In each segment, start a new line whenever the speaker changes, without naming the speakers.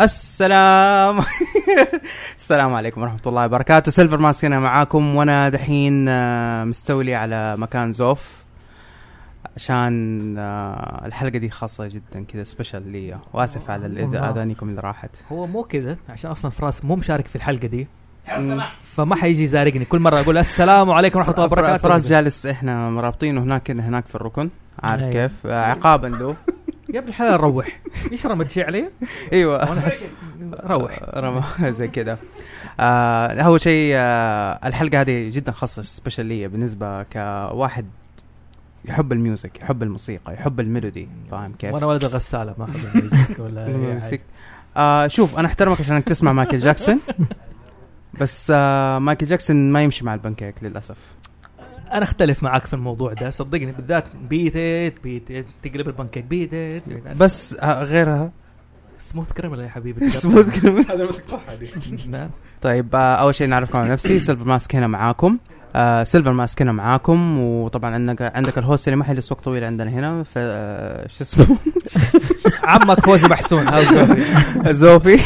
السلام السلام عليكم ورحمة الله وبركاته سيلفر ماسك هنا معاكم وانا دحين آه، مستولي على مكان زوف عشان آه، الحلقة دي خاصة جدا كذا سبيشال لي واسف على الإذ-
والله.
اذانكم اللي راحت
هو مو كذا عشان اصلا فراس مو مشارك في الحلقه دي
مم.
فما حيجي يزارقني كل مره اقول السلام عليكم ورحمه الله
فر-
وبركاته
فراس جالس احنا مرابطينه هناك هناك في الركن عارف
أيوة.
كيف آه، عقابا له
يا ابن الحلال روح يشرم تشي علي
ايوه
وانا أحس- روح
رمى زي كده آه اول شيء آه الحلقه هذه جدا خاصه سبيشال لي بالنسبه كواحد يحب الميوزك يحب الموسيقى يحب الميلودي فاهم كيف؟
وانا ولد الغساله ما أحب الميوزك ولا أي حاجة.
الميوزك. آه شوف انا احترمك عشانك تسمع مايكل جاكسون بس آه مايكل جاكسون ما يمشي مع البنكيك للاسف
انا اختلف معاك في الموضوع ده صدقني بالذات بيتت بيتت تقلب البنكيك بيتت
بس آه غيرها
سموث كريمنال يا حبيبي نعم.
سموث كريمنال.
هذا متقطع دي
طيب آه اول شيء نعرفكم عن نفسي سيلفر ماسك هنا معاكم آه سيلفر ماسك هنا معاكم وطبعا عندك عندك الهوست اللي ما حيجلس وقت طويل عندنا هنا ف آه، شو اسمه
عمك فوزي محسون هاوزر.
زوفي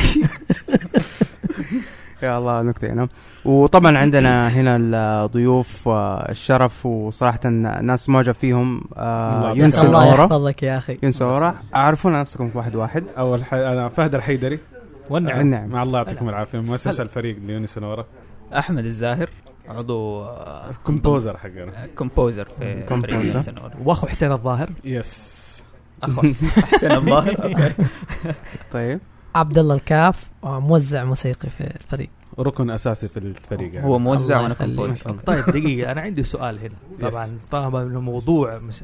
يا الله نكتة هنا وطبعا عندنا هنا الضيوف آه، الشرف وصراحة ناس معجب فيهم آه،
الله يعطيك
يونس
الله
الأورا
يحفظك يا اخي
يونس الأورا أعرفون نفسكم واحد واحد نعم.
اول حاجه انا فهد الحيدري
والنعم
النعم
مع الله يعطيكم العافيه مؤسس الفريق ليونس نورا
احمد الزاهر عضو آه،
كومبوزر حقنا
كومبوزر في
كومبوزر.
فريق ليس نور.
واخو حسين الظاهر
يس
اخو حسين حسين الظاهر أوكي.
طيب
عبد الله الكاف آه، موزع موسيقي في الفريق
ركن اساسي في الفريق يعني.
هو موزع
الله
وانا
يخليك.
كومبوزر
طيب دقيقة أنا عندي سؤال هنا طبعا طالما إنه موضوع مش...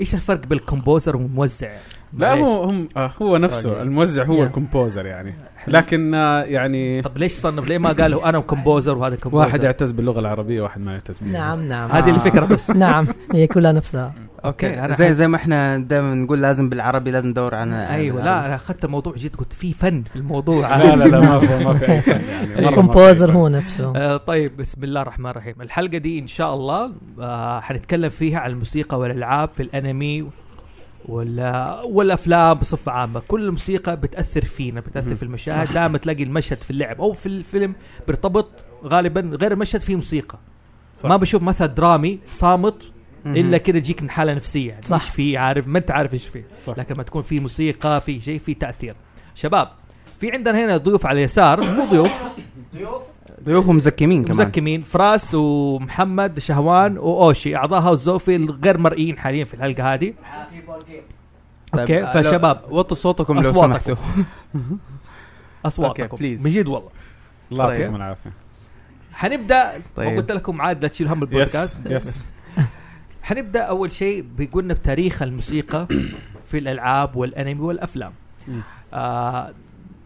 إيش الفرق بين الكومبوزر والموزع؟
لا
معليش.
هو هم آه هو نفسه
سوري.
الموزع هو
Yeah.
الكومبوزر يعني لكن آه يعني
طب ليش صنف ليه ما قالوا أنا كومبوزر وهذا كومبوزر؟
واحد آه. يعتز باللغه العربيه واحد ما يعتز بها
نعم نعم
هذه الفكرة بس
نعم هي كلها نفسها
أوكي أنا
زي
حد-
زي ما احنا دائما نقول لازم بالعربي لازم ندور عن
أيوه لا أنا أخذت الموضوع جد قلت في فن في الموضوع
آه، لا لا لا ما في ما في اي فرق يعني مرة ما في أي
الكومبوزر
فرق.
هو نفسه
آه طيب بسم الله الرحمن الرحيم الحلقة دي إن شاء الله آه حنتكلم فيها عن الموسيقى والألعاب في الأنمي ولا والافلام بصفه عامه كل الموسيقى بتاثر فينا بتاثر في المشاهد دائما تلاقي المشهد في اللعب او في الفيلم بيرتبط غالبا غير المشهد فيه موسيقى
صح.
ما بشوف مثل درامي صامت الا
الا
كذا تجيك حاله نفسيه يعني
صح.
ايش فيه عارف ما انت عارف ايش فيه
صح.
لكن ما تكون في موسيقى في شيء في تاثير شباب في عندنا هنا ضيوف على اليسار مو ضيوف
ضيوفهم مزكمين كمان
مزكمين فراس ومحمد شهوان واوشي اعضاء هاوس زوفي الغير مرئيين حاليا في الحلقه هذه
طيب،
اوكي
آه، لو-
فشباب
وطوا صوتكم لو
أصواتكم.
سمحتوا
اصواتكم
أوكي، please.
من جد والله
الله
طيب.
يعطيكم العافيه
حنبدا
طيب.
طيب. قلت لكم عاد لا تشيل هم
يس
البودكاست
يس
حنبدا اول شيء بيقولنا بتاريخ الموسيقى في الالعاب والانمي والافلام
مم.
آه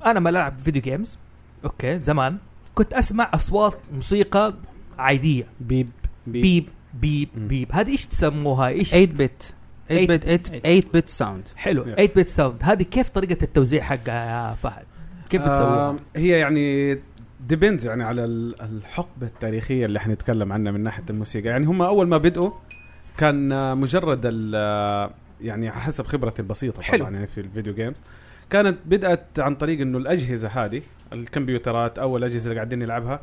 انا ما العب فيديو جيمز اوكي زمان كنت اسمع اصوات موسيقى عاديه
بيب بيب
بيب بيب
مم.
بيب هذه ايش تسموها ايش
8 بت 8
8
بت 8 بت ساوند
حلو
Yes.
8 بت ساوند هذه كيف طريقه التوزيع حقها يا فهد كيف بتسويها
آه، هي يعني ديبندز يعني على ال- الحقبه التاريخيه اللي حنتكلم عنها من ناحيه الموسيقى يعني هم اول ما بدأوا كان آه، مجرد ال آه، يعني حسب خبرتي البسيطه
حلو.
طبعا يعني في الفيديو جيمز كانت بدأت عن طريق انه الاجهزه هذه الكمبيوترات او الاجهزه اللي قاعدين نلعبها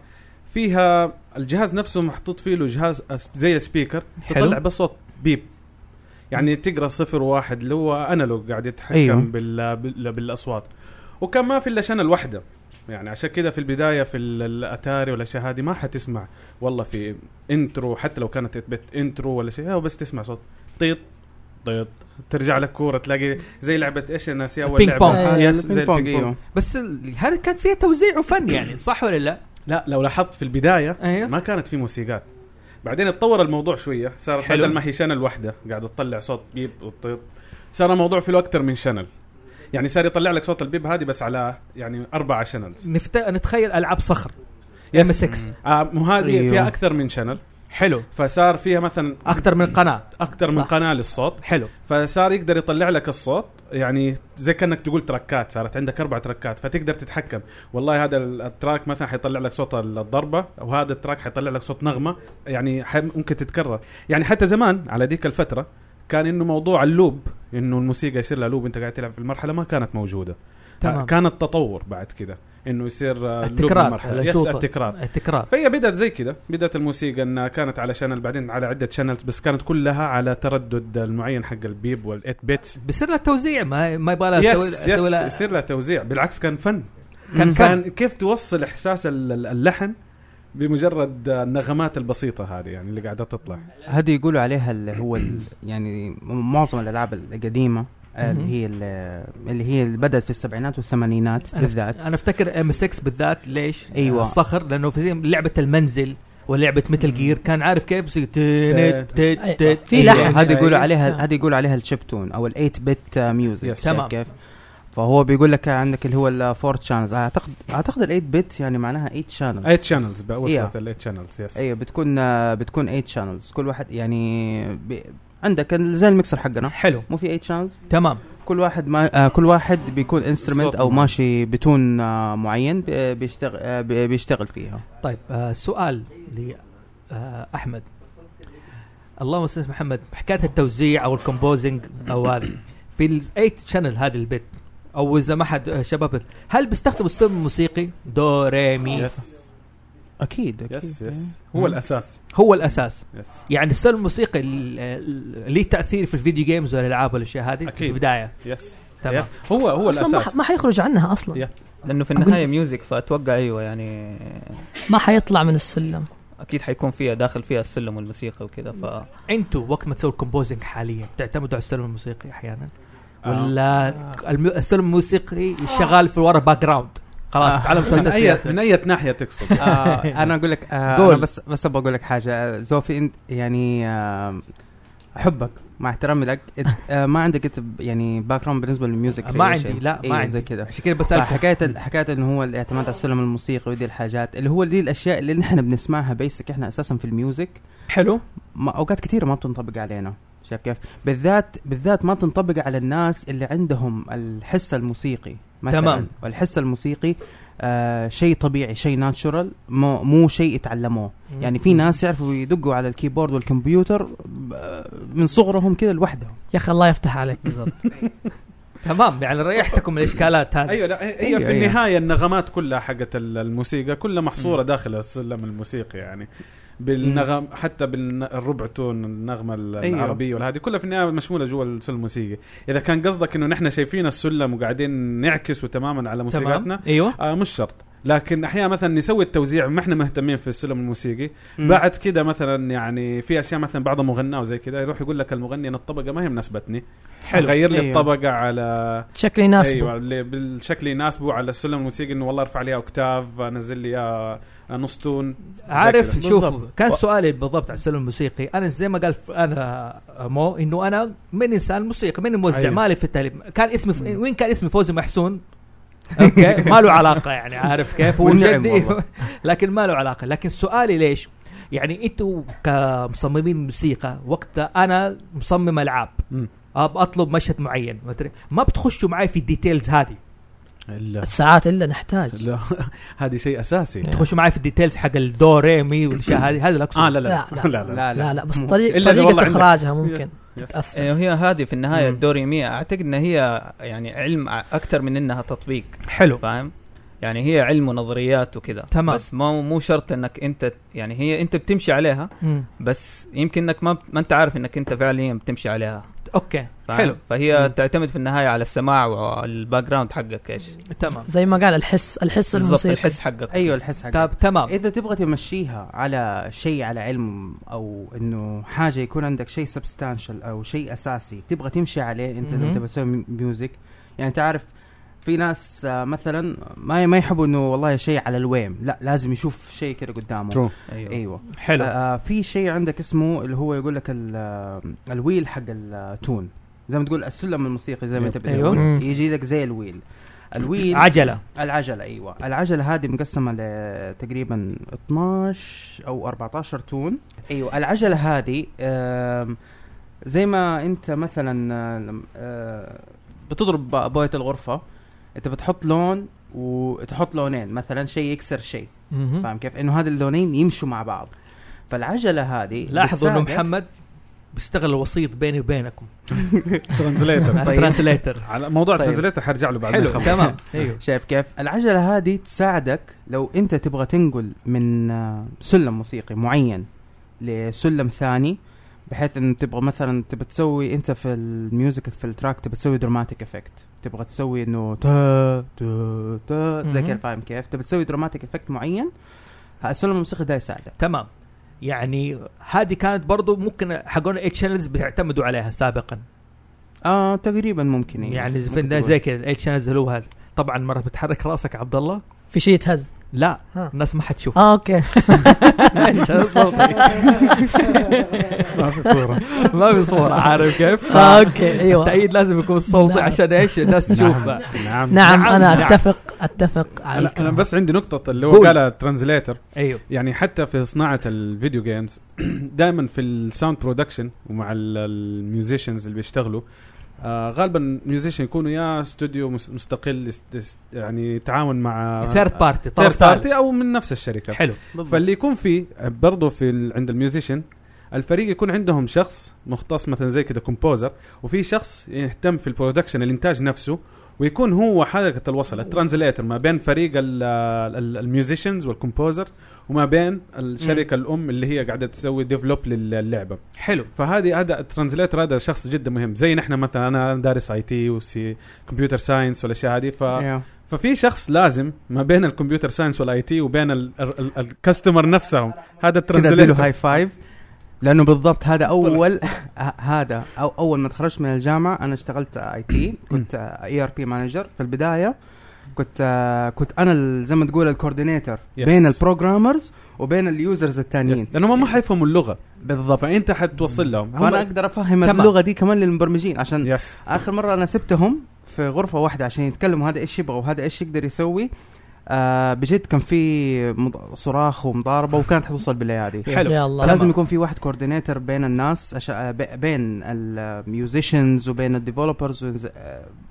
فيها الجهاز نفسه محطوط فيه له جهاز أس- زي سبيكر
حلو.
تطلع بس صوت بيب يعني تقرا صفر واحد اللي هو انالوج قاعد يتحكم
أيوه.
أيوه. بال... بال... بالاصوات وكان ما في الا شنل واحده يعني عشان كده في البدايه في ال- الاتاري والاشياء هذه ما حتسمع والله في انترو حتى لو كانت بت انترو ولا شيء هو بس تسمع صوت طيط طيط ترجع لك كوره تلاقي زي لعبه ايش انا ناسيها
البينج بونج.
آه،
لعبة- يس زي
بونج،
البينج بونج
أيوه.
بس ال- هذا كانت فيها توزيع وفن يعني صح ولا لا؟
لا لو لاحظت في البدايه
ايوه
ما كانت في موسيقات بعدين اتطور الموضوع شويه صار
حلو.
بدل ما هي شنل واحده قاعده تطلع صوت بيب وطيط صار الموضوع في له اكثر من شنل يعني صار يطلع لك صوت البيب هذه بس على يعني اربع شنلز
نفت... نتخيل العاب صخر ام
يس
6
آه مو هذه
أيوه.
فيها اكثر من شنل
حلو
فصار فيها مثلا
اكثر من قناه
اكثر من
صح.
قناه للصوت
حلو
فصار يقدر يطلع لك الصوت يعني زي كانك تقول تركات صارت عندك اربع تركات فتقدر تتحكم والله هذا ال- التراك مثلا حيطلع لك صوت ال- الضربه وهذا التراك حيطلع لك صوت نغمه يعني ح- ممكن تتكرر يعني حتى زمان على ديك الفتره كان انه موضوع اللوب انه الموسيقى يصير لها لوب انت قاعد تلعب في المرحله ما كانت موجوده
تمام.
آه، كان التطور بعد كده انه يصير آه، لوب
التكرار،
المرحلة. يس
الشوطة.
التكرار
التكرار
فهي بدات زي كده بدات الموسيقى انها كانت على شانل بعدين على عده شانلز بس كانت كلها على تردد المعين حق البيب والايت بيت
بيصير لها توزيع ما, ما يبغى لها اسوي
يس
اسوي
يس
لها
يصير لها توزيع بالعكس كان فن
كان
كان
فن
كيف توصل احساس ال- ال- اللحن بمجرد النغمات البسيطه هذه يعني اللي قاعده تطلع
هذه يقولوا عليها اللي هو ال- يعني معظم الالعاب القديمه اللي هي ال- اللي هي اللي بدات في السبعينات والثمانينات
أنا-
بالذات
انا افتكر ام 6 بالذات ليش؟
أيوة.
آه، الصخر لانه في زي لعبه المنزل ولعبه متل جير كان عارف كيف بس تت- تت-
أيوة.
تت-
في
أيوة،
لحن.
هذا يقولوا
أيوة.
عليها
آه.
هذا يقولوا عليها الشيبتون او الايت بت ميوزك
Yes.
تمام.
كيف فهو بيقول لك عندك اللي هو الفورت شانلز اعتقد اعتقد الايت بت يعني معناها 8 شانلز
8 شانلز
إيه.
وصلت ال 8 شانلز يس
ايوه بتكون آه، بتكون 8 شانلز كل واحد يعني بي عندك زي الميكسر حقنا
حلو
مو في 8 شانلز
تمام
كل واحد ما آه كل واحد بيكون انسترومنت
صوت
او
معين.
ماشي بتون آه معين بي- بيشتغل آه بي- بيشتغل فيها
طيب آه سؤال لأحمد اللهم صل على محمد حكايه التوزيع او الكومبوزنج او هذا. في الاي شانل هذا البيت او اذا ما حد آه، شباب هل بيستخدموا السلم الموسيقي دو ري مي
يس
اكيد اكيد
يس يس هو الاساس
هو الاساس
يس
يعني السلم الموسيقي ال- ال- ليه تاثير في الفيديو جيمز والالعاب والاشياء هذه في
أكيد. أيوه.
البدايه
يس
تمام
يس. هو هو
أصلاً ما
الاساس
ح- ما حيخرج عنها اصلا
يا.
لانه في النهايه ميوزك فاتوقع ايوه يعني
ما حيطلع من السلم
اكيد حيكون فيها داخل فيها السلم والموسيقى وكذا ف
انتوا وقت ما تسووا الكومبوزنج حاليا تعتمدوا على السلم الموسيقي احيانا
آه.
ولا الم- السلم الموسيقي شغال في ورا باك جراوند خلاص
آه.
تعلم
من اي
توزيع
من اي ناحيه تقصد
آه انا اقول لك آه
قول.
انا بس بس ابغى اقول لك حاجه زوفي انت يعني آه احبك مع احترامي لك إت- آه ما عندك إنت ب- يعني باك جراوند بالنسبه للميوزك
ما
creation.
عندي لا ما
أيوة، زي
عندي
كذا
عشان كذا بسالك
حكايه حكايه انه هو الاعتماد على السلم الموسيقي ودي الحاجات اللي هو دي الاشياء اللي نحن بنسمعها بيسك احنا اساسا في الميوزك
حلو
ما اوقات كثيره ما بتنطبق علينا شايف كيف؟ بالذات بالذات ما تنطبق على الناس اللي عندهم الحس الموسيقي مثلا
تمام.
والحس الموسيقي آه شيء طبيعي شيء ناتشورال مو, مو شيء يتعلموه يعني في ناس يعرفوا يدقوا على الكيبورد والكمبيوتر ب- من صغرهم كده لوحدهم
يا اخي الله يفتح عليك
بالضبط
تمام يعني ريحتكم من الاشكالات هذه
ايوه لا هي
أيوة،
أيوة في
أيوة.
النهايه النغمات كلها حقت ال- الموسيقى كلها محصوره داخل السلم الموسيقي يعني بالنغم حتى بالربع تون النغمه ال-
أيوة.
العربيه والهذه كلها في النهايه مشموله جوا السلم الموسيقي اذا كان قصدك انه نحن شايفين السلم وقاعدين نعكسه تماما على موسيقتنا
تمام ايوه
آه مش شرط لكن احيانا مثلا نسوي التوزيع ما احنا مهتمين في السلم الموسيقي بعد كده مثلا يعني في اشياء مثلا بعض مغنى وزي كده يروح يقول لك المغني انا الطبقه ما هي مناسبتني حلو غير لي
أيوة.
الطبقه على
شكلي يناسبه
ايوه اللي بالشكل يناسبه على السلم الموسيقي انه والله ارفع لي اوكتاف نزل لي آه، نص تون
عارف
كذا.
شوف
بالضبط.
كان
و-
سؤالي بالضبط على السلم الموسيقي انا زي ما قال ف- انا مو انه انا من انسان موسيقي من موزع
أيوه.
مالي في التاليف كان اسمي ف... وين كان اسمي فوزي محسون اوكي ما له علاقه يعني عارف كيف هو
والنعم
جدي
والله.
لكن ما له علاقه لكن سؤالي ليش يعني انتوا كمصممين موسيقى وقت انا مصمم العاب
مم.
ابى اطلب مشهد معين مدري- ما بتخشوا معي في الديتيلز هذه
إيه. لا
الساعات الا نحتاج
لا هذه شيء اساسي
تخشوا معي في الديتيلز حق الدو ري مي والاشياء هذه هذا اللي اقصده
اه لا لا لا
لا، لا.
لا, لا.
لا
لا لا بس
مو-
طريق
إلا إذا والله
طريقه
عندك-
اخراجها ممكن
يس.
تاثر
إيه، وهي هذه في النهايه
مم.
الدوريمية اعتقد ان هي يعني علم اكثر من انها تطبيق
حلو
فاهم يعني هي علم ونظريات وكذا
تمام.
بس مو مو شرط انك انت يعني هي انت بتمشي عليها
مم.
بس يمكن انك ما ما انت عارف انك انت فعليا بتمشي عليها
اوكي
فاهم؟
حلو
فهي
مم.
تعتمد في النهايه على السماع والباك جراوند حقك ايش
تمام
زي ما قال الحس الحس
بالضبط
الموسيقي
الحس حقك
ايوه الحس حق
طب تمام
اذا تبغى تمشيها على شيء على علم او انه حاجه يكون عندك شيء سبستانشال او شيء اساسي تبغى تمشي عليه انت
مهم.
لما تبغى تسوي مي- ميوزك يعني تعرف في ناس آه، مثلا ما ما يحبوا انه والله شيء على الويم لا لازم يشوف شيء كده قدامه
True.
ايوه,
ايوه
حلو
آه آه، في شيء عندك اسمه اللي هو يقول لك ال- آه، الويل حق التون زي ما تقول السلم الموسيقي زي ما انت
أيوه.
بتقول
مم.
يجي لك زي الويل الويل
عجله
العجلة ايوه، العجلة هذه مقسمة لتقريبا 12 او 14 تون. ايوه، العجلة هذه آم، زي ما انت مثلا آه، لم- آه، بتضرب ب- بوية الغرفة انت بتحط لون وتحط لونين مثلا شيء يكسر شيء، فاهم كيف؟ انه هذا اللونين يمشوا مع بعض. فالعجلة هذه
لاحظوا انه
بتساعدك-
محمد بيشتغل الوسيط بيني وبينكم
ترانزليتر
انا ترانسليتر
على موضوع
طيب.
ترانزليتر حرجع له طيب. بعدين
طيب. حلو
خلاص.
تمام ايوه
شايف كيف العجله هذه تساعدك لو انت تبغى تنقل من آه، سلم موسيقي معين لسلم ثاني بحيث انه تبغى مثلا تبغى تسوي انت في الميوزك في التراك تبغى تسوي دراماتيك افكت تبغى تسوي انه تا تا تا زي
مهم.
كذا فاهم كيف تبغى تسوي دراماتيك افكت معين ها، السلم الموسيقي ده يساعدك
تمام يعني هذه كانت برضو ممكن حقون اتش شانلز بيعتمدوا عليها سابقا
اه تقريبا ممكن
يعني زي-
ممكن تقول.
زي كذا الاتش شانلز هو هذا طبعا مره بتحرك راسك عبد الله
في شيء يتهز
لا
ها.
الناس ما حتشوف
اه اوكي
عشان صوتي
آه.
ما في صوره
ما في صوره عارف كيف؟
اه اوكي ايوه
التأييد لازم يكون صوتي
نعم.
عشان ايش الناس تشوف
نعم نعم
نعم
نعم.
انا اتفق اتفق على
انا أنا
الكلام.
بس عندي نقطه اللي هو
قول.
قالها ترانزليتر
ايوه
يعني حتى في صناعه الفيديو جيمز دائما في الساوند برودكشن ومع ال- الميوزيشنز اللي بيشتغلوا آه غالبا الميوزيشن يكونوا يا استوديو مس- مستقل است- است- يعني تعاون مع
ثيرد بارتي
ثيرد
طرف ثالث
بارتي او من نفس الشركه
حلو
فاللي يكون فيه برضه في ال- عند الميوزيشن الفريق يكون عندهم شخص مختص مثلا زي كده كومبوزر وفي شخص يهتم في البرودكشن الانتاج نفسه ويكون هو حلقه الوصل الترانزليتر ما بين فريق ال- ال- الميوزيشنز والكومبوزر وما بين الشركه الام اللي هي قاعده تسوي ديفلوب للعبه
حلو
فهذه هذا الترانزليتر هذا شخص جدا مهم زي نحن مثلا انا دارس اي تي وسي كمبيوتر ساينس والاشياء هذه ف
يا.
ففي شخص لازم ما بين الكمبيوتر ساينس والاي تي وبين ال- ال- ال- الكاستمر نفسهم هذا
كذا اديله هاي
الترانزليتر
فايف لانه بالضبط هذا
طيب.
اول ه- هذا أو اول ما تخرجت من الجامعه انا اشتغلت اي تي كنت اي ار بي مانجر في البدايه كنت آه، كنت انا ال- زي ما تقول الكوردينيتر
Yes.
بين البروجرامرز وبين اليوزرز الثانيين
لانهم هم ما حيفهموا اللغه
بالضبط
فانت حتوصل لهم هم-
فانا اقدر افهم
تمام.
اللغه دي كمان للمبرمجين عشان
يس
اخر مره انا سبتهم في غرفه واحده عشان يتكلموا هذا ايش يبغى وهذا ايش يقدر يسوي آه بجد كان في مض- صراخ ومضاربه وكانت حتوصل بالايادي
حلو.
يا الله
فلازم
تمام.
يكون في واحد كوردينيتر بين الناس أش... آه، ب- بين الميوزيشنز وبين الديفلوبرز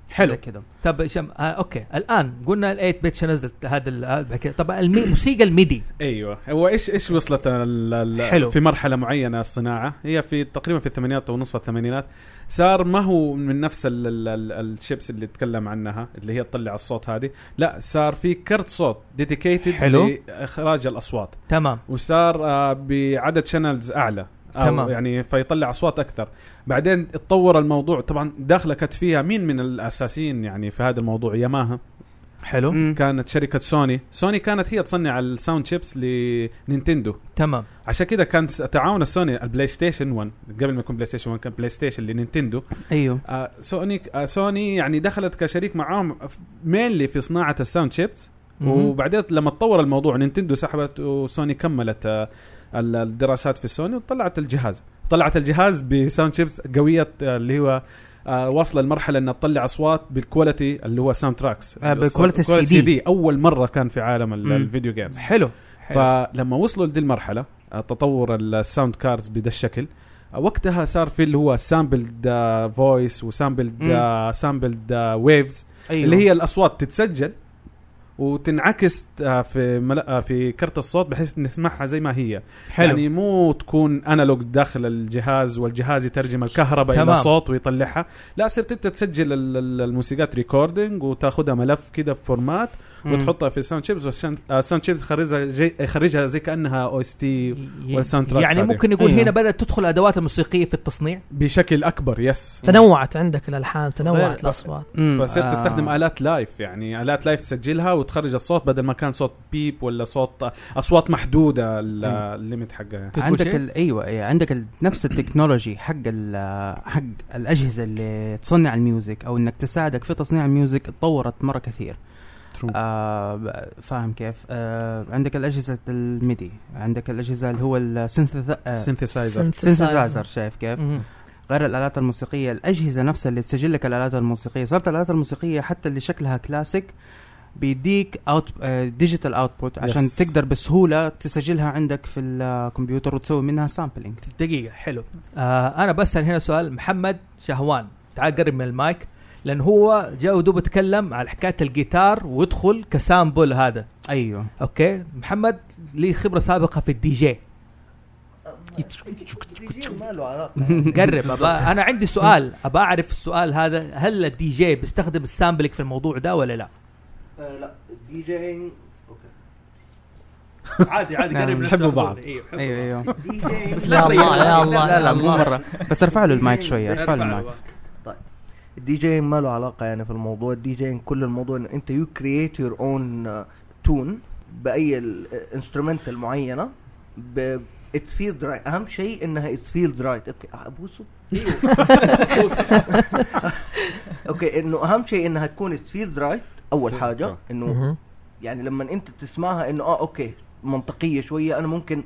حلو.
كده
طب هشام آه اوكي الان قلنا ال8 بيت نزلت هذا ال- هذا بعد كده. طب المي- الموسيقى الميدي
ايوه هو ايش ايش وصلت ال- ال-
حلو.
في مرحله معينه الصناعه هي في تقريبا في الثمانينات ونصف الثمانينات صار ما هو من نفس ال- ال- ال- الشيبس اللي تكلم عنها اللي هي تطلع الصوت هذه لا صار في كرت صوت ديديكيتد
حلو.
لاخراج الاصوات
تمام
وصار آه، بعدد شانلز اعلى أو
تمام.
تمام. يعني فيطلع اصوات اكثر بعدين اتطور الموضوع طبعا داخله كانت فيها مين من الاساسيين يعني في هذا الموضوع يماها
حلو
مم.
كانت شركه سوني سوني كانت هي تصنع الساوند شيبس لنينتندو
تمام
عشان كده كان س- تعاون السوني البلاي ستيشن 1 قبل ما يكون بلاي ستيشن 1 كان بلاي ستيشن لنينتندو
ايوه
آه سوني آه سوني يعني دخلت كشريك معاهم مينلي في صناعه الساوند شيبس
مهم.
وبعدين لما تطور الموضوع نينتندو سحبت وسوني كملت آه، ال- الدراسات في سوني وطلعت الجهاز طلعت الجهاز بساوند شيبس قويه آه، اللي هو آه، واصله لمرحله انها تطلع اصوات بالكواليتي اللي هو ساوند تراكس
آه، بالكواليتي
الصوت-
CD.
CD. اول مره كان في عالم ال-
مم.
الفيديو جيمز
حلو حلو.
فلما وصلوا لدي المرحله آه، تطور الساوند كاردز بدا الشكل آه، وقتها صار في اللي هو آه، سامبلد فويس وسامبلد سامبلد ويفز
ايوه
أيوه.
اللي هي الاصوات تتسجل وتنعكس آه، في مل... آه، في كرت الصوت بحيث نسمعها زي ما هي
حلو
يعني مو تكون انالوج داخل الجهاز والجهاز يترجم الكهرباء
تمام.
الى صوت ويطلعها لا صرت انت تسجل ال- ال- الموسيقات ريكوردنج وتاخذها ملف كده في فورمات
مم.
وتحطها في ساوند شيبس والساوند شيبس يخرجها جي... يخرجها زي كانها او اس تي
ي-
والساوند تراكس
يعني
هذه.
ممكن نقول
أيوه.
هنا بدات تدخل الادوات الموسيقيه في التصنيع
بشكل اكبر يس
تنوعت عندك الالحان تنوعت
غير-
الاصوات
مم.
فصرت
آه.
تستخدم الات لايف يعني الات لايف تسجلها وتخرج الصوت بدل ما كان صوت بيب ولا صوت اصوات محدوده ال-
أيوة.
الليمت حقها يعني.
تقول
عندك
شيء؟
ال... ايوه إيه، عندك ال... نفس التكنولوجي حق ال... حق الاجهزه اللي تصنع الميوزك او انك تساعدك في تصنيع الميوزك اتطورت مره كثير آه ب- فاهم كيف آه عندك الاجهزه الميدي عندك الاجهزه اللي هو السنث
سينثسايزر
سينثسايزر شايف كيف
مهم.
غير الالات الموسيقيه الاجهزه نفسها اللي تسجل لك الالات الموسيقيه صارت الالات الموسيقيه حتى اللي شكلها كلاسيك بيديك اوت ديجيتال اوتبوت عشان
Yes.
تقدر بسهوله تسجلها عندك في الكمبيوتر وتسوي منها سامبلينج
دقيقة حلو آه أنا بسأل هنا سؤال محمد شهوان تعال قرب من المايك لأن هو جاء ودوب تكلم على حكاية الجيتار ويدخل كسامبل هذا
ايوه
أوكي محمد ليه خبرة سابقة في الدي جي
الديجين ما له علاقه
قرب أبا انا عندي سؤال ابى اعرف السؤال هذا هل الدي جي بيستخدم السامبلينج في الموضوع ده ولا لا؟
آه، لا الدي جينج اوكي
عادي عادي
نعم،
قرب نفس
يحبوا
الأخبار.
بعض.
إيه، يحبوا
ايوه ايوه
بعض.
دي جينج
بس
لا الله لا الله
لا لا مو مره بس ارفع له المايك شويه ارفع له
ارفع
المايك
الدي جي ما له علاقه يعني في الموضوع الدي جي كل الموضوع انه انت يو كرييت يور اون تون باي انسترومنتال معينه آه، ب اتس فيلد رايت اهم شيء انها اتس فيلد رايت اوكي ابوسه اوكي انه اهم شيء انها تكون اتس فيلد رايت اول
صح.
حاجه انه
مهم.
يعني لما انت تسمعها انه اه اوكي منطقيه شويه انا ممكن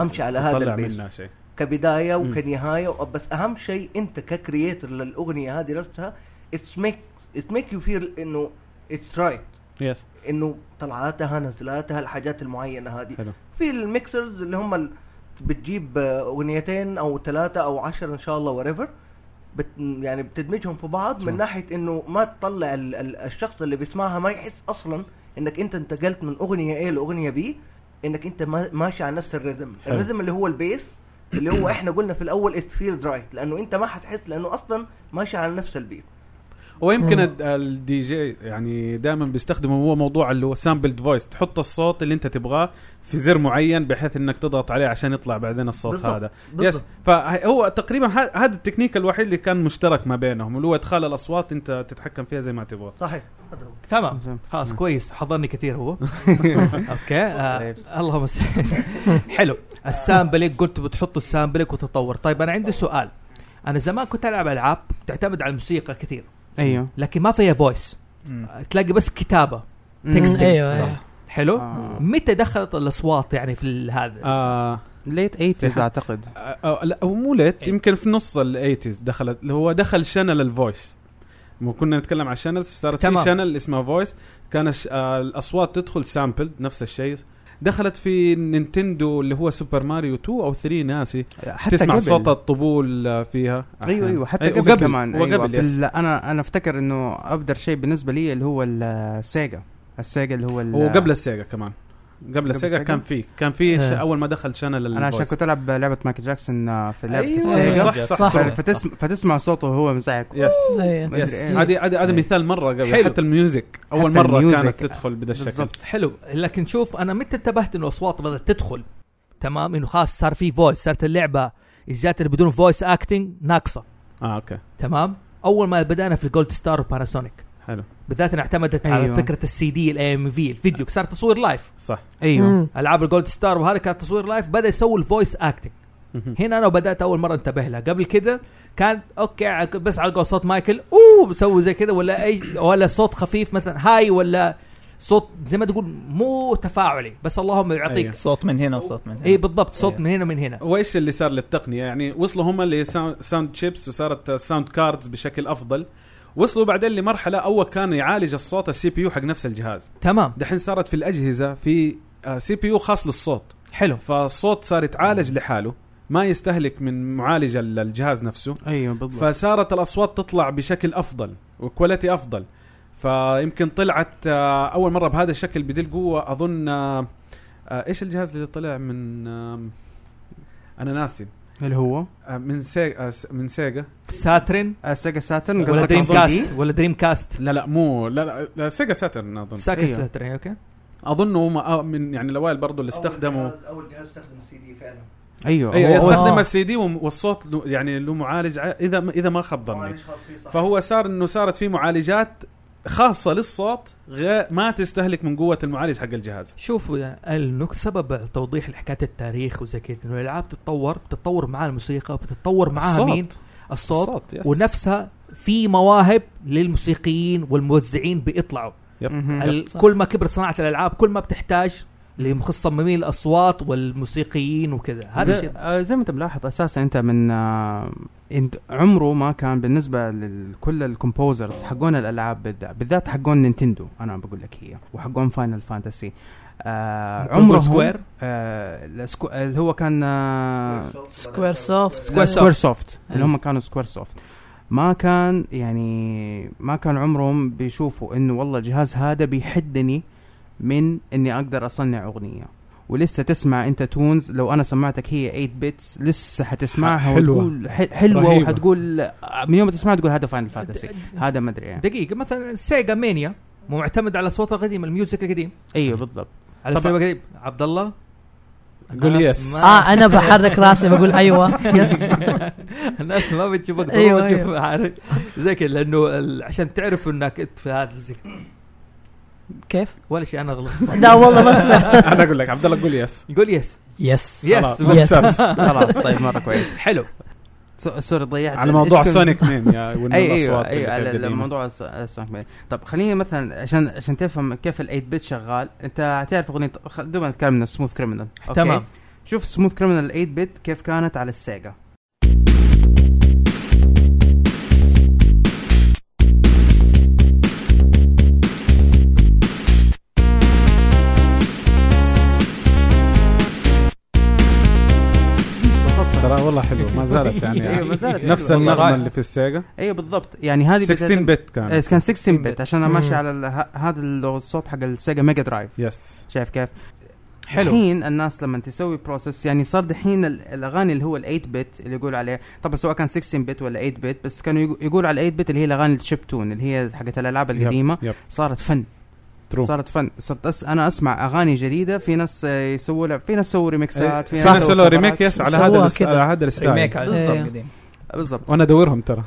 امشي على هذا
طلع
البيس
منها شيء
كبدايه
مم.
وكنهايه و- بس اهم شيء انت ككرييتر للاغنيه هذه نفسها اتس ميك اتس ميك يو فيل انه اتس رايت
يس
انه طلعاتها نزلاتها الحاجات المعينه هذه
حلو.
في الميكسرز اللي هم ال- بتجيب آه، اغنيتين او ثلاثه او عشر ان شاء الله وريفر بت يعني بتدمجهم في بعض
صح.
من ناحيه انه ما تطلع ال ال الشخص اللي بيسمعها ما يحس اصلا انك انت انتقلت من اغنيه ايه لاغنيه بي انك انت ما- ماشي على نفس الريزم
حلو.
الريزم اللي هو البيس اللي هو احنا قلنا في الاول اتس فيلد رايت لانه انت ما حتحس لانه اصلا ماشي على نفس البيت
ويمكن
مم.
الد- الدي جي يعني دائما بيستخدمه هو موضوع اللي هو سامبلد فويس تحط الصوت اللي انت تبغاه في زر معين بحيث انك تضغط عليه عشان يطلع بعدين الصوت
بالضبط.
هذا يس فهو تقريبا ه- هذا التكنيك الوحيد اللي كان مشترك ما بينهم اللي هو ادخال الاصوات انت تتحكم فيها زي ما تبغى
صحيح هذا هو
تمام
نعم.
خلاص كويس حضرني كثير هو اوكي آه
طيب.
اللهم س- حلو السامبلينج قلت بتحطوا السامبلينج وتطور طيب انا عندي سؤال انا زمان كنت العب العاب تعتمد على الموسيقى كثير
ايوه
لكن ما فيها فويس تلاقي بس كتابه تكست.
ايوه
صح.
أيوة.
حلو
آه.
متى دخلت الاصوات يعني في ال- هذا
آه
ليت 80s اعتقد
آه لا هو مو ليت
إيه.
يمكن في نص الايتيز دخلت اللي هو دخل شانل الفويس مو كنا نتكلم عن شانل صارت في
تمام.
شانل اسمها فويس كان الش- آه الاصوات تدخل سامبل نفس الشيء دخلت في نينتندو اللي هو سوبر ماريو 2 او 3 ناسي
حتى
تسمع
قبل.
صوت الطبول آه، فيها
ايوه ايوه حتى
أي-
قبل,
وقبل-
كمان أيوة
وقبل
في
يس.
ال- انا انا افتكر انه ابدر شيء بالنسبه لي اللي هو السيجا السيجا اللي هو ال-
وقبل السيجا كمان قبل السيجا
السيجا؟
كان في كان في ش-
آه.
اول ما دخل شانل
انا عشان
الفويس.
كنت العب لعبه مايكل جاكسون آه، في لعبه في
أيوة.
السيجا
صح صح,
صح.
صح.
ف- فتسمع, فتسمع صوته وهو مزعج
يس
أيوة.
أدري
يس
إيه.
عادي عادي هذا
إيه.
مثال مره قبل
حلو.
حتى الميوزك اول
حتى
مره
الميوزك.
كانت تدخل بهذا الشكل
بالضبط.
حلو لكن شوف انا متى انتبهت انه اصوات بدات تدخل تمام انه خلاص صار في فويس صارت اللعبه الجات اللي بدون فويس اكتنج ناقصه
اه اوكي
تمام اول ما بدانا في الجولد ستار وباناسونيك
حلو
بالذات انها اعتمدت أيوة. على
أيوة.
فكره السي دي الاي ام في الفيديو صار تصوير لايف
صح
ايوه
مم.
العاب الجولد ستار وهذا كان تصوير لايف بدا يسوي الفويس اكتنج
مهم.
هنا انا بدات اول مره انتبه لها قبل كده كان اوكي بس على صوت مايكل اوه بسوي زي كده ولا اي ولا صوت خفيف مثلا هاي ولا صوت زي ما تقول مو تفاعلي بس اللهم يعطيك
أيوة.
صوت من هنا وصوت من هنا
اي بالضبط صوت
إيه.
من هنا من هنا
وايش اللي صار للتقنيه يعني وصلوا هم لساوند شيبس وصارت ساوند كاردز بشكل افضل وصلوا بعدين لمرحله اول كان يعالج الصوت السي بي يو حق نفس الجهاز
تمام
دحين صارت في الاجهزه في آه، سي بي يو خاص للصوت
حلو
فالصوت صار يتعالج لحاله ما يستهلك من معالج ال- الجهاز نفسه
ايوه بالضبط
فصارت الاصوات تطلع بشكل افضل وكواليتي افضل فيمكن طلعت آه، اول مره بهذا الشكل بدي القوه اظن آه، آه، ايش الجهاز اللي طلع من آه، انا ناسي
اللي هو
آه، من سيجا آه، من سيجا
ساترن
السيجا آه، ساتن
ولا دريم كاست ولا دريم كاست
لا لا مو لا لا, لا آه، سيجا ساترن اظن
ساكن
أيوة.
ساترن أيوة، اوكي
اظن هم آه، من يعني الاوائل برضو اللي استخدموا
اول جهاز, أول جهاز استخدم السي دي فعلا
ايوه
ايوه
هو-
استخدم
آه.
السي دي وم- والصوت له- يعني له معالج ع- اذا ما- اذا ما خاب ظني
معالج خاص فيه
طيب.
صح.
فهو صار انه صارت في معالجات خاصه للصوت غير ما تستهلك من قوه المعالج حق الجهاز
شوفوا يا- النك سبب توضيح حكايه التاريخ وزي كذا انه الالعاب تتطور بتتطور معاها الموسيقى بتتطور معاها
الصوت.
مين الصوت, الصوت.
الصوت يس.
ونفسها في مواهب للموسيقيين والموزعين بيطلعوا
مهم.
ال-
صح.
كل ما كبرت صناعه الالعاب كل ما بتحتاج لمصممين الاصوات والموسيقيين وكذا هذا
زي,
الشيء
آه، زي ما انت ملاحظ اساسا انت من آه، انت عمره ما كان بالنسبه لكل الكومبوزرز حقون الالعاب بالذات بالذات حقون نينتندو انا بقول لك هي وحقون فاينل فانتسي آه عمره
سكوير؟
آه السكو... اللي هو كان آه
سكوير سوفت.
سكوير,
سوفت.
سكوير سوفت اللي
أيوة.
هم كانوا سكوير سوفت ما كان يعني ما كان عمرهم بيشوفوا انه والله الجهاز هذا بيحدني من اني اقدر اصنع اغنيه ولسه تسمع انت تونز لو انا سمعتك هي 8 بيتس لسه حتسمعها
حلوة.
وتقول ح- حلوه
رهيبة.
وحتقول آه، من يوم ما تسمعها تقول هذا فاينل فانتسي هذا ما ادري يعني
دقيقه مثلا سيجا مانيا مو معتمد على صوتها القديم الميوزك القديم
ايوه بالضبط
على السبب
طبعاً.
القديم عبد الله
قول
الناس
يس.
ما-
اه انا بحرك راسي بقول ايوه يس
الناس ما بتشوفك
أيوة،
أيوة أيوة. عارف زي كذا لانه ال- عشان تعرف انك انت في هذا الزي
كيف؟
ولا شيء انا غلطت
لا والله ما سمعت
انا اقول لك عبد الله قول يس
يقول يس
يس
يس
يس.
خلاص طيب مره كويس
حلو
سو- سوري ضيعت
على موضوع
إيش كنت-
سونيك 2 يا وإنه
اي ايوه
الأصوات
ايوه على
القديمة.
على موضوع الس- السونيك مان. طب خليني مثلا عشان عشان تفهم كيف ال8 بت شغال انت هتعرف اغنيه خ- دوبنا نتكلم عن سموث كريمنال
تمام
شوف سموث كريمنال 8 بت كيف كانت على السيجا
ترى والله حلو ما زالت
إيه،
أيوة، ما
يعني
زالت
نفس
حلوة.
النغمه
والله.
اللي في السيجا
ايوه بالضبط يعني هذه
16
بتعتمد-
بت
إيه،
كان
كان 16 بت عشان انا ماشي
مم.
على ال- ه- هذا الصوت حق السيجا ميجا درايف
يس
شايف كيف؟
حلو.
الحين الناس لما تسوي بروسس يعني صار دحين ال- الاغاني اللي هو ال8 بت اللي يقول عليه طبعا سواء كان 16 بت ولا 8 بت بس كانوا يقو- يقولوا على ال8 بت اللي هي الاغاني الشيب تون اللي هي حقت الالعاب القديمه
يب.
صارت فن
ترو
صارت فن صرت أس... انا اسمع اغاني جديده في ناس آه، يسووا لها في ناس يسووا ريمكسات في
إيه، في
ناس
ناس
يسووا
سووا ريميك يس
coverats.
على
سووها
هذا الس-
كده.
على هذا الستايل
ريميك إيه، على
بالضبط.
الجزء القديم
بالضبط
وانا ادورهم ترى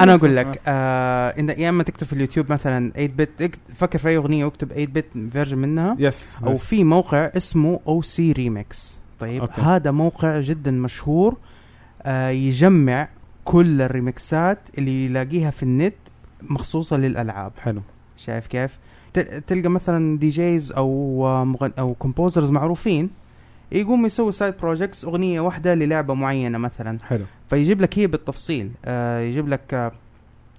انا اقول لك آه ان يا اما تكتب في اليوتيوب مثلا 8 بت اكت- فكر في اي اغنيه واكتب 8 بت فيرجن منها
يس
او
يس.
في موقع اسمه او سي ريمكس طيب
أوكي.
أوكي. هذا موقع جدا مشهور آه يجمع كل الريمكسات اللي يلاقيها في النت مخصوصه للالعاب
حلو
شايف كيف ت- تلقى مثلا دي جيز او آه، مغن او كومبوزرز معروفين يقوم يسوي سايد بروجكتس اغنيه واحده للعبه معينه مثلا
حلو
فيجيب لك هي بالتفصيل آه يجيب لك آه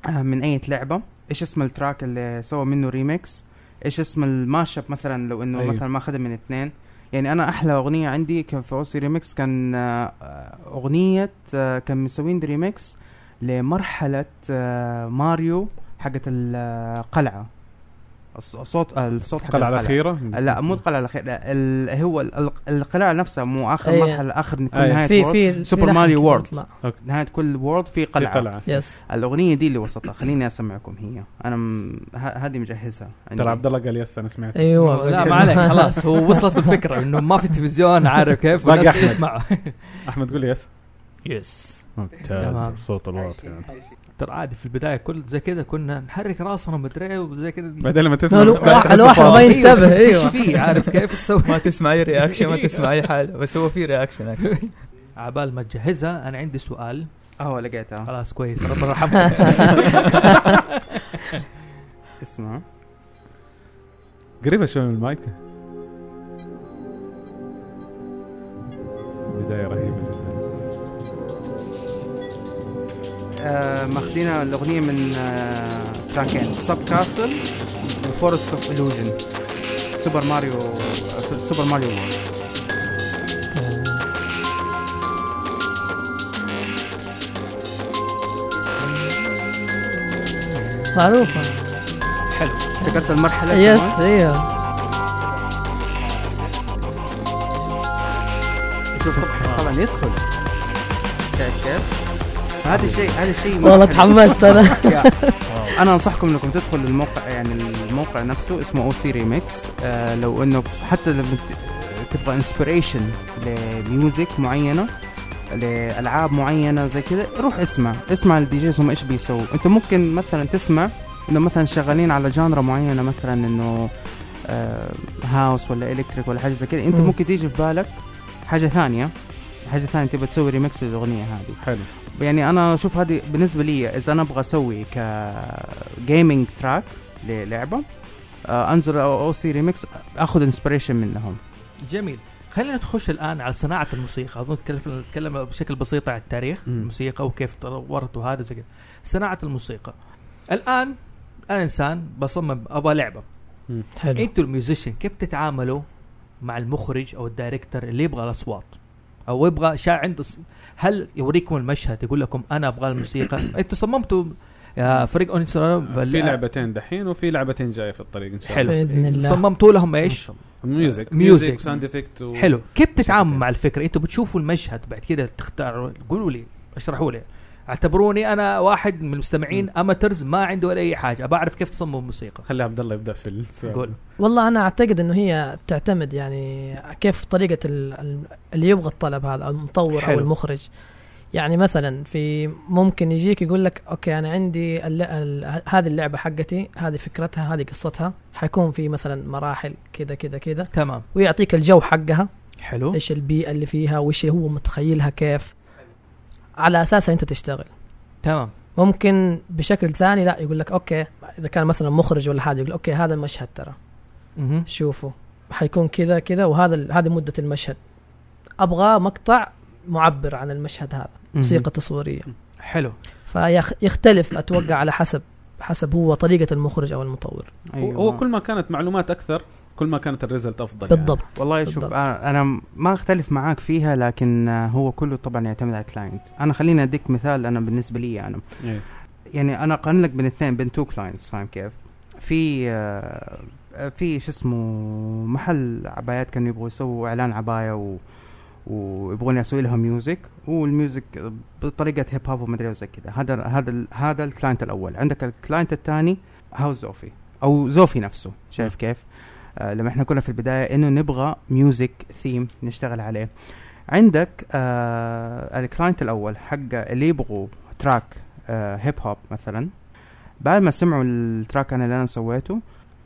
آه، من اي لعبه ايش اسم التراك اللي سوى منه ريميكس ايش اسم الماشب مثلا لو انه
أيوه.
أيوه. مثلا ما اخذها من اثنين يعني انا احلى اغنيه عندي كان في اوسي ريميكس كان آه، آه، اغنيه آه، كان مسوين ريميكس لمرحله آه، ماريو حقت القلعه الص- الصوت الصوت حق
القلعه الاخيره
لا مو القلعه الاخيره لا، ال- هو ال- ال- القلعه نفسها مو اخر
أيوه.
مرحله اخر
أيوه.
نهايه
في
World.
في
سوبر
في لحن
ماريو
كده
وورد.
يطلع.
نهايه كل وورد في
في
قلعه,
قلعه
يس
الاغنيه دي اللي وسطها خليني اسمعكم هي انا م... ه- هذه مجهزها عندي.
ترى عبد الله قال يس انا سمعت
ايوه
لا
بقول.
ما عليك خلاص هو وصلت الفكره انه ما في تلفزيون عارف كيف
باقي
والناس
أحمد.
تسمع
احمد قول يس
يس تمام.
ممتاز صوت الواطي يعني
ترى عادي في البدايه كل زي كذا كنا نحرك راسنا ومدري إيه وزي كذا آه،
بعدين لما تسمع
لا، لو-
البودكاست
واحد-
تحس
الواحد
فاضي.
ما ي- ينتبه،
بس
أيوة.
ايش فيه عارف كيف تسوي
ما تسمع اي رياكشن ما تسمع اي حاجه بس هو في رياكشن اكشن
عبال ما تجهزها انا عندي سؤال
اه لقيتها
خلاص كويس ربنا يرحمك
اسمع
قريبه شوي من المايك بدايه رهيبه جدا
آه ماخذينها الاغنيه من آه تراكين سب كاسل وفورست اوف الوجن سوبر ماريو في سوبر ماريو وورد
معروفه
حلو
افتكرت المرحله
يس
كمان؟
ايوه
شوف طبعا يدخل شايف كيف؟ هذا الشيء هذا الشيء
والله
مرحلة.
تحمست انا
يا. انا انصحكم انكم تدخلوا الموقع يعني الموقع نفسه اسمه او سي ريميكس آه لو انه حتى لو بت- تبغى انسبريشن لميوزك معينه لالعاب معينه زي كذا روح اسمع اسمع الديجيز هم ايش بيسووا انت ممكن مثلا تسمع انه مثلا شغالين على جانرا معينه مثلا انه آه هاوس ولا الكتريك ولا حاجه زي كذا انت
مم.
ممكن تيجي في بالك حاجه ثانيه حاجه ثانيه تبغى تسوي ريميكس للاغنيه هذه
حلو
يعني انا اشوف هذه بالنسبه لي اذا انا ابغى اسوي ك جيمنج تراك للعبه آه انزل او, أو سي ريمكس اخذ انسبريشن منهم
جميل خلينا نخش الان على صناعه الموسيقى اظن نتكلم نتكلم بشكل بسيط عن التاريخ
مم.
الموسيقى وكيف تطورت وهذا وزي كذا صناعه الموسيقى الان انا انسان بصمم ابغى لعبه
حلو
انتوا الميوزيشن كيف تتعاملوا مع المخرج او الدايركتر اللي يبغى الاصوات او يبغى شاع عنده ص- هل يوريكم المشهد يقول لكم انا ابغى الموسيقى انتوا صممتوا آه، فريق اونيسورانو
في لعبتين دحين وفي لعبتين جايه في الطريق ان شاء الله
حلو.
باذن الله
صممتوا لهم ايش؟
ميوزك
ميوزك.
ساوند افكت و...
حلو كيف تتعامل
شفتين.
مع الفكره انتم بتشوفوا المشهد بعد كده تختاروا قولوا لي اشرحوا لي اعتبروني انا واحد من المستمعين اماترز ما عنده ولا اي حاجه ابى اعرف كيف تصمم موسيقى
خلي عبد الله يبدا في السؤال
قول
والله انا اعتقد انه هي تعتمد يعني كيف طريقه ال- ال- اللي يبغى الطلب هذا او المطور
حلو.
او المخرج يعني مثلا في ممكن يجيك يقول لك اوكي انا عندي الل- ال- هذه اللعبه حقتي هذه فكرتها هذه قصتها حيكون في مثلا مراحل كذا كذا كذا
تمام
ويعطيك الجو حقها
حلو
ايش البيئه اللي فيها وايش هو متخيلها كيف على اساسها انت تشتغل
تمام
ممكن بشكل ثاني لا يقول لك اوكي اذا كان مثلا مخرج ولا حاجه يقول اوكي هذا المشهد ترى
مهم.
شوفوا حيكون كذا كذا وهذا ال- هذه مدة المشهد أبغى مقطع معبر عن المشهد هذا موسيقى تصويرية
حلو
فيختلف أتوقع على حسب حسب هو طريقة المخرج أو المطور
أيوة.
أيوة.
هو كل ما كانت معلومات اكثر كل ما كانت يعني. الريزلت افضل
بالضبط
والله شوف
بالضبط.
آه، انا م- ما اختلف معاك فيها لكن آه، هو كله طبعا يعتمد على الكلاينت انا خليني اديك مثال انا بالنسبه لي انا
يعني. إيه.
يعني انا اقنلك بين اثنين بين تو كلاينتس فاهم كيف في آه، في شو اسمه محل عبايات كانوا يبغوا يسووا اعلان عبايه و ويبغوني اسوي لها ميوزك والميوزك بطريقه هيب هوب ومدري وزي كذا هذا هذا ال- هذا الكلاينت الاول عندك الكلاينت الثاني هاوس زوفي او زوفي نفسه شايف كيف آه لما احنا كنا في البدايه انه نبغى ميوزك ثيم نشتغل عليه عندك آه الكلاينت الاول حق اللي يبغوا تراك آه هيب هوب مثلا بعد ما سمعوا التراك انا اللي انا سويته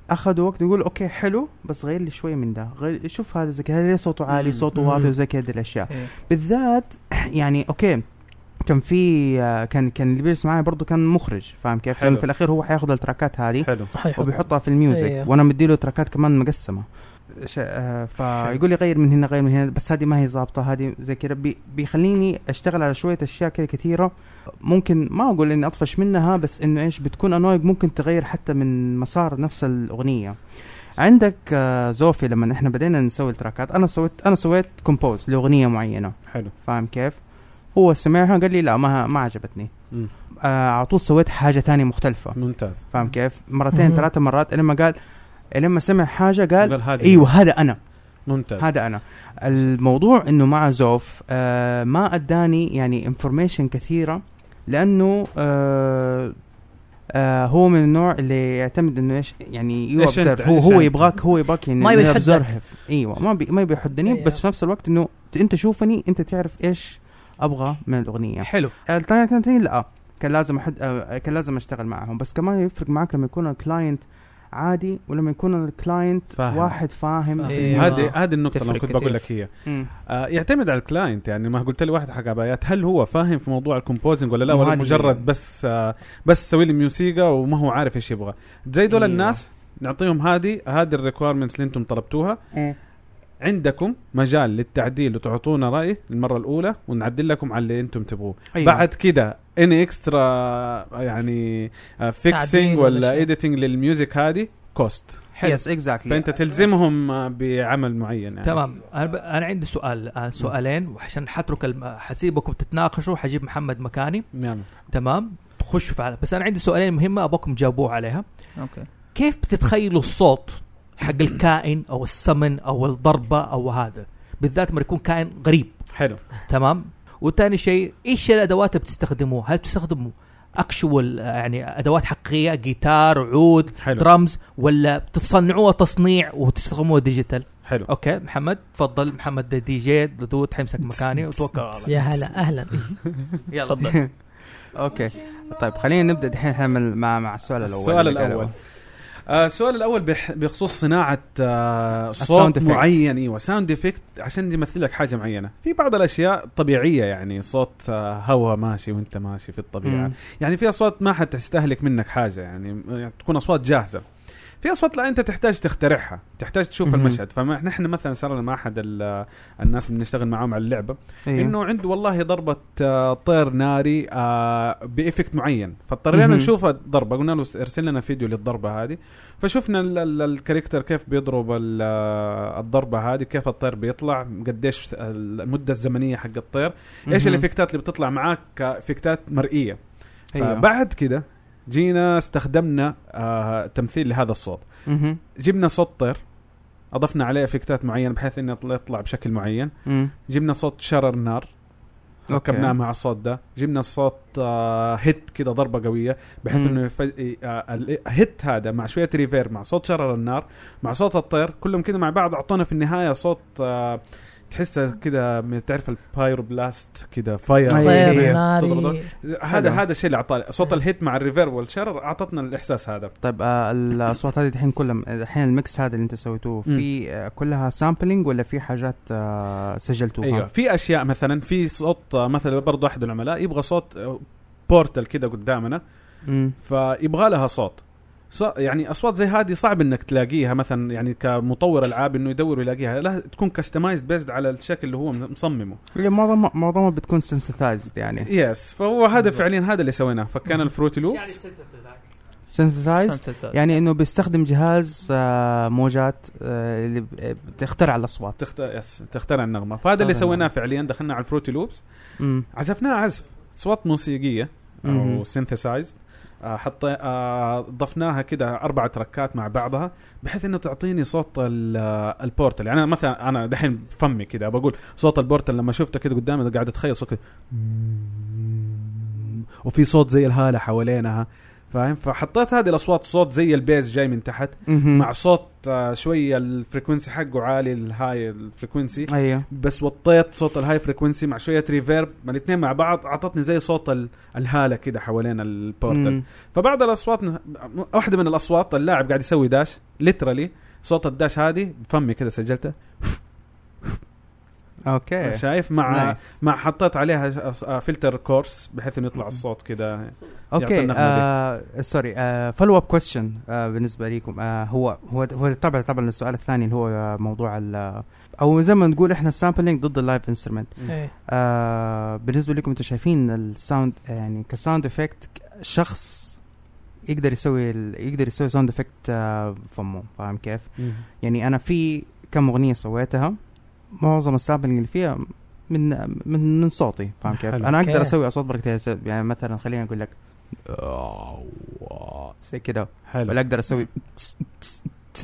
اخذوا وقت يقول اوكي حلو بس غير لي شوي من ده غير شوف هذا زي كذا هذا ليه صوته عالي
مم.
صوته واطي
مم.
وزي كذا الاشياء
إيه.
بالذات يعني اوكي كان في آه، كان كان اللي بيجلس معي برضه كان مخرج فاهم كيف؟ لأنه
حلو.
في الاخير هو حياخذ التراكات هذه
حلو
وحيحط-
وبيحطها في الميوزك
أيوه.
وانا مديله تراكات كمان مقسمه ش... آه فيقول لي غير من هنا غير من هنا بس هذه ما هي ظابطه هذه زي كذا بي... بيخليني اشتغل على شويه اشياء كذا كثيره ممكن ما اقول اني اطفش منها بس انه ايش بتكون انويق ممكن تغير حتى من مسار نفس الاغنيه عندك آه زوفي لما احنا بدينا نسوي التراكات انا سويت انا سويت كومبوز لاغنيه معينه
حلو
فاهم كيف؟ هو سمعها قال لي لا ما ما عجبتني
مم.
آه على طول سويت حاجه تانية مختلفه
ممتاز
فاهم كيف؟ مرتين
مم.
ثلاثة مرات لما قال لما سمع حاجة قال
قال هذه
ايوه هذا انا
ممتاز
هذا انا الموضوع انه مع زوف آه ما اداني يعني انفورميشن كثيرة لانه آه آه هو من النوع اللي يعتمد انه ايش يعني يو
إيش أنت؟
observe. هو
إيش
هو
أنت؟
يبغاك هو يبغاك يعني
ما يبي
إنه
يحدك.
يبزرهف. ايوه ما بي ما يبي يحدني
أيوه.
بس في نفس الوقت انه انت شوفني انت تعرف ايش ابغى من الاغنيه
حلو
الكلاينت لا كان لازم أحد آه، كان لازم اشتغل معهم بس كمان يفرق معك لما يكون الكلاينت عادي ولما يكون الكلاينت
فاهم. إيه.
واحد فاهم في
أيوة.
الموضوع.
هذه هذه النقطة اللي
تفرق
كنت
كتير.
بقول لك هي
مم.
آه يعتمد على الكلاينت يعني ما قلت لي واحد حق عبايات هل هو فاهم في موضوع الكومبوزنج ولا لا
مو
ولا
عادي.
مجرد بس آه بس سوي لي موسيقى وما هو عارف ايش يبغى زي دول
أيوة.
الناس نعطيهم هذه هذه الريكويرمنتس اللي انتم طلبتوها
مم.
عندكم مجال للتعديل وتعطونا راي المره الاولى ونعدل لكم على اللي انتم تبغوه
أيوة.
بعد كده اني اكسترا يعني فيكسينج
تعديل ولا
ولا
شيء.
ايديتنج للميوزك هذه كوست
Yes, exactly.
فانت تلزمهم آه، بعمل معين يعني
تمام انا ب... انا عندي سؤال الان سؤالين وعشان حترك الم... حسيبكم تتناقشوا حجيب محمد مكاني
نعم
تمام تخشوا فعلا بس انا عندي سؤالين مهمه ابغاكم تجاوبوه عليها
اوكي
كيف بتتخيلوا الصوت حق الكائن او السمن او الضربه او هذا بالذات لما يكون كائن غريب
حلو
تمام وثاني شيء ايش الادوات اللي بتستخدموها هل بتستخدموا اكشوال يعني ادوات حقيقيه جيتار عود
حلو
درمز ولا بتصنعوها تصنيع وتستخدموها ديجيتال
حلو
اوكي محمد تفضل محمد ده دي جي دود حيمسك مكاني وتوكل على الله
يا هلا أهلا
يلا
تفضل
اوكي طيب خلينا نبدا دحين إحنا من- مع مع السؤال الاول
السؤال
اللي قاله.
الاول آه، السؤال الاول بح- بخصوص صناعه آه،
الساوند
صوت
effect.
معين ايوه ساوند افكت عشان يمثل لك حاجه معينه في بعض الاشياء طبيعيه يعني صوت آه، هوا ماشي وانت ماشي في الطبيعه
مم.
يعني في اصوات ما حتستهلك منك حاجه يعني يعني تكون اصوات جاهزه في اصوات لا انت تحتاج تخترعها تحتاج تشوف
مهم.
المشهد فنحن مثلا صار مع احد ال- آه، الناس اللي بنشتغل معاهم على اللعبه
أيوة.
انه عنده والله ضربه آه، طير ناري آه، بافكت معين فاضطرينا
مهم.
نشوف الضربه قلنا له ارسل لنا فيديو للضربه هذه فشفنا ال- ال- الكاركتر كيف بيضرب ال- آه، الضربه هذه كيف الطير بيطلع قديش المده الزمنيه حق الطير ايش
مهم.
الافكتات اللي بتطلع معاك كافكتات مرئيه
أيوة.
فبعد كده جينا استخدمنا آه تمثيل لهذا الصوت
مهم.
جبنا صوت طير اضفنا عليه افكتات معينه بحيث انه يطلع- يطلع بشكل معين
مم.
جبنا صوت شرر نار
أوكي.
ركبناه مع الصوت ده جبنا صوت آه هيت كده ضربه قويه
مم.
بحيث انه يف... آه الهيت هذا مع شويه ريفير مع صوت شرر النار مع صوت الطير كلهم كده مع بعض اعطونا في النهايه صوت آه تحسه كده من- تعرف البايرو بلاست كده فاير
طير
إيه.
ناري
هذا
حلو.
هذا الشيء اللي اعطاه صوت
مم.
الهيت مع الريفير والشرر اعطتنا الاحساس هذا
طيب آه الاصوات هذه الحين كلها الحين الميكس هذا اللي انت سويتوه في آه كلها سامبلينج ولا في حاجات آه سجلتوها؟
ايوه في اشياء مثلا في صوت آه، مثلا برضه احد العملاء يبغى صوت بورتال كده قدامنا
مم.
فيبغى لها صوت ص- يعني اصوات زي هذه صعب انك تلاقيها مثلا يعني كمطور العاب انه يدور ويلاقيها لا تكون كستمايز بيزد على الشكل اللي هو مصممه
اللي معظم معظمها بتكون سنسيتايزد يعني
يس فهو هذا فعليا هذا اللي سويناه فكان الفروتي
يعني
لوبس
سنسيتايزد
synthesizer.
يعني انه بيستخدم جهاز آه موجات آه اللي ب- آه، بتخترع الاصوات
تختار يس تخترع النغمه فهذا
تختار
اللي
النغمة.
سويناه فعليا دخلنا على الفروتي لوبس
مم.
عزفناه عزف اصوات موسيقيه
مهم.
او سينثسايزد حط آه، ضفناها كده اربع تركات مع بعضها بحيث انه تعطيني صوت ال- آه، البورتال يعني انا مثلا انا دحين فمي كده بقول صوت البورتال لما شفته كده قدامي قاعد اتخيل صوت كده وفي صوت زي الهاله حوالينها فاهم فحطيت هذه الاصوات صوت زي البيز جاي من تحت
مهم.
مع صوت آه، شويه الفريكونسي حقه عالي الهاي الفريكونسي
ايوه
بس وطيت صوت الهاي فريكونسي مع شويه ريفيرب ما الاثنين مع بعض اعطتني زي صوت ال- الهاله كده حوالين البورتال
مم.
فبعض الاصوات نه- واحده من الاصوات اللاعب قاعد يسوي داش ليترالي صوت الداش هذه بفمي كده سجلته
اوكي
شايف مع
نايس.
مع حطيت عليها ش- آه، فلتر كورس بحيث انه يطلع الصوت كده
اوكي
النغمة
آه سوري آه فولو اب كويستشن آه بالنسبه لكم آه هو هو هو طبعا طبعا السؤال الثاني اللي هو آه، موضوع ال او زي ما نقول احنا السامبلينج ضد اللايف انسترومنت
إيه.
آه بالنسبه لكم انتم شايفين الساوند يعني كساوند افكت شخص يقدر يسوي ال- يقدر يسوي ساوند افكت آه فمه فاهم كيف؟ يعني انا في كم اغنيه سويتها معظم السامبلنج اللي فيها من من من صوتي فاهم كيف؟
حلو.
انا اقدر
أوكي.
اسوي اصوات بركتي يعني مثلا خليني اقول لك آه، زي كده
حلو
ولا اقدر اسوي
يب.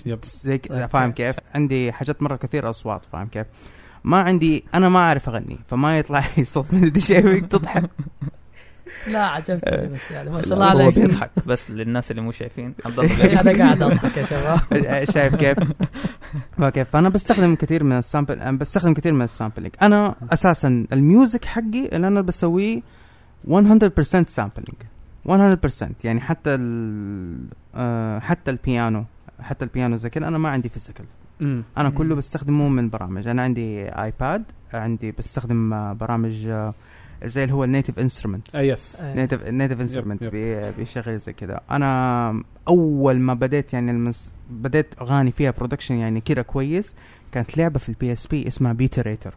طيب،
زي ك-
أوكي.
فاهم كيف؟ عندي حاجات مره كثير اصوات فاهم كيف؟ ما عندي انا ما اعرف اغني فما يطلع لي صوت من الدي جي وتضحك
لا
إيه.
عجبتني بس يعني ما شاء الله
هو
عليك
بيضحك بس للناس اللي مو شايفين حنضرب
إيه،
لك
انا قاعد اضحك يا شباب
شايف كيف؟ اوكي فانا بستخدم كثير من السامبل أنا بستخدم كثير من السامبلينج انا اساسا الميوزك حقي اللي انا بسويه 100% سامبلينج 100% يعني حتى ال آه، حتى البيانو حتى البيانو زي كذا انا ما عندي فيزيكال
مم.
انا
مم.
كله بستخدمه من برامج انا عندي ايباد عندي بستخدم آه، برامج آه، زي اللي هو النيتف انسترومنت
آه، يس
إيه.
نيتف نيتف انسترومنت
يب.
بيشغل زي كذا انا اول ما بديت يعني المس بديت اغاني فيها برودكشن يعني كذا كويس كانت لعبه في البي اس بي اسمها بيتريتر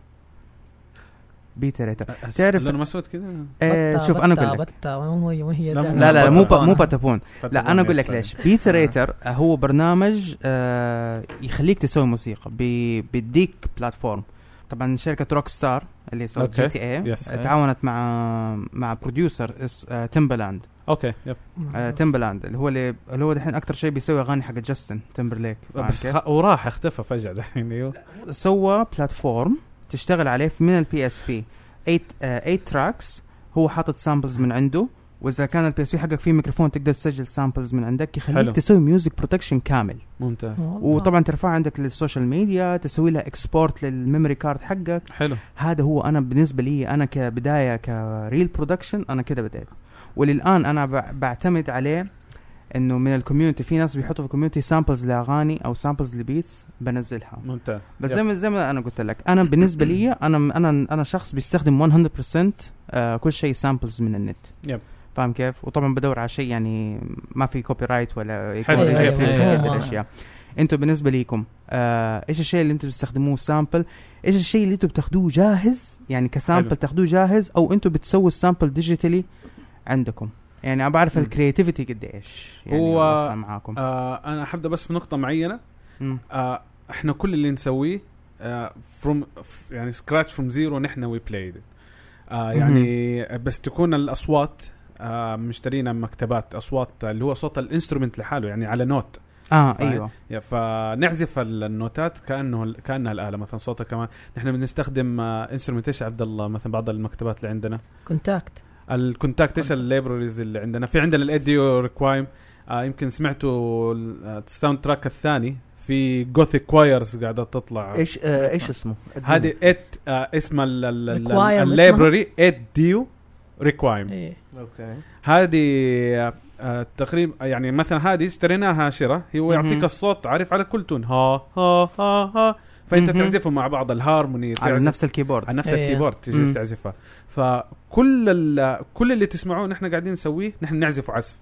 بيتريتر تعرف-
لانه مسود كده
آه
بطة-
شوف انا
بطة-
اقول لك
بطة، ما هي ما هي
لا،
دعوة.
لا لا, لا مو ب-
بطة.
مو باتابون لا انا اقول لك
يس.
ليش بيتر
آه.
ريتر هو برنامج آه يخليك تسوي موسيقى بي- بيديك بلاتفورم طبعا شركه روك ستار اللي سوت جي
أوكي.
تي اي
يس.
آه، تعاونت مع مع بروديوسر اس آه تيمبلاند
اوكي يب
آه تيمبلاند اللي هو اللي, اللي هو الحين اكثر شيء بيسوي اغاني حق جاستن تمبرليك فاهم
آه، بس
كيف؟
خ- وراح اختفى فجاه دحين ايوه
سوى بلاتفورم تشتغل عليه من البي اس بي 8 تراكس آه، هو حاطط سامبلز من عنده واذا كان البي اس بي حقك فيه ميكروفون تقدر تسجل سامبلز من عندك يخليك
حلو.
تسوي ميوزك برودكشن كامل
ممتاز
والله.
وطبعا ترفع عندك للسوشيال ميديا تسوي لها اكسبورت للميموري كارد حقك
حلو
هذا هو انا بالنسبه لي انا كبدايه كريل برودكشن انا كده بديت وللان انا ب- بعتمد عليه انه من الكوميونتي في ناس بيحطوا في الكوميونتي سامبلز لاغاني او سامبلز لبيتس بنزلها
ممتاز
بس
يب.
زي ما زي ما انا قلت لك انا بالنسبه لي انا انا انا شخص بيستخدم 100% آه، كل شيء سامبلز من النت
يب.
فاهم كيف؟ وطبعا بدور على شيء يعني ما في كوبي رايت ولا يكون
حلو.
في
أيوة،
في-
أيوة.
في
أيوة.
الاشياء انتوا بالنسبه ليكم آه ايش الشيء اللي انتوا بتستخدموه سامبل؟ ايش الشيء اللي انتوا بتاخدوه جاهز يعني كسامبل
حلو.
تاخدوه جاهز او انتوا بتسووا السامبل ديجيتالي عندكم؟ يعني انا بعرف
مم.
الكرياتيفيتي قديش يعني
هو-
واصلة معاكم
آه انا حبدا بس في نقطه معينه
مم.
آه احنا كل اللي نسويه آه فروم يعني سكراتش فروم زيرو نحن وي بلايد آه يعني بس تكون الاصوات آه، مشترينها من مكتبات اصوات اللي هو صوت الانسترومنت لحاله يعني على نوت
اه
فاهم؟
ايوه
يا فنعزف ال- النوتات كانه كانها الاله مثلا صوتها كمان نحن بنستخدم انسترومنت ايش يا عبد الله مثلا بعض المكتبات اللي عندنا
كونتاكت
الكونتاكت ايش الليبراريز اللي عندنا في عندنا الايديو ريكوايم آه يمكن سمعتوا ال- آه، الساوند تراك الثاني في جوثيك كوايرز قاعده تطلع
ايش آه ايش اسمه؟
هذه ات آه اسم
Requiem
اللايبرري ات ديو ريكوايم
إيه.
اوكي
هذه آه، تقريبا يعني مثلا هذه اشتريناها شراء هو
مهم.
يعطيك الصوت عارف على كل تون ها ها ها ها فانت
مهم.
تعزفه مع بعض الهارموني
على
تعزف- آه،
نفس الكيبورد
على نفس
إيه.
الكيبورد
مم.
تجي تعزفها فكل ال- كل اللي تسمعوه نحن قاعدين نسويه نحن نعزفه عزف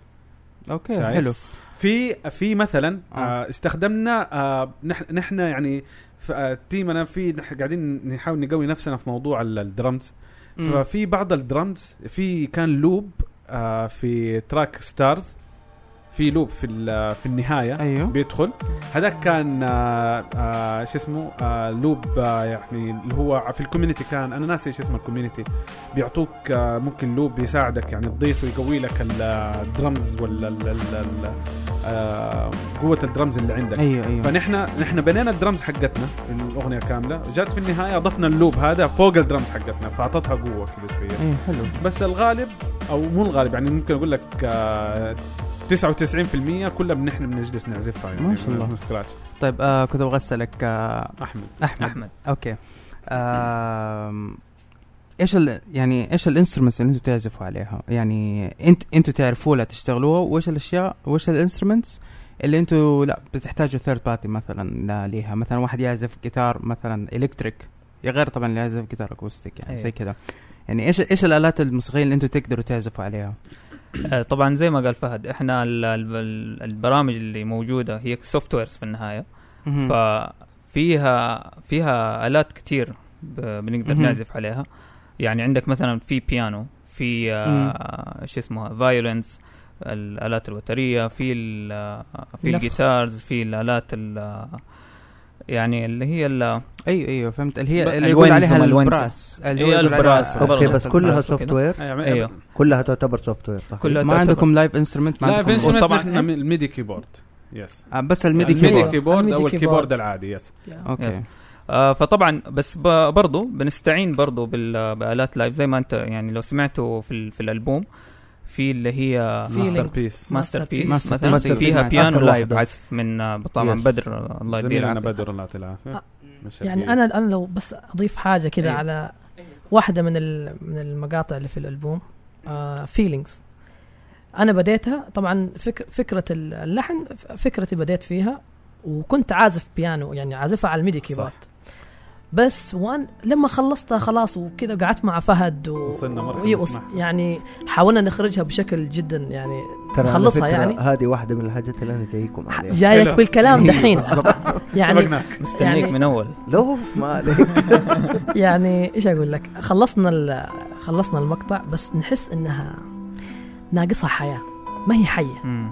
اوكي
شايف؟
حلو
في في مثلا
آه.
آه استخدمنا آه نحن نحن يعني ف- آه، تيمنا في نحن قاعدين نحاول نقوي نفسنا في موضوع ال- الدرمز
مم.
ففي بعض الدرمز في كان لوب آه في تراك ستارز في لوب في ال- آه، في النهايه
ايوه
بيدخل هذاك كان آه آه شو اسمه آه لوب آه يعني اللي هو في الكوميونتي كان انا ناسي ايش اسمه الكوميونتي بيعطوك آه ممكن لوب يساعدك يعني تضيف ويقوي لك ال- الدرمز ولا ال- ال- ال- آه قوه الدرمز اللي عندك
ايوه ايوه
فنحن نحن بنينا الدرمز حقتنا في الاغنيه كامله جات في النهايه اضفنا اللوب هذا فوق الدرمز حقتنا فاعطتها قوه كذا شويه
ايوه حلو
بس الغالب او مو الغالب يعني ممكن اقول لك آه، 99% كلها من نحن بنجلس نعزفها يعني
ما شاء الله.
من سكراتش
طيب آه كنت ابغى اسالك آه
احمد
احمد
احمد
اوكي آم، ايش ال يعني ايش الانسترومنتس اللي انتم تعزفوا عليها؟ يعني انت انتم تعرفوا لها تشتغلوها وايش الاشياء وايش الانسترومنتس اللي انتم لا بتحتاجوا ثيرد بارتي مثلا لا ليها مثلا واحد يعزف جيتار مثلا الكتريك غير طبعا اللي يعزف جيتار اكوستيك يعني
أيوة.
زي كذا يعني ايش ايش الالات الموسيقيه اللي انتم تقدروا تعزفوا عليها؟
آه، طبعا زي ما قال فهد احنا ال- ال- البرامج اللي موجوده هي سوفت ويرز في النهايه
مهم.
ففيها فيها الات كتير ب- بنقدر
مهم.
نعزف عليها يعني عندك مثلا في بيانو في آه، شو اسمه فايولنس الالات الوتريه في ال- آه، في
نفخ.
الجيتارز في الالات ال- آه، يعني اللي هي ال-
ايوه ايوه فهمت اللي هي اللي
الوينز
يقول عليها
هم الوينز.
البراس اللي
هي
يقول عليها-
البراس.
اوكي بس كلها
بالناس
سوفت
وكده.
آه،
وير
يعني
أيوه.
ايوه
كلها تعتبر سوفت وير صح؟
كلها
ما
تعتبر-
عندكم لايف انسترومنت ما
لا
عندكم
فينسون
instrument.
طبعا
وطبعاً
احنا من الميدي كيبورد يس
بس الميدي
الميدي.
كيبورد
الميدي كيبورد او
الميدي
الكيبورد
كيبورد.
العادي يس
اوكي
Yes. آه، فطبعا بس ب- برضو بنستعين برضو بال- بآلات لايف زي ما انت يعني لو سمعتوا في, ال- في الالبوم في اللي هي
ماستر
Feelings.
بيس
ماستر بيس
Masterpiece.
مثلا
Masterpiece.
فيها
Masterpiece.
بيانو
آخر
لايف
واحدة.
عزف من آه، طبعا
Yes.
بدر آه، الله يديه
زميلنا
العافيه
بدر الله يعطيه العافيه
آه،
مش
يعني
هديه.
انا انا لو بس اضيف حاجه كذا
إيه.
أيوه.
على واحده من ال- من المقاطع اللي في الالبوم فيلينجز انا بديتها طبعا فك فكره ال- اللحن ف- فكرتي بديت فيها وكنت عازف بيانو يعني عازفها على الميدي كيبورد بس وان لما خلصتها خلاص وكذا قعدت مع فهد و...
وصلنا مرة
وي- وص-
نسمعها.
يعني حاولنا نخرجها بشكل جدا يعني
ترى على
خلصها
فكرة
يعني.
هذه واحدة من الحاجات اللي انا جايكم
ح-
عليها
حلو.
جايك بالكلام دحين يعني
سبقناك
مستنيك
يعني-
من اول
لو ما عليك
يعني ايش اقول لك خلصنا ال- خلصنا المقطع بس نحس انها ناقصها حياه ما هي حيه
مم.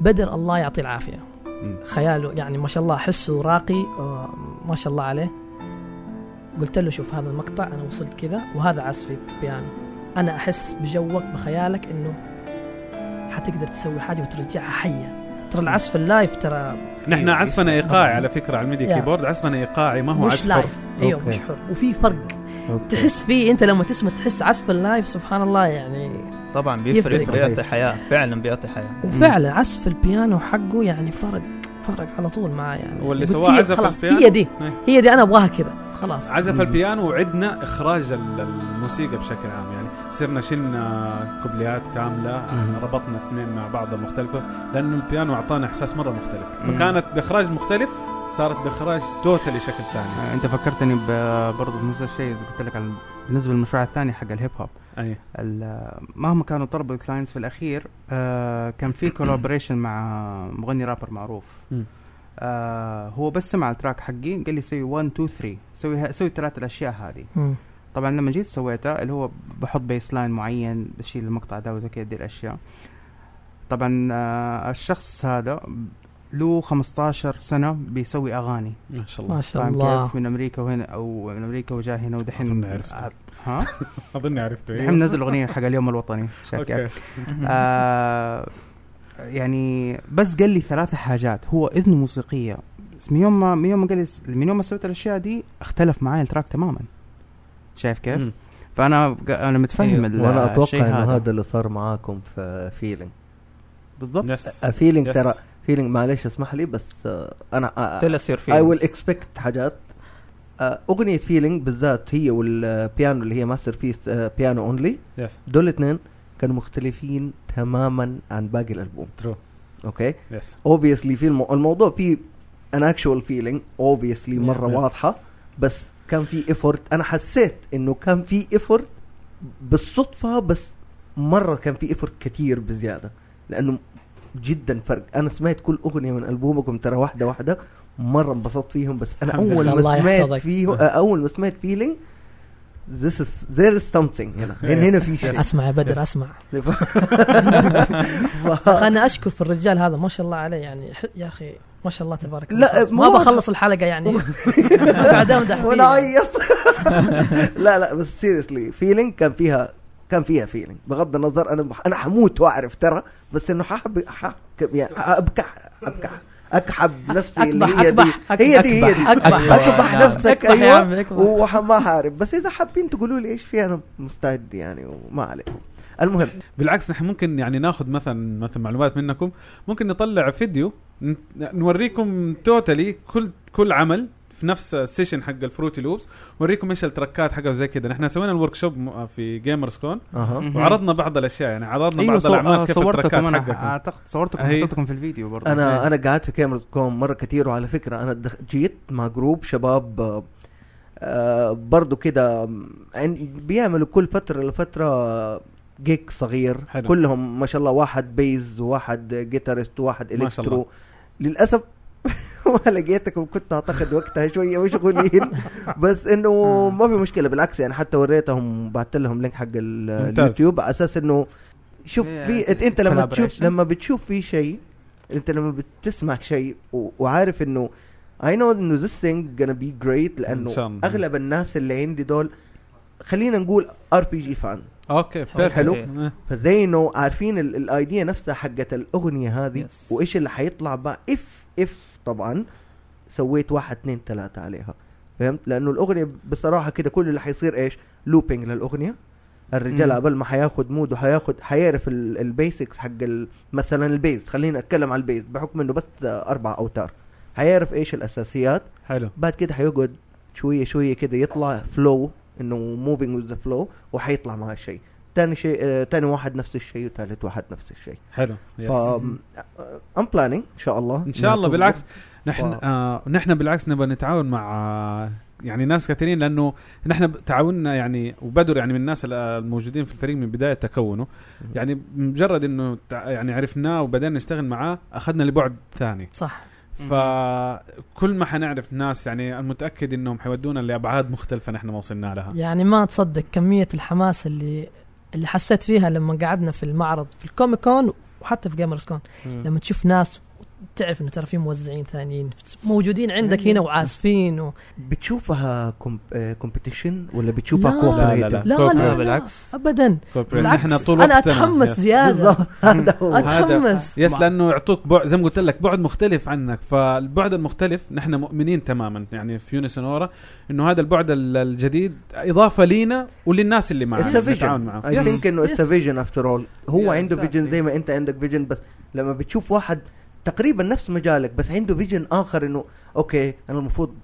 بدر الله يعطيه العافيه
مم.
خياله يعني ما شاء الله حسه راقي آه، ما شاء الله عليه قلت له شوف هذا المقطع انا وصلت كذا وهذا عزفي بيانو انا احس بجوك بخيالك انه حتقدر تسوي حاجه وترجعها حيه ترى العزف اللايف ترى
نحن عزفنا ايقاعي على فكره على الميدي
يا.
كيبورد عزفنا ايقاعي ما هو
مش
آه، عزف
لايف ايوه
أوكي.
مش حر وفي فرق تحس فيه انت لما تسمع تحس عزف اللايف سبحان الله يعني
طبعا بيفرق
يفرق.
بيعطي حياه فعلا بيعطي حياه
وفعلا عزف البيانو حقه يعني فرق فرق على طول معاه يعني
واللي
قلت
سواه
هي-
عزف
خلاص
البيانو؟
هي دي
إيه.
هي دي انا ابغاها كذا خلاص
عزف البيانو وعدنا اخراج ال- الموسيقى بشكل عام يعني صرنا شلنا كوبليات كامله
مم.
ربطنا اثنين مع بعض المختلفه لانه البيانو اعطانا احساس مره مختلف
مم.
فكانت باخراج مختلف صارت باخراج توتالي شكل ثاني
آه، انت فكرتني ب- برضو بنفس الشيء زي قلت لك عن بالنسبه للمشروع الثاني حق الهيب هوب
اي
ال- مهما كانوا طلبوا الكلاينتس في الاخير آه، كان في كولابوريشن مع مغني رابر معروف
مم.
آه، هو بس سمع التراك حقي قال لي سوي 1 2 3 سوي ه- سوي الثلاث الاشياء هذه
مم.
طبعا لما جيت سويتها اللي هو بحط بيس لاين معين بشيل المقطع ده وزي كذا دي الاشياء طبعا آه، الشخص هذا له 15 سنه بيسوي اغاني
ما شاء
ما
الله
شاء
فاهم
الله
كيف من امريكا وهنا او من امريكا وجاء هنا ودحين
أظن عرفت.
ها
اظن عرفته أيوه.
دحين منزل اغنيه حق اليوم الوطني شايف كيف؟
اوكي
آه يعني بس قال لي ثلاثة حاجات هو إذن موسيقية بس من يوم ما من يوم ما قال لي من يوم ما سويت الأشياء دي اختلف معاي التراك تماما شايف كيف؟
مم.
فأنا أنا متفهم
أيوة.
ال-
وانا اتوقع
الشيء
انه هذا اللي صار معاكم في فيلينج
بالضبط
يس.
فيلينج
يس.
ترى فيلينج معلش اسمح لي بس آه، انا آه،
تلا يصير
اي
فيه
ويل اكسبكت حاجات آه، اغنيه فيلينج بالذات هي والبيانو اللي هي آه، ماستر بيس بيانو اونلي
يس
دول الاثنين كانوا مختلفين تماما عن باقي الالبوم
ترو
اوكي
يس
اوبviously في المو... الموضوع فيه ان اكشوال فيلينج اوبviously مره
yeah.
واضحه بس كان في ايفورت انا حسيت انه كان في ايفورت بالصدفه بس مره كان في ايفورت كتير بزياده لانه جدا فرق انا سمعت كل اغنيه من البومكم ترى واحده واحده مره انبسطت فيهم بس انا
الحمد
اول
لله.
ما
الله
سمعت
يحفظك.
فيه اول ما سمعت فيلينج this is there is something هنا هنا, هنا في شيء
اسمع يا
Yes.
بدر اسمع
ف-
انا اشكر في الرجال هذا ما شاء الله عليه يعني ح- يا اخي ما شاء الله تبارك الله
لا،
خلاص، ما
مو-
بخلص الحلقه يعني قاعد امدح فيه
وانا
يعني.
عيط لا لا بس سيريسلي فيلينج كان فيها كان فيها فيلينج بغض النظر انا انا حموت واعرف ترى بس انه ححب حح يعني ابكح ابكح اكحب نفسي اللي
اكبح
هي دي
اكبح أك-
هي دي هي دي
اكبح
اكبح
نعم.
نفسك
أكبح يا عم،
ايوه
أكبح.
وما حارب بس اذا حابين تقولوا لي ايش في انا مستعد يعني وما عليكم المهم
بالعكس نحن ممكن يعني ناخذ مثلا مثلا معلومات منكم ممكن نطلع فيديو ن- نوريكم توتالي كل كل عمل في نفس السيشن حق الفروتي لوبس نوريكم ايش التراكات حقه وزي كده نحن سوينا الورك شوب في جيمرز كون
اها
مهم.
وعرضنا بعض الاشياء يعني عرضنا
أيوة
بعض
صو... آه،
الاعمال كيف
صورتكم
التراكات
أنا
حقتهم
أعتقد صورتكم
أهي.
حطيتكم في الفيديو برضه
انا انا قعدت في كاميرا كوم مره كتير وعلى فكره انا دخ- جيت مع جروب شباب آه، آه برضو كده آم، عن- بيعملوا كل فتره لفتره جيك صغير
حلو.
كلهم ما شاء الله واحد بيز وواحد جيتارست وواحد
ما شاء
الكترو للاسف ما لقيتكم كنت اعتقد وقتها شويه مشغولين بس
آه.
انه ما في مشكله بالعكس يعني حتى وريتهم بعت لهم لينك حق ال-
ممتاز.
اليوتيوب على اساس انه شوف
إيه،
في انت لما
collaboration.
تشوف لما بتشوف في شيء انت لما بتسمع شيء و- وعارف انه اي نو انه ذس ثينج gonna بي جريت
إن شاء
لانه
الله.
اغلب الناس اللي عندي دول خلينا نقول ار بي جي فان
اوكي perfect.
حلو.
إيه.
فزي نو عارفين ال- الايديا نفسها حقت الاغنيه هذه
Yes.
وايش اللي حيطلع بقى اف اف طبعا سويت واحد اتنين تلاته عليها فهمت لانه الاغنيه بصراحه كده كل اللي حيصير ايش لوبينج للاغنيه الرجال
مم.
قبل ما حياخد مود وحياخد حيعرف ال- البيسكس حق ال- مثلا البيز خلينا اتكلم على البيز بحكم انه بس آه، اربع اوتار حيعرف ايش الاساسيات
حلو
بعد كده حيقعد شويه شويه كده يطلع فلو انه موفينج وذ ذا فلو وحيطلع مع الشيء ثاني شيء آه، تاني واحد نفس الشيء وثالث واحد نفس الشيء
حلو
ف آه،
يس.
ام بلانينج ان شاء الله
ان شاء الله
إنها
بالعكس نحن
واو.
آه نحن بالعكس نبغى نتعاون مع آه، يعني ناس كثيرين لانه نحن ب- تعاوننا يعني وبدر يعني من الناس ال- الموجودين في الفريق من بدايه تكونه يعني مجرد انه تع- يعني عرفناه وبدأنا نشتغل معاه اخذنا لبعد ثاني
صح
فكل ما حنعرف ناس يعني المتاكد انهم حيودونا لابعاد مختلفه نحن ما وصلنا لها
يعني ما تصدق كميه الحماس اللي اللي حسيت فيها لما قعدنا في المعرض في الكوميكون وحتى في جيمرز كون لما تشوف ناس تعرف انه ترى في موزعين ثانيين موجودين عندك هنا وعازفين و...
بتشوفها كومبيتيشن ولا بتشوفها
لا.
لا، لا،
لا
كوبريتيف؟
كوبرا.
لا, لا
آه، بالعكس.
ابدا بالعكس
نحن يعني طول
انا
وقتنا-
اتحمس
يس.
زياده
بالظبط هذا هو
اتحمس
يس لانه يعطوك بعد زي ما قلت لك بعد مختلف عنك فالبعد المختلف نحن مؤمنين تماما يعني في يونيسونورا انه هذا البعد ال- الجديد اضافه لينا وللناس اللي معنا
اتس
نتعاون
فيجن
معه
اي ثينك انه
Yes.
اتس فيجن افتر اول
Yeah,
هو عنده
exactly.
فيجن زي ما انت عندك فيجن بس لما بتشوف واحد تقريبا نفس مجالك بس عنده فيجن اخر انه اوكي انا المفروض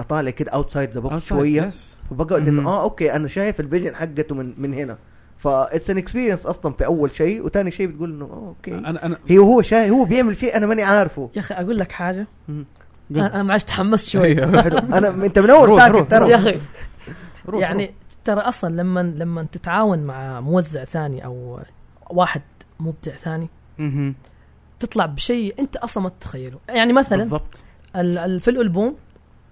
اطالع كده اوتسايد ذا بوكس شويه
يس
فبقعد انه
Mhm.
اه اوكي انا شايف الفيجن حقته من من هنا فاتس ان اكسبيرينس اصلا في اول شيء وثاني شيء بتقول انه اه اوكي
انا انا
هي هو شايف هو بيعمل شيء انا ماني عارفه
يا اخي اقول لك حاجه
مم.
أه،
انا أنا معلش تحمست شوي
أيوه.
حلو انا انت من اول
روح، روح،
ساكت
يا
ترى
اخي يعني ترى اصلا لما لما تتعاون مع موزع ثاني او واحد مبدع ثاني
مهم.
تطلع بشيء انت اصلا ما تتخيله يعني مثلا
بالضبط
ال- ال- في الالبوم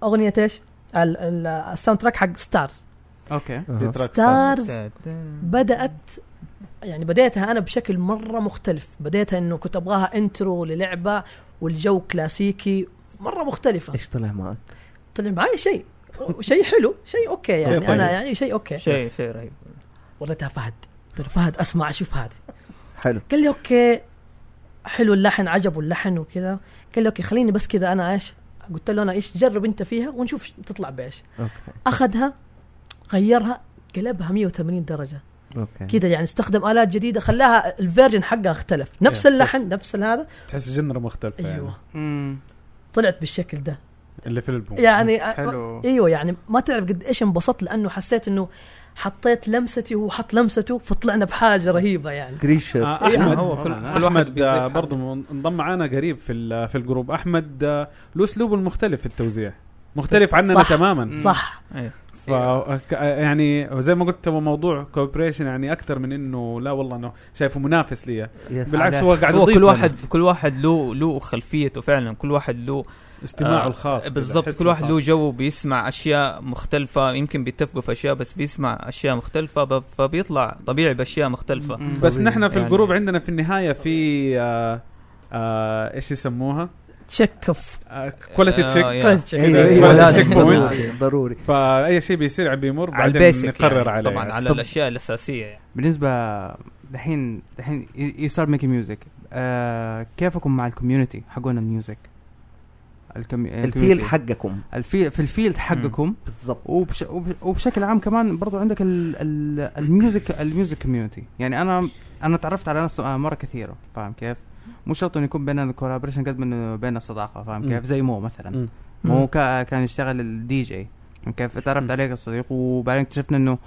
اغنيه ايش؟ ال- ال- الساوند تراك حق ستارز
أوكي
أها.
ستارز بدات يعني بديتها انا بشكل مره مختلف بديتها انه كنت ابغاها انترو للعبه والجو كلاسيكي مره مختلفه
ايش طلع معك؟
طلع معي شيء شيء حلو شيء اوكي يعني
طيب.
انا يعني شيء اوكي
شيء شيء رهيب
والله يا فهد قلت له فهد اسمع اشوف هذه
حلو
قال لي اوكي حلو اللحن عجبه اللحن وكذا قال لي اوكي خليني بس كذا انا ايش قلت له انا ايش جرب انت فيها ونشوف ش- تطلع بايش
اوكي
اخذها غيرها قلبها 180 درجه
اوكي
كذا يعني استخدم الات جديده خلاها الفيرجن حقها اختلف نفس
Yeah,
اللحن نفس هذا
تحس جنرا مختلفه
ايوه
أيوة.
ايوه
مم.
طلعت بالشكل ده
اللي في الالبوم
يعني
حلو.
ايوه يعني ما تعرف قد ايش انبسطت لانه حسيت انه حطيت لمستي وهو حط لمسته فطلعنا بحاجه رهيبه يعني
جريشر
آه، احمد
هو كل-
طبعاً.
كل واحد
احمد
بيضيف
آه،
حاجة.
برضو من- انضم معانا قريب في ال- في الجروب احمد آه، له اسلوبه المختلف في التوزيع مختلف عننا
صح.
تماما
صح
أيوة.
ف ك- يعني زي ما قلت هو موضوع كوبريشن يعني اكثر من انه لا والله انه شايفه منافس لي بالعكس هو قاعد
هو
يضيف
كل
لنا
واحد كل واحد له له خلفيته فعلا كل واحد له
استماعه
آه،
الخاص كده،
بالضبط
حسه
كل واحد له
الخاص.
جو بيسمع اشياء مختلفه يمكن بيتفقوا في اشياء بس بيسمع اشياء مختلفه ب- فبيطلع طبيعي باشياء مختلفه
مم.
بس نحن في
يعني-
الجروب عندنا في النهايه في آه، آه، ايش يسموها؟
تشيك اوف
كواليتي
آه،
تشيك
يا.
كواليتي
إيه،
تشيك.
أيوة، أيوة، لازم.
لازم، ضروري ضروري
فاي شيء بيصير عم بيمر
على
بعدين
البيسك
نقرر
يعني
عليه
طبعا على
طب-
الاشياء الاساسيه يعني.
بالنسبه دحين دحين يصير ميكي ميوزك آه كيفكم مع الكوميونتي حقون الميوزك الكم...
الفيل حقكم
الفيل في الفيلد حقكم
بالضبط
وبش... وبش... وبشكل عام كمان برضو عندك ال... ال... الميوزك الميوزك كوميونتي يعني انا انا تعرفت على ناس مره كثيره فاهم كيف؟ مو شرط انه يكون بيننا كولابريشن قد ما انه بيننا صداقه فاهم
مم.
كيف؟ زي مو مثلا
مم.
مو كا- كان يشتغل الدي جي كيف تعرفت عليه كصديق وبعدين اكتشفنا انه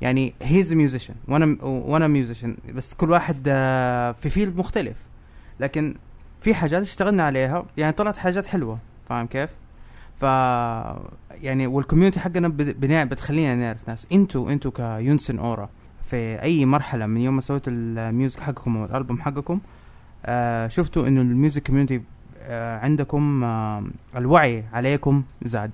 يعني هيز ميوزيشن وانا وانا ميوزيشن بس كل واحد آه، في فيلد مختلف لكن في حاجات اشتغلنا عليها يعني طلعت حاجات حلوه فاهم كيف؟ ف يعني والكوميونتي حقنا بد- بنع- بتخلينا نعرف ناس انتوا انتوا كيونسن اورا في اي مرحله من يوم ما سويت الميوزك حقكم او الالبوم حقكم آه شفتوا انه الميوزك كوميونتي آه عندكم آه الوعي عليكم زاد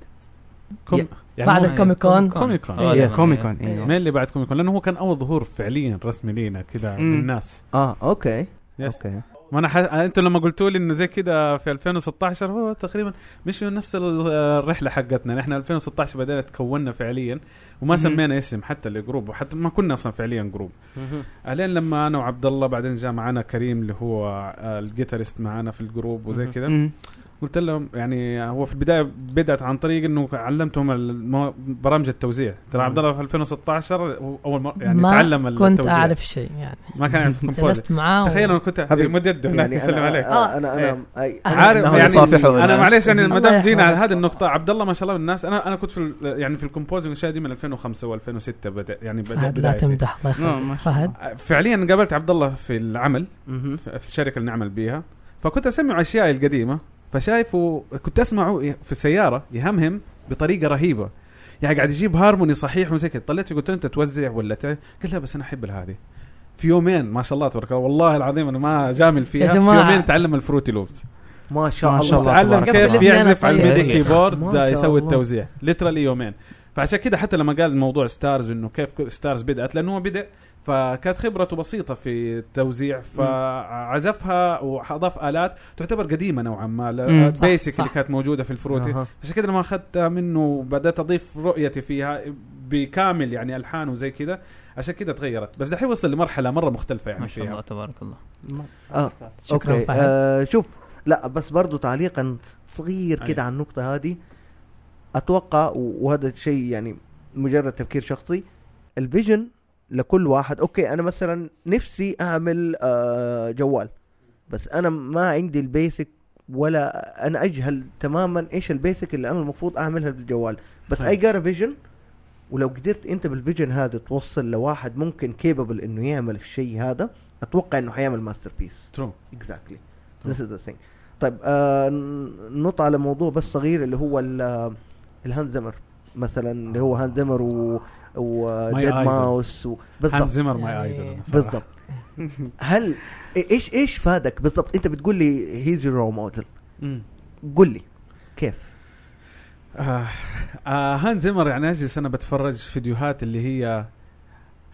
كوم-
يا-
يعني
بعد
هو-
الكوميك كون
كوميك كون.
آه،
يا
لا،
كوميك كون
إيه.
ايوه
مين اللي بعد كوميك كون لانه هو كان اول ظهور فعليا رسمي لينا كذا
مم.
للناس
اه اوكي
يس
اوكي
ما انا ح... انتم لما قلتوا لي انه زي كذا في 2016 هو تقريبا مش من نفس ال- الرحله حقتنا نحن 2016 بدينا تكوننا فعليا وما
مم.
سمينا اسم حتى لجروب وحتى ما كنا اصلا فعليا جروب الين لما انا وعبد الله بعدين جاء معنا كريم اللي هو آه، الجيتارست معنا في الجروب وزي كذا
مم.
قلت لهم يعني هو في البدايه بدات عن طريق انه علمتهم المو- برامج التوزيع ترى عبد الله في 2016 هو اول مره يعني
ما
تعلم التوزيع
كنت اعرف شيء يعني
ما كان يعرف كومبوزر
جلست معاه و-
تخيل انا كنت
حبيبي.
مد يده هناك
يعني
يسلم
انا
عليك
انا انا,
إيه.
أي-
آه.
عارف
إنهم
يعني
يصافحونا.
انا معليش يعني
الله
ما دام جينا على
يرحمه.
هذه النقطه عبد الله ما شاء الله من الناس انا انا كنت في ال- يعني في الكومبوزنج الاشياء دي من 2005 و2006 بدا يعني بدات
فهد لا
بدايتي.
تمدح الله
لا، ما
يخليك
شاء
فهد
فعليا قابلت عبد الله في العمل
مهم.
في في الشركه اللي نعمل بيها فكنت اسمع اشياء القديمه فشايفه كنت اسمعه ي- في السياره يهمهم بطريقه رهيبه يعني قاعد يجيب هارموني صحيح وزي كذا طلعت قلت له انت توزع ولا ت... قلت لا بس انا احب هذه في يومين ما شاء الله تبارك الله والله العظيم انا ما جامل فيها في
جماعة.
يومين تعلم الفروتي لوبس
ما شاء الله
ما شاء الله
تعلم
تبارك
كيف
الله.
يعزف على
طيب.
الميدي
طيب.
كيبورد
ما شاء
يسوي
الله.
التوزيع ليترالي يومين فعشان كده حتى لما قال موضوع ستارز انه كيف ستارز بدات لانه هو بدا فكانت خبرته بسيطه في التوزيع فعزفها واضاف الات تعتبر قديمه نوعا ما
مم.
صح،
البيسك
صح.
اللي كانت موجوده في الفروتي
أها.
عشان كده لما اخذتها منه وبدات اضيف رؤيتي فيها بكامل يعني الحان وزي كده عشان كده تغيرت بس دحين وصل لمرحله مره مختلفه يعني
ما شاء الله
فيها
تبارك الله
آه.
شكراً
أوكي.
فهد.
آه شوف لا بس برضو تعليقا صغير
أيوه.
أيوة.
كده على النقطة هذه أتوقع و- وهذا شيء يعني مجرد تفكير شخصي الفيجن لكل واحد أوكي أنا مثلا نفسي أعمل آه جوال بس أنا ما عندي البيسك ولا أنا أجهل تماما إيش البيسك اللي أنا المفروض أعملها بالجوال بس أي
طيب.
أيوة.
جارة فيجن ولو قدرت أنت بالفيجن هذا توصل لواحد ممكن كيبل إنه يعمل الشيء هذا أتوقع إنه حيعمل ماستر بيس
ترو
اكزاكتلي ذس از ذا ثينج طيب آه نط على موضوع بس صغير اللي هو ال- الهاند زمر مثلا اللي هو هاند زمر و, و
My
ديد
idol.
ماوس و
هانز
بالضبط
زيمر ماي
يعني-
ايدول
بالضبط هل ايش ايش فادك بالضبط انت بتقول لي هيز رول موديل قول لي كيف
آه آه هانز زيمر يعني اجلس انا بتفرج فيديوهات اللي هي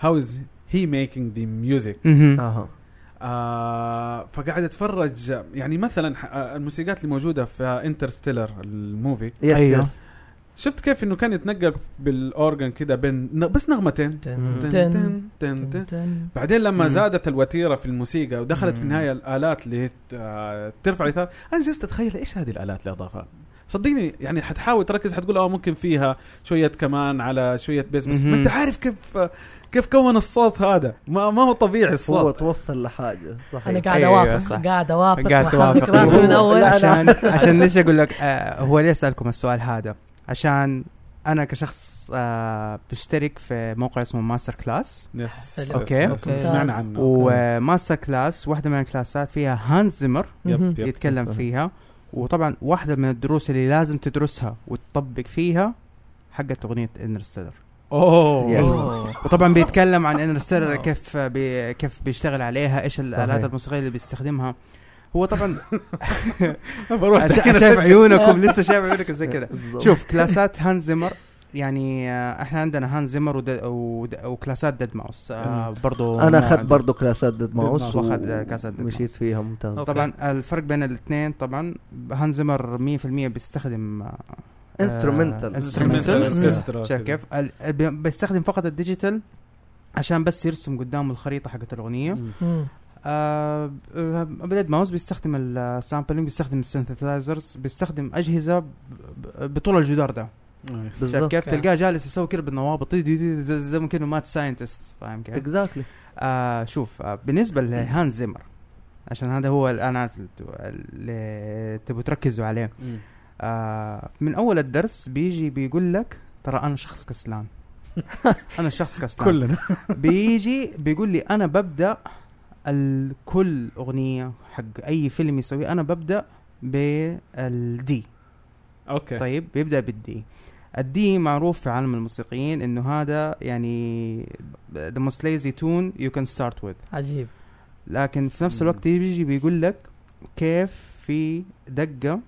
هاو از هي ميكينج ذا ميوزك
مهم.
اها
آه فقاعد اتفرج يعني مثلا ح- آه، الموسيقات اللي موجوده في انترستيلر الموفي
يس
أيوه.
يس.
شفت كيف انه كان يتنقل بالاورجن كده بين ن- بس نغمتين تن- تن- تن- تن. بعدين لما
مم.
زادت الوتيره في الموسيقى ودخلت في
مم. النهاية
النهايه الالات اللي هي آه، ترفع الاثار انا جلست اتخيل ايش هذه الالات الاضافات صدقني يعني حتحاول تركز حتقول اه ممكن فيها شويه كمان على شويه بيس بس ما
مهم.
انت عارف كيف كيف كون الصوت هذا ما, ما هو طبيعي
هو
الصوت
توصل لحاجه صحيح
انا قاعد
أيوه، أيوه،
اوافق
صح.
قاعد اوافق
قاعد
وحرك
توافق.
راسي من
هو-
اول
لا،
عشان عشان ليش اقول لك آه هو ليه اسالكم السؤال هذا؟ عشان انا كشخص آه بشترك في موقع اسمه ماستر كلاس
يس
حلو.
يس،
أوكي.
يس،
أوكي.
سمعنا عنه
وماستر كلاس واحده من الكلاسات فيها هانز زمر
مهم.
يب.
يتكلم فيها وطبعا واحده من الدروس اللي لازم تدرسها وتطبق فيها حقت اغنيه انرستيلر
اوه
أوه.
وطبعا بيتكلم عن انرستيلر
واو.
كيف بي كيف بيشتغل عليها ايش الالات
صحيح.
الموسيقيه اللي بيستخدمها هو طبعا
بروح
أنا
دحين
شايف
أسجل.
عيونكم لسه شايف عيونكم زي كذا
بالضبط.
شوف كلاسات هانز زمر يعني آه، احنا عندنا هانز زمر ود... ود... وكلاسات ديد ماوس آه برضو
انا
نوع-
اخذت برضه كلاسات ديد
ديد
ماوس
ماوس. أخذ كلاسات ديد
مشيت
ماوس.
فيها ممتاز
طبعا الفرق بين الاثنين طبعا هانز زمر 100% بيستخدم آه،
Instrumental.
آه،
Instrumental.
instrumental.
Orchestra. Mm.
شايف كيف؟ ال- بي- بيستخدم فقط الديجيتال عشان بس يرسم قدامه الخريطه حقت الاغنيه
مم.
مم.
آه بديد ماوس بيستخدم السامبلينج بيستخدم السنثسايزرز بيستخدم اجهزه ب- ب- بطول الجدار ده
أيوه.
شايف
بالضبط
كيف تلقاه جالس يسوي كده بالنوابط طي- طي- طي- زي زي ما كانه مات ساينتست فاهم كيف؟
اكزاكتلي
آه شوف آه بالنسبه لهانز زيمر عشان هذا هو ال- انا عارف اللي تو- اللي تبوا تركزوا عليه
مم.
آه من اول الدرس بيجي بيقول لك ترى انا شخص كسلان انا شخص كسلان
كلنا
بيجي بيقول لي انا ببدا ال- كل اغنيه حق اي فيلم يسويه انا ببدا بالدي
اوكي
طيب بيبدا بالدي الدي معروف في عالم الموسيقيين انه هذا يعني the most lazy tune you can start with
عجيب
لكن في نفس
مم.
الوقت يجي بيقول لك كيف في دقه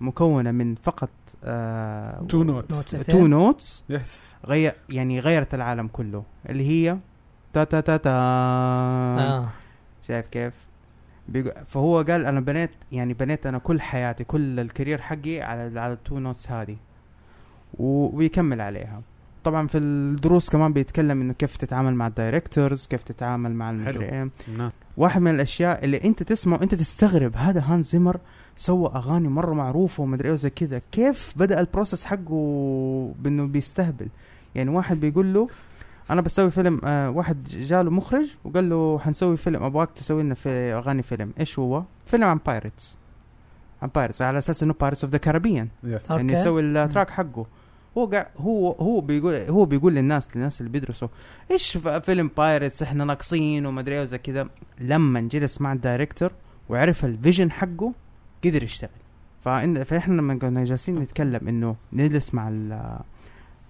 مكونه من فقط آه
تو نوتس
نوتتين.
تو نوتس
يس
غير يعني غيرت العالم كله اللي هي تا تا تا تا
آه.
شايف كيف؟ بيقو... فهو قال انا بنيت يعني بنيت انا كل حياتي كل الكارير حقي على على التو نوتس هذه و... ويكمل عليها طبعا في الدروس كمان بيتكلم انه كيف تتعامل مع الدايركتورز كيف تتعامل مع المدري
حلو.
إيه. واحد من الاشياء اللي انت تسمع وانت تستغرب هذا هانز زيمر سوى اغاني مره معروفه ومدري ايه وزي كذا كيف بدا البروسس حقه بانه بيستهبل يعني واحد بيقول له انا بسوي فيلم آه واحد جاله مخرج وقال له حنسوي فيلم ابغاك تسوي لنا في اغاني فيلم ايش هو فيلم عن بايرتس عن بايرتس على اساس انه بايرتس اوف ذا كاريبيان
يس
أوكي.
انه يعني يسوي التراك حقه هو قاع هو هو بيقول هو بيقول للناس للناس اللي بيدرسوا ايش ف- فيلم بايرتس احنا ناقصين وما ادري إيه وزي كذا لما جلس مع الدايركتور وعرف الفيجن حقه قدر يشتغل فإن فاحنا لما كنا جالسين نتكلم انه نجلس مع ال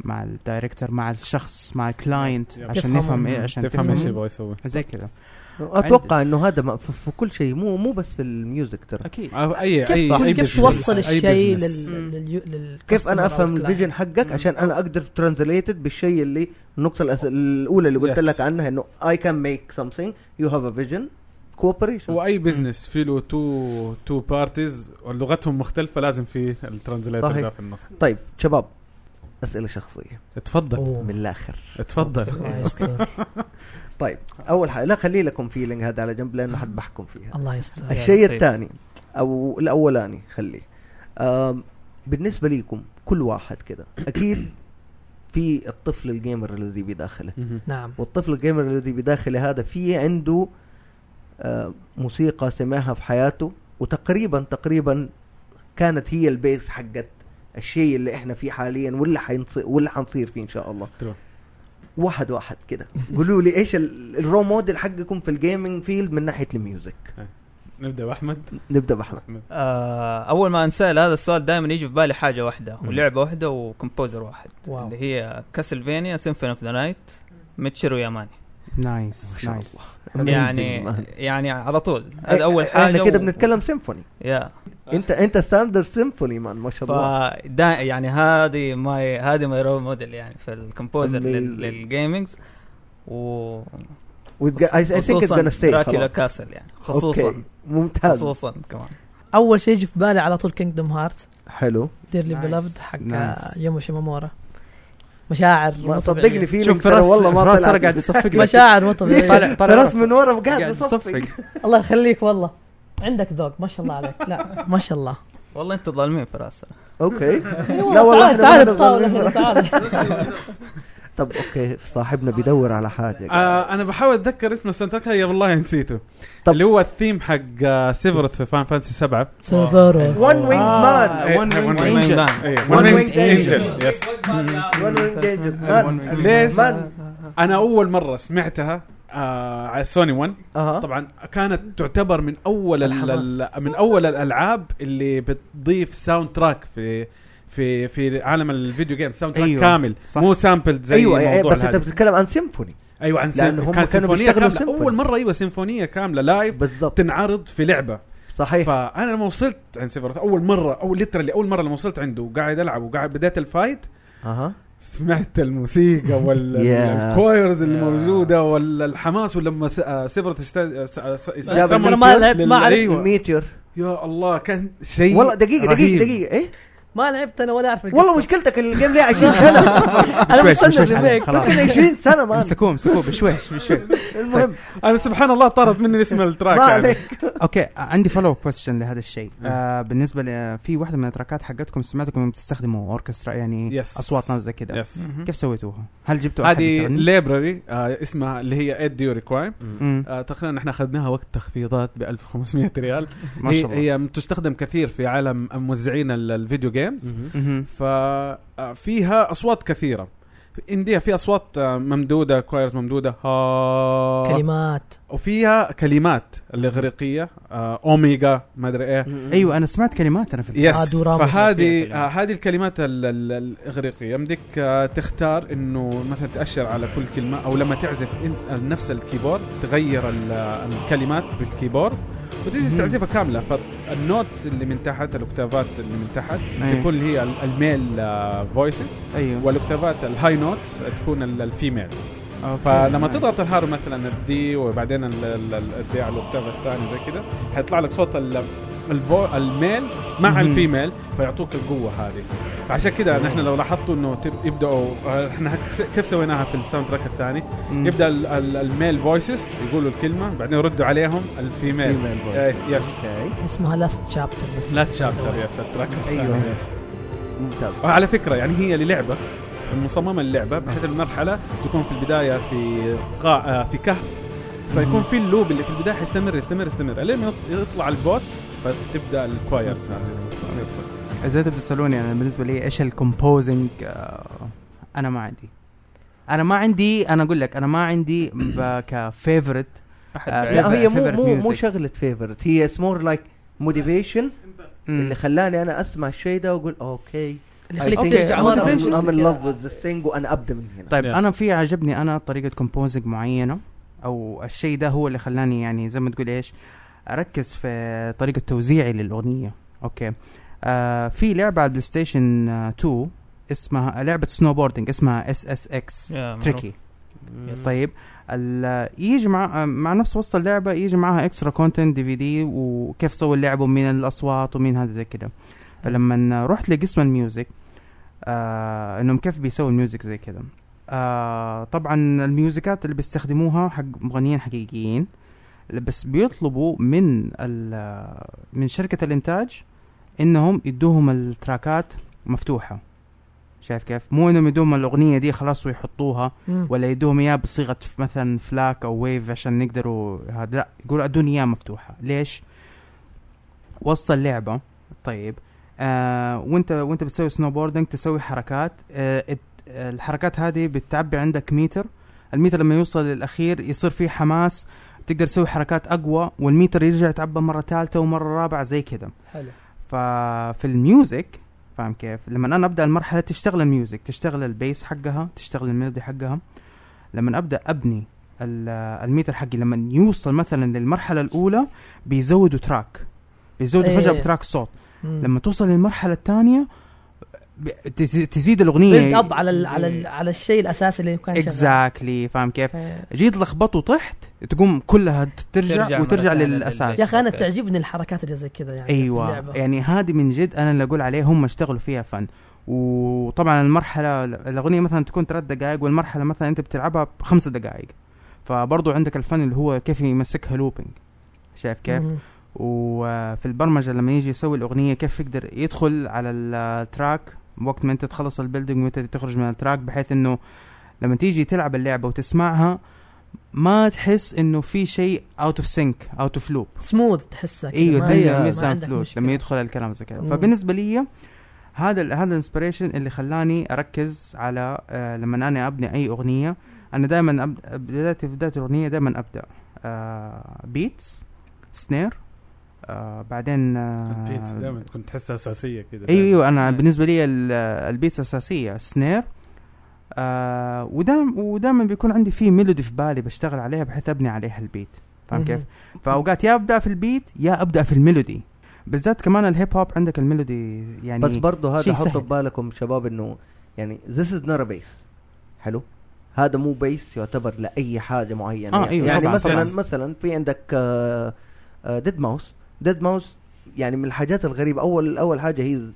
مع الدايركتور مع الشخص مع الكلاينت
يب.
عشان
تفهم
نفهم
منه.
ايه عشان
تفهم ايش
منه.
يبغى يسوي
زي كذا
اتوقع انه هذا ما- في في كل شيء مو مو بس في الميوزك ترى
اكيد
أو اي اي
كيف
أي business.
كيف توصل
أي
الشيء
business.
مم.
لل لل- لل-
كيف
customer
انا
أو
افهم
client.
الفيجن حقك عشان انا اقدر ترانزليتد بالشيء اللي النقطه الأس... الاولى اللي قلت
Yes.
لك عنها انه اي كان ميك سمثينج يو هاف ا فيجن كوبريشن
واي بزنس في له تو تو بارتيز ولغتهم مختلفه لازم في الترانزليتر
صحيح.
ده في النص
طيب شباب اسئله شخصيه
اتفضل
أوه.
من الاخر
اتفضل
الله يستر
طيب اول حاجه لا خلي لكم فيلينج هذا على جنب لانه حتبحكم فيها
الله يستر
الشيء
طيب.
الثاني او الاولاني خليه آم، بالنسبه ليكم كل واحد كده اكيد في الطفل الجيمر الذي بداخله
مهم.
نعم
والطفل الجيمر الذي بداخله هذا في عنده آه، موسيقى سمعها في حياته وتقريبا تقريبا كانت هي البيس حقت الشيء اللي احنا فيه حاليا واللي حينصير واللي حنصير فيه ان شاء الله
True.
واحد واحد كده قولوا لي ايش ال- الرو موديل حقكم في الجيمنج فيلد من ناحيه الميوزك
نبدا باحمد
نبدا باحمد
آه اول ما انسال هذا السؤال دائما يجي في بالي حاجه واحده
مم.
ولعبه واحده وكمبوزر واحد
واو.
اللي هي كاسلفينيا سيمفوني اوف ذا نايت ميتشيرو ياماني
نايس
ما شاء
نايس
يعني
Amazing.
يعني على طول هذا اول حاجه
احنا كده
و-
بنتكلم سيمفوني
يا
انت انت ستاندرد سيمفوني مان ما شاء الله
فدا يعني هذه ماي هذه ماي رول موديل يعني في الكمبوزر
Amazing.
للجيمنجز و
اي ثينك اتس gonna stay
دراكولا
خلاص
كاسل يعني خصوصا
أوكي، ممتاز
خصوصا كمان
اول شيء يجي في بالي على طول كينجدوم هارت
حلو
ديرلي
Nice.
بلفد حق
Nice.
يومو شيمامورا مشاعر
ما
مو
صدقني
طبيعية.
في
يعني. شوف
لينك ترى
فراس
والله ما
فراس ترى
طلع
قاعد يصفق لك.
مشاعر مو طبيعيه
طالع طالع
فراس من ورا قاعد
قاعد
بصفق
يصفق.
الله يخليك والله عندك ذوق ما شاء الله عليك لا ما شاء الله
والله انتوا ظالمين فراس
اوكي
أيوة،
لا والله
تعال
إحنا
تعال
ما
الطاوله
نقدر
هنا، تعال
طب اوكي صاحبنا بيدور على حاجه
آه انا بحاول اتذكر اسم الساوند تراك يا والله نسيته
طب-
اللي هو الثيم حق آه، سيفرث في فان فانسي 7
سيفارو
ون وينج مان
إيه،
آه، One Winged Angel.
ون
One
وينج
Winged
انجل يس
ون وينج انجل
One
مان
Winged
ليش؟
مان
انا اول مره سمعتها آه على سوني 1
اها
طبعا كانت تعتبر من اول ال-
آه. الحماس.
ال- من اول الالعاب اللي بتضيف ساوند تراك في في في عالم الفيديو جيم ساوند تراك
أيوة،
أيوة كامل
صح.
صح. مو سامبل زي
ايوه أيوة،
موضوع
بس انت
الهذا.
بتتكلم عن سيمفوني
ايوه عن
لأن هم
سيم... كانت
كانوا
سيمفونية
بيشتغلوا
كاملة
سيمفوني.
اول مره ايوه سيمفونية كاملة لايف
طيب.
بالضبط
تنعرض في لعبة
صحيح
فانا لما وصلت عند سيفرث اول مرة اول ليترالي اول مرة لما وصلت عنده وقاعد العب وقاعد بديت الفايت
اها
سمعت الموسيقى
Yeah.
والكويرز اللي
Yeah.
موجوده والحماس ولما س- آه، سيفرت استا- آه، آه،
جاب
سمن
انا ما لعبت ما
لل-
عرفت
أيوة.
الميتيور
يا الله كان
أيوة.
شيء
والله دقيقه دقيقه
رهيب.
دقيقه ايه
ما لعبت انا ولا اعرف القصة.
والله مشكلتك الجيم ليه 20 سنه
انا
بشويش،
مستني
بشويش عليه،
الريميك
خلاص.
يمكن 20 سنه مان
امسكوه امسكوه بشويش بشويش
المهم
انا سبحان الله طارت مني اسم التراك
ما
يعني.
عليك
اوكي عندي فولو كويستشن لهذا الشيء
نعم.
آه بالنسبه ل- في واحده من التراكات حقتكم سمعتكم بتستخدموا اوركسترا يعني
Yes.
اصوات ناس زي كذا
يس
كيف سويتوها؟ هل جبتوا أحد
هذه
يتغني؟
ليبراري آه اسمها اللي هي اد ديو ريكواير
مم.
آه تقريبا احنا اخذناها وقت تخفيضات ب 1500 ريال
ما شاء الله
هي, هي تستخدم كثير في عالم موزعين ال- الفيديو جيمز
مهم.
آه، ففيها اصوات كثيره انديا في اصوات آه، ممدوده كوايرز ممدوده ها
كلمات
وفيها كلمات الاغريقيه آه، اوميجا ما ادري ايه
آه،
ايوه انا سمعت كلمات انا في الفيلم.
يس
آدوراما
فيها
فهذه
كلمات.
آه، هذه الكلمات ال- ال- الاغريقيه يمديك آه، تختار انه مثلا تاشر على كل كلمه او لما تعزف إن- آه، نفس الكيبورد تغير ال- آه، الكلمات بالكيبورد وتجلس
مهم.
تعزفها كامله فالنوتس اللي من تحت الاوكتافات اللي من تحت
أيوة.
تكون هي ال- الميل آه، فويسز
ايوه
والاوكتافات الهاي نوتس تكون ال- الفيميل
أوكي.
فلما
Nice.
تضغط الهارو مثلا الدي وبعدين ال- ال- ال- الدي على الاوكتاف الثاني زي كذا حيطلع لك صوت ال الفو الميل مع
مهم.
الفيميل فيعطوك القوه هذه فعشان كذا نحن لو لاحظتوا انه تب- يبداوا آه، احنا هك- كيف سويناها في الساوند تراك الثاني
مم.
يبدا ال- ال- الميل فويسز يقولوا الكلمه بعدين يردوا عليهم الفيميل
Female voice.
أيوة.
آه، يس
اوكي
اسمها لاست شابتر بس
لاست شابتر يس التراك الثاني،
أيوه.
يس.
ممتاز
وعلى فكره يعني هي للعبه مصممه اللعبه بحيث المرحله تكون في البدايه في قاع آه، في كهف فيكون في اللوب اللي في البدايه حيستمر يستمر يستمر لين يط- يطلع البوس فتبدا الكوايرز هذه تدخل.
اذا انتم بتسالوني انا بالنسبه لي ايش الكومبوزنج انا آه، ما عندي انا ما عندي انا اقول لك انا ما عندي كفيفورت
احد
آه،
بعيد.
لا هي مو
favorite
مو مو
music.
شغله فيفرت هي مور لايك موتيفيشن اللي خلاني انا اسمع الشيء ده واقول اوكي
اللي
I
يخليك
think-
ترجع
أوكي.
ورا
Motivation.
ام ان لاف وذ ذس ثينج وانا ابدا من هنا
طيب
Yeah.
انا في عجبني انا طريقه كومبوزنج معينه او الشيء ده هو اللي خلاني يعني زي ما تقول ايش اركز في طريقه توزيعي للاغنيه اوكي آه في لعبه على البلاي ستيشن آه، 2 اسمها لعبه سنو بوردنج اسمها اس اس اكس
يا معروف.
تريكي طيب ال- يجي مع مع نفس وسط اللعبه يجي معاها اكسترا كونتنت دي في دي وكيف تسوي اللعبه ومين الاصوات ومين هذا زي كده فلما رحت لقسم الميوزك آه انهم كيف بيسووا الميوزك زي كده آه طبعا الميوزيكات اللي بيستخدموها حق مغنيين حقيقيين بس بيطلبوا من ال- من شركه الانتاج انهم يدوهم التراكات مفتوحه شايف كيف؟ مو انهم يدوهم الاغنيه دي خلاص ويحطوها
مم.
ولا يدوهم اياه بصيغه ف- مثلا فلاك او ويف عشان نقدروا هذا لا يقولوا ادوني اياه مفتوحه ليش؟ وسط اللعبه طيب آه وانت وانت بتسوي سنو بوردنج تسوي حركات آه ات- الحركات هذه بتعبي عندك ميتر الميتر لما يوصل للاخير يصير فيه حماس تقدر تسوي حركات اقوى والميتر يرجع يتعبى مره ثالثه ومره رابعه زي كذا
حلو
ففي الميوزك فاهم كيف؟ لما انا ابدا المرحله تشتغل الميوزك، تشتغل البيس حقها، تشتغل الميلودي حقها. لما ابدا ابني ال- آه، الميتر حقي لما يوصل مثلا للمرحله الاولى بيزودوا تراك. بيزودوا
أيوة
فجاه
أيوة.
بتراك صوت،
مم.
لما توصل للمرحله الثانيه ب- ت- ت- تزيد الاغنيه
بيلد اب على ال على ال على الشيء الاساسي اللي كان شغال
اكزاكتلي فاهم كيف؟
ف-
جيت لخبطت وطحت تقوم كلها ت- ترجع,
ترجع
ترجع وترجع
مرة ثانية
للاساس
يا اخي انا
أوكي.
تعجبني الحركات اللي زي كذا يعني في
ايوه
اللعبة.
يعني هذه من جد انا اللي اقول عليه هم اشتغلوا فيها فن وطبعا المرحله الاغنيه مثلا تكون ثلاث دقائق والمرحله مثلا انت بتلعبها بخمس دقائق فبرضو عندك الفن اللي هو كيف يمسكها لوبينج شايف كيف؟
مم.
وفي البرمجه لما يجي يسوي الاغنيه كيف يقدر يدخل على التراك وقت ما انت تخلص البيلدينج وانت تخرج من التراك بحيث انه لما تيجي تلعب اللعبه وتسمعها ما تحس انه في شيء اوت اوف سينك اوت اوف لوب
سموث تحسها كده،
ايوه
ما-
هي-
دي
ما
ميس
عندك
فلوت
مشكلة.
لما يدخل الكلام زي كذا
مم.
فبالنسبه لي هذا ال- هذا الانسبريشن اللي خلاني اركز على آه لما انا ابني اي اغنيه انا دائما أب- بدايتي في بدايه الاغنيه دائما ابدا آه بيتس سنير آه بعدين آه
البيتس دائما كنت تحسها اساسيه كده
ايوه ايوه انا
أيوة.
بالنسبه لي ال- البيتس اساسيه سنير آه ودام ودائما بيكون عندي في ميلودي في بالي بشتغل عليها بحيث ابني عليها البيت فاهم
مم.
طيب، كيف؟ فاوقات يا ابدا في البيت يا ابدا في الميلودي بالذات كمان الهيب هوب عندك الميلودي يعني
بس برضه
شيء
هذا حطوا
سهل.
في بالكم شباب انه يعني ذيس از نار بيس حلو هذا مو بيس يعتبر لاي حاجه معينه
آه،
يعني,
أيوة،
يعني
طبعاً،
مثلا
طبعاً.
مثلا في عندك آه، ديد ماوس ديد ماوس يعني من الحاجات الغريبه اول اول حاجه هي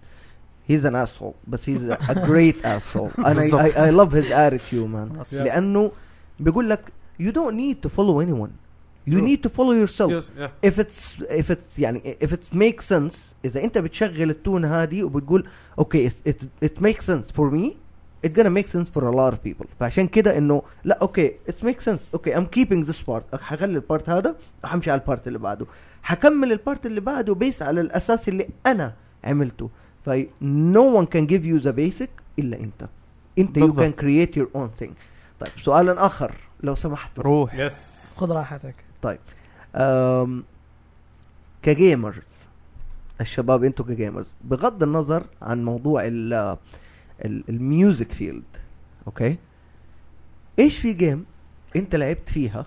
هيز ان اسول بس هيز ا جريت اسول انا
بالضبط.
اي لاف هيز اتيتيود مان
Yeah.
لانه بيقول لك يو دونت نيد تو فولو اني ون يو
True.
نيد تو فولو يور سيلف
Yes, yeah.
if it's if it's يعني if it makes sense اذا انت بتشغل التون هذه وبتقول اوكي it, it, it makes sense for me it's gonna make sense for a lot of people فعشان كده انه لا اوكي it makes sense اوكي I'm keeping this part حخلي البارت هذا حمشي على البارت اللي بعده حكمل البارت اللي بعده بيس على الاساس اللي انا عملته ف no one can give you the basic الا انت انت you
بالضبط.
can create your own thing طيب سؤال اخر لو سمحت
روح
يس
خذ راحتك
أم، كجيمرز الشباب انتوا كجيمرز بغض النظر عن موضوع ال ال- الميوزك فيلد اوكي ايش في جيم انت لعبت فيها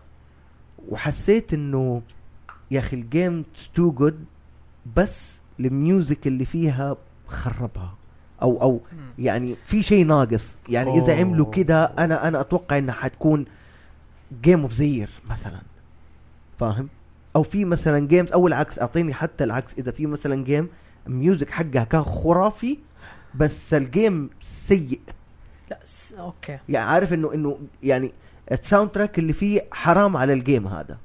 وحسيت انه يا اخي الجيم تو جود بس الميوزك اللي فيها خربها او او يعني في شيء ناقص يعني اذا
أوه.
عملوا كده انا انا اتوقع انها حتكون جيم اوف زير مثلا فاهم او في مثلا جيمز او العكس اعطيني حتى العكس اذا في مثلا جيم الميوزك حقها كان خرافي بس الجيم سيء
لا س... اوكي
يعني عارف انه انه يعني الساوند تراك اللي فيه حرام على الجيم هذا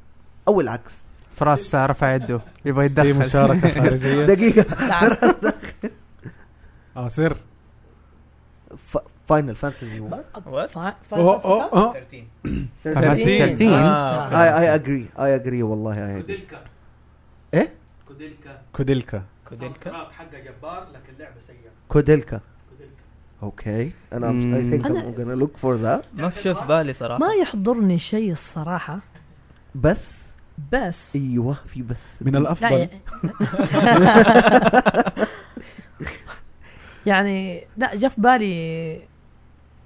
او العكس
فراس رفع يده يبغى
في
يتدخل
مشاركه خارجيه
دقيقه
لا،
اه سر
فاينل فانتسي
What?
فا- فا-
أوه، أوه، أوه.
13
فراس 13
Ah,
آه.
اي اي اجري اي اجري والله اي اجري
كوديلكا
إيه؟
كوديلكا
كوديلكا
كوديلكا
حقه جبار لكن لعبه سيئه
كوديلكا
كوديلكا
اوكي انا
مم.
اي ثينك
أنا-
ام gonna لوك فور ذات
ما في شيء في بالي صراحه
ما يحضرني شيء الصراحه
بس
بس
ايوه في بس
من
لا
الافضل
يعني- يعني لا جاء في بالي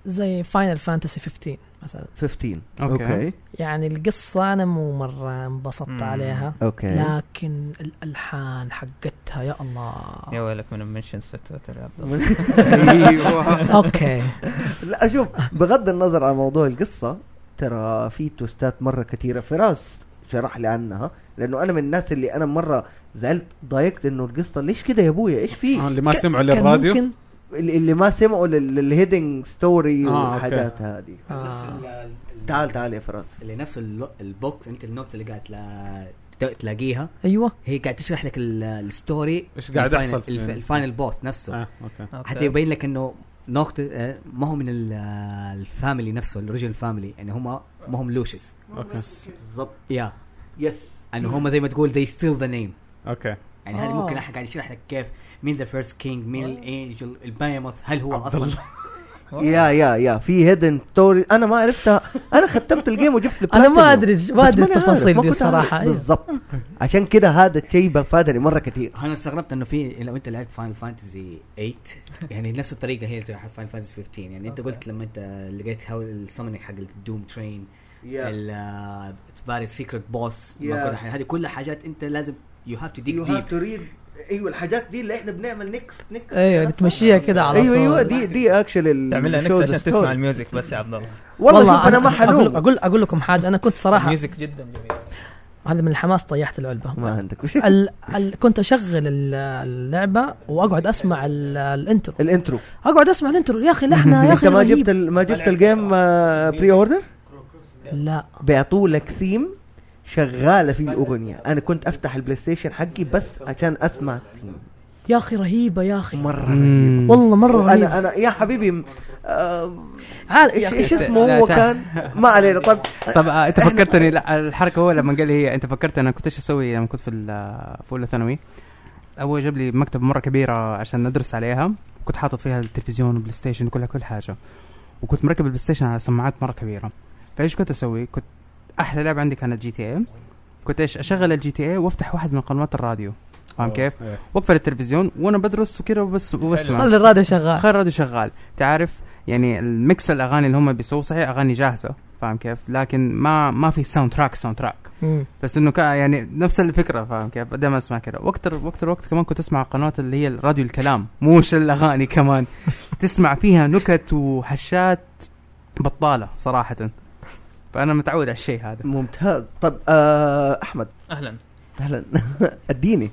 زي فاينل فانتسي 15 مثلا
15
أوكي.
اوكي
يعني القصه انا مو مره انبسطت
مم.
عليها
اوكي
لكن الالحان حقتها يا
يا
الله
ويلك من المنشنز في تويتر يا عبد الله
من-
ايوه
اوكي
لا شوف بغض النظر عن موضوع القصه ترى في توستات مره كثيره فراس شرح لي عنها لانه انا من الناس اللي انا مره زعلت ضايقت انه القصه ليش كده يا ابويا ايش في
آه، اللي ما سمعوا
كان
للراديو
ممكن
اللي اللي ما سمعوا لل- للهيدنج ستوري
آه، أوكي.
والحاجات هذه
نفس
آه.
ال- ال-
تعال تعال يا فراس
اللي نفس ال- البوكس انت النوتس اللي قاعد تلا- تلا- تلاقيها
ايوه
هي قاعد تشرح لك ال- الستوري
إيش قاعد
الفاينل-
يحصل
الف-
يعني.
الفاينل بوس نفسه
اه اوكي
أوكي.
حتى يبين لك انه نوكت آه، ما هو من ال- آه، الفاميلي نفسه الاوريجنال فاميلي يعني هم ما هم لوشس
اوكي
بالضبط
يا
يس
انه هم زي ما تقول they steal the name
اوكي
يعني هذا
آه.
ممكن احد قاعد يشرح لك كيف مين ذا فيرست كينج مين
آه.
الانجل البايموث هل هو
عبد
اصلا
يا يا يا في هيدن ستوري انا ما عرفتها انا ختمت الجيم وجبت
انا
البلاتينيوم.
ما ادري ما
بس
ادري
أنا عارف،
التفاصيل
ما
دي
كنت عارف
الصراحه أيوة.
بالضبط عشان كده هذا الشيء بفادني مره كثير
انا استغربت انه في لو انت لعبت فاينل فانتزي 8 يعني نفس الطريقه هي فاينل فانتزي 15 يعني انت قلت لما انت لقيت هاو السمنينج حق الدوم ترين ال سيكرت بوس
Yeah.
هذه كل حاجات انت لازم يو هاف تو ديك ديب
to read ايوه الحاجات دي اللي احنا بنعمل نكست نكست
ايوه نتمشيها كده على
ايوه
طول.
ايوه دي دي اكشلي
تعملها نكس عشان تسمع الميوزك بس يا عبد الله
والله شوف انا ما
اقول
حلوم
اقول اقول لكم حاجه انا كنت صراحه
الميوزك جدا جميل
هذا من الحماس طيحت العلبه
ما عندك وش
ال... ال... كنت اشغل ال- اللعبه واقعد اسمع ال... الانترو
الانترو
اقعد اسمع الانترو يا اخي لحنه يا
انت
اخي
ما
رهيب.
جبت ال- ما جبت الجيم آه، بري اوردر
لا
بيعطوا لك ثيم شغاله فيه الاغنيه انا كنت افتح البلاي ستيشن حقي بس عشان اسمع الثيم
يا اخي رهيبه يا اخي
مره رهيب
والله مره رهيبه
انا انا يا حبيبي آه،
عارف يا
ايش
اخي
ايش اسمه
لا،
هو
تع-
كان ما علينا طب
طب آه، انت
إحنا-
فكرتني لا الحركه هو لما قال لي هي انت فكرت انا كنت ايش اسوي لما كنت في ال- في اولى ثانوي ابوي جاب لي مكتب مره كبيره عشان ندرس عليها كنت حاطط فيها التلفزيون والبلاي ستيشن وكل كل حاجه وكنت مركب البلاي ستيشن على سماعات مره كبيره فايش كنت اسوي؟ كنت احلى لعبه عندي كانت جي تي اي كنت ايش اشغل الجي تي اي وافتح واحد من قنوات الراديو فاهم كيف؟
آه،
واقفل التلفزيون وانا بدرس وكذا وبس وبسمع
خلي الراديو شغال
خير راديو شغال تعرف يعني الميكس الاغاني اللي هم بيسووا صحيح اغاني جاهزه فاهم كيف لكن ما ما في ساوند تراك ساوند تراك
مم.
بس انه كا يعني نفس الفكره فاهم كيف دائما اسمع كذا وقت وقت الوقت كمان كنت اسمع قنوات اللي هي الراديو الكلام موش الاغاني كمان تسمع فيها نكت وحشات بطاله صراحه فانا متعود على الشيء هذا
ممتاز طب آه احمد
اهلا
اهلا اديني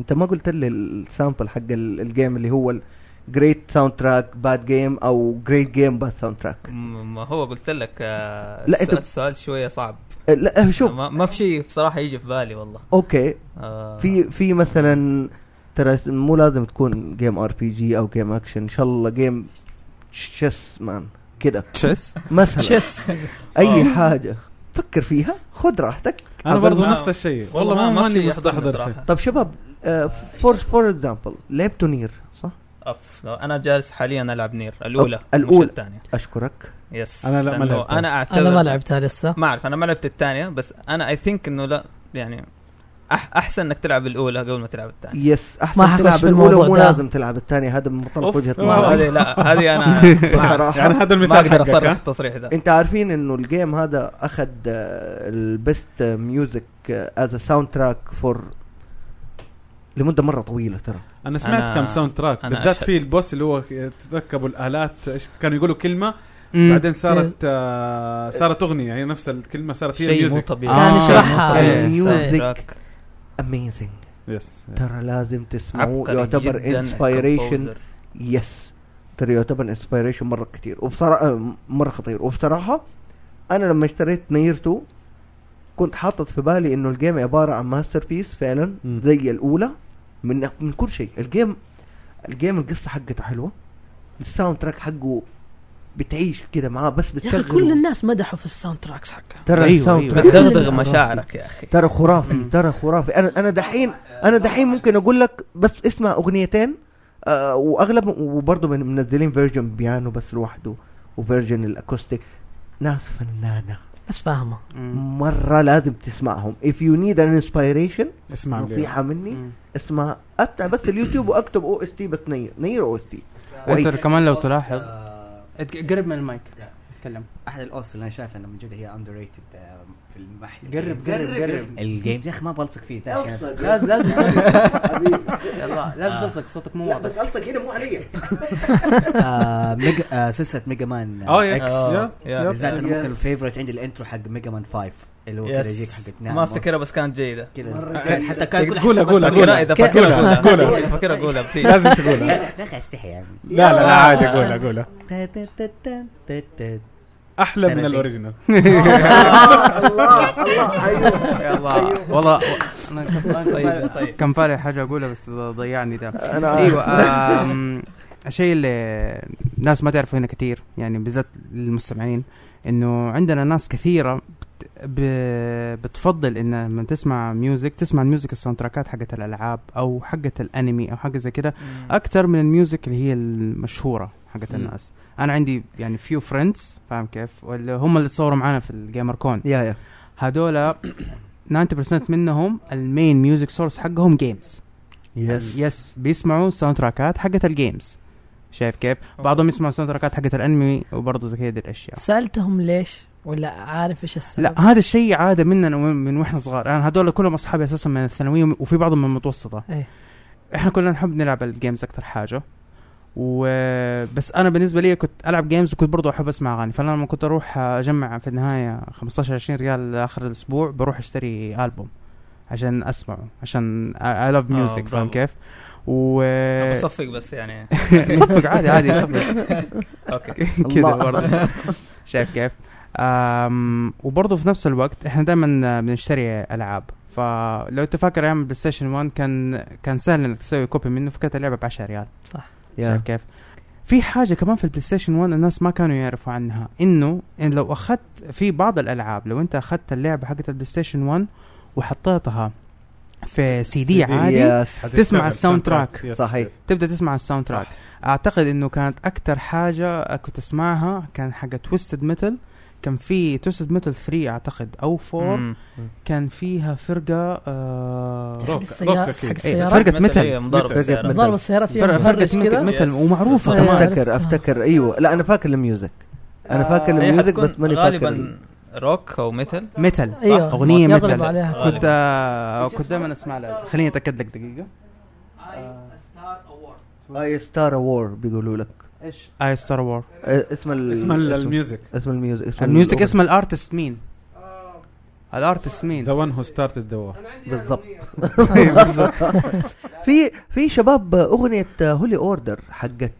انت ما قلت لي السامبل حق ال- الجيم اللي هو جريت ساوند تراك باد جيم او جريت جيم باد ساوند تراك
م- ما هو قلت لك آه
لا،
لا
أنت-
السؤال شويه صعب
لا آه، شوف
ما, ما في شيء بصراحه يجي في بالي والله
اوكي
آه
في في مثلا ترى مو لازم تكون جيم ار بي جي او جيم اكشن ان شاء الله جيم تشيس مان كده
تشيس
مثلا
تشيس
اي حاجه فكر فيها خد راحتك
انا
قبل
برضو
ما-
نفس الشيء والله ما
في
ماني
يحضرني
مستحضر شيء.
صراحة.
طب شباب آه، فور فور اكزامبل لعبتوا نير صح؟
أف لو انا جالس حاليا العب نير الاولى
أوك، الأولى.
مش الثانيه
اشكرك
يس
أنا لا، ما
لأنه
لعبتها.
انا اعتبر
انا ما لعبتها لسه
ما اعرف انا ما لعبت الثانيه بس انا اي ثينك انه لا يعني أح احسن انك تلعب الاولى قبل ما تلعب الثانيه
يس
ما
احسن
حخش
تلعب
في
الاولى
الموضوع
ومو
ده.
لازم تلعب الثانيه هذا من منطلق
أوف.
وجهه
آه.
نظري
هذه لا هذه انا
يعني
بصراحه
هذا
ما
المثال
اقدر
حقك
اصرح
ها؟
التصريح ذا
انت عارفين انه الجيم هذا اخذ البيست ميوزك از ساوند تراك فور لمده مره طويله ترى
انا سمعت
أنا-
كم ساوند تراك
أنا
بالذات
أشهد.
في البوس اللي هو تركبوا الالات ايش كانوا يقولوا كلمه بعدين صارت آه، صارت اغنيه يعني نفس الكلمه صارت هي
شيء مو
ميوزك
طبيعي
كان
شيء مو
يشرحها.
طبيعي.
كان
ساوند
music.
تراك
اميزنج
يس
ترى لازم تسمعوه
عبقري
يعتبر
جداً
انسبيريشن
كومبوزر.
يس ترى يعتبر انسبيريشن مره كتير وبصراحه مره خطير وبصراحه انا لما اشتريت نير 2 كنت حاطط في بالي انه الجيم عباره عن ماستر بيس فعلا
مم.
زي الاولى من من كل شيء الجيم الجيم القصه حقته حلوه الساوند تراك حقه بتعيش كده معاه بس
يا اخي كل
بتشغل
الناس مدحوا في الساوند تراكس حقها
ترى
أيوة،
الساوند
أيوة.
تراك
بتدغدغ مشاعرك يا اخي
ترى خرافي ترى خرافي انا انا دحين انا دحين ممكن اقول لك بس اسمع اغنيتين آه واغلب وبرضه من منزلين فيرجن بيانو بس لوحده وفيرجن الاكوستيك ناس فنانه
ناس فاهمه
مره لازم تسمعهم if you need an inspiration
اسمع لي.
نصيحه مني اسمع افتح بس اليوتيوب واكتب او اس تي بس نير نير او اس تي
انت كمان لو
الأوست،
تلاحظ
آه،
قرب من المايك تكلم
احد الاوس اللي انا شايف انه من جد هي اندر ريتد في المحل
قرب قرب قرب
الجيمز يا اخي ما بلصق فيه تعرف كيف؟
لازم لازم يلا
لازم
تصدق صوتك
لا بس الطق هنا مو علي
آه، ميجا آه، سلسله ميجا مان
اه يس
آه،
يب،
يا.
يب.
بالذات انا
يس.
ممكن الفيفورت عندي الانترو حق ميجا مان 5 اللي هو كذا يجيك
يس
حق نعم
ما افتكرها بس كانت جيده
كذا
مرة
كان- حتى كان كل
قولها-
حساب
قولها-
بس-
فاكرها اذا فاكرها
قولها- قولها.
قولها اذا فاكرها قولها بتيجي.
لازم تقولها
يا اخي استحي يعني
لا لا لا عادي قولها قولها
تا- تا- تا- تا- تا- تا.
احلى من
تنتين.
الاوريجينال
الله الله ايوه
يلا والله انا كان
طيب
فالي-
طيب
كان فالي حاجه اقولها بس ضيعني ده
انا
ايوه آم، الشيء اللي الناس ما تعرفه هنا كثير يعني بالذات المستمعين انه عندنا ناس كثيره بت- ب- بتفضل انها لما تسمع ميوزك تسمع الميوزك الساوند تراكات حقت الالعاب او حقت الانمي او حاجه زي كده اكثر من الميوزك اللي هي المشهوره حقت
مم.
الناس انا عندي يعني فيو فريندز فاهم كيف واللي هم اللي تصوروا معانا في الجيمر كون
يا يا
هذول 90% منهم المين ميوزك سورس حقهم جيمز
يس
يس بيسمعوا ساوند تراكات حقت الجيمز شايف كيف؟ بعضهم يسمعوا ساوند تراكات حقت الانمي وبرضه زي كذا الاشياء
سالتهم ليش ولا عارف ايش السبب
لا هذا الشيء يعني عاده مننا ومن- من واحنا صغار انا هذول كلهم اصحابي اساسا من الثانويه وفي بعضهم من المتوسطه
إيه.
احنا كلنا نحب نلعب الجيمز اكتر حاجه و بس انا بالنسبه لي كنت العب جيمز وكنت برضه احب اسمع اغاني فانا لما كنت اروح اجمع في النهايه 15 20 ريال اخر الاسبوع بروح اشتري البوم عشان اسمعه عشان اي لاف ميوزك فاهم
برافو.
كيف؟ و
بصفق بس يعني
صفق عادي عادي صفق
اوكي
كذا
الله.
برضه شايف كيف؟ أم وبرضه في نفس الوقت احنا دائما بنشتري العاب فلو انت فاكر ايام بلاي ستيشن 1 كان كان سهل انك تسوي كوبي منه فكانت اللعبه ب 10 ريال
صح.
شايف كيف؟ في حاجه كمان في البلاي ستيشن 1 الناس ما كانوا يعرفوا عنها انه ان لو اخذت في بعض الالعاب لو انت اخذت اللعبه حقت البلاي ستيشن 1 وحطيتها في سي دي عادي
يس
تسمع الساوند تراك.
يس،
صحيح.
يس.
تبدا تسمع الساوند تراك اعتقد انه كانت اكتر حاجه كنت اسمعها كان حاجه تويستد ميتال كان في تويستد ميتال 3 اعتقد او 4
مم.
كان فيها فرقه آه
روك- روك
السيارات
أكيد.
حق
إيه،
السيارات
فرقة متل.
هي مضاربة
فرقة
سيارات.
متل.
ضرب السيارات فيها
فرقة-
مهرج
فرقة
كده
ميتال ميتال
Yes.
ومعروفه
طيب.
كمان
افتكر افتكر ايوه لا انا فاكر الميوزك انا فاكر
هي
الميوزك
حتكون
بس ماني فاكر
غالبا روك او ميتال
ميتال
آه،
ايوه
اغنيه
يضرب
ميتال
عليها
كنت آه كنت دائما اسمع لها خليني اتاكد لك دقيقه
اي ستار وور بيقولوا لك
ايش اي ستار وور
آه، اسم ال...
اسم ال- الميوزك
اسم الميوزك اسم
الميوزك
الأغنية.
اسم الارتست مين الارتست مين
ذا ون هو ستارتد ذا وور
بالضبط
أيوة،
في في شباب اغنيه هولي اوردر حقت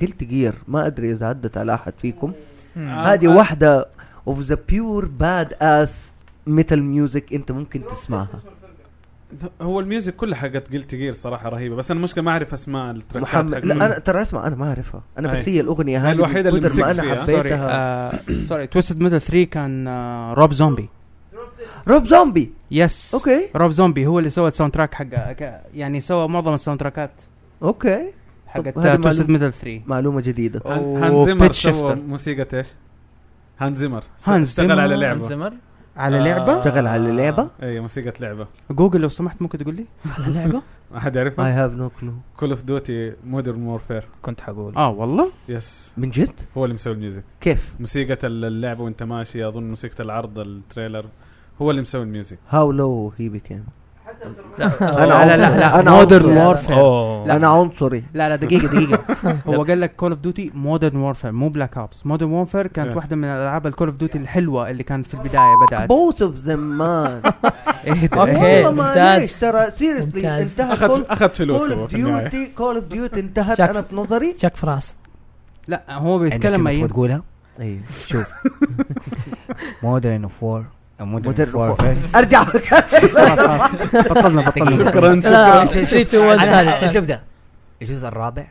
جلت جير ما ادري اذا عدت على احد فيكم
آه،
مم.
هذه واحده اوف ذا بيور باد اس ميتال ميوزك انت ممكن تسمعها
هو الميوزك كلها حقت جلتي جير صراحه رهيبه بس انا المشكله ما اعرف اسماء التراكات
محمد
حقت-
لا انا ترى اسمع انا ما اعرفها انا
أي.
بس هي الاغنيه
هي
هذه
الوحيدة اللي
من كتر ما
مسكت
انا
فيها.
سوري
حبيتها
آه سوري تويستد ميتال 3 كان آه روب زومبي
روب زومبي
يس
اوكي
روب زومبي هو اللي سوى الساوند تراك حق ك- يعني سوى معظم الساوند تراكات
اوكي
حقت
طب هذه
توستد
معلومة.
ميتال 3
معلومه جديده
هان- هانز زيمر
وبيت
سوى
شيفتر
موسيقى ايش؟ هانز زيمر س-
هانز
اشتغل
زيمر.
على
هانز
لعبه
زيمر
على لعبه
اشتغل على لعبه
اي موسيقى لعبه
جوجل لو سمحت ممكن تقول لي
لعبه
ما حد
اي
يعرفها
هاف نو كلو
كول اوف ديوتي مودرن وورفير
كنت حقول
اه والله
يس
من جد
هو اللي مسوي الميوزك
كيف
موسيقى ال- اللعبه وانت ماشي اظن موسيقى العرض التريلر هو اللي مسوي الميوزك
هاو لو هي بيكام
لا
آه،
لا لا, لا.
أنا
مودرن
عنصري.
وورفير
اوه
لا.
انا عنصري
لا لا دقيقه دقيقه هو قال لك كول اوف ديوتي مودرن وورفير مو بلاك اوبس مودرن وورفير كانت
Yes.
واحده من الالعاب الكول اوف ديوتي الحلوه اللي كانت في البدايه بدات
بوث اوف ذم مان
اهدى
أوكي.
اهدى.
والله معليش
ممتاز.
ترى سيريسلي
ممتاز.
انتهت
اخذت اخذت فلوس
كول
هو
اوف
في النهايه
ديوتي كول اوف ديوتي انتهت
شاف-
انا في نظري
جاك فراس
لا هو بيتكلم
بيتكلم
اي
اي تقولها
ايوه
شوف مودرن اوف وور
Modern
مودرن
of ارجع
خلاص خلاص بطلنا بطلنا
شكرا
لا
شكرا
3 2 1 ثالث
شوف ده الجزء الرابع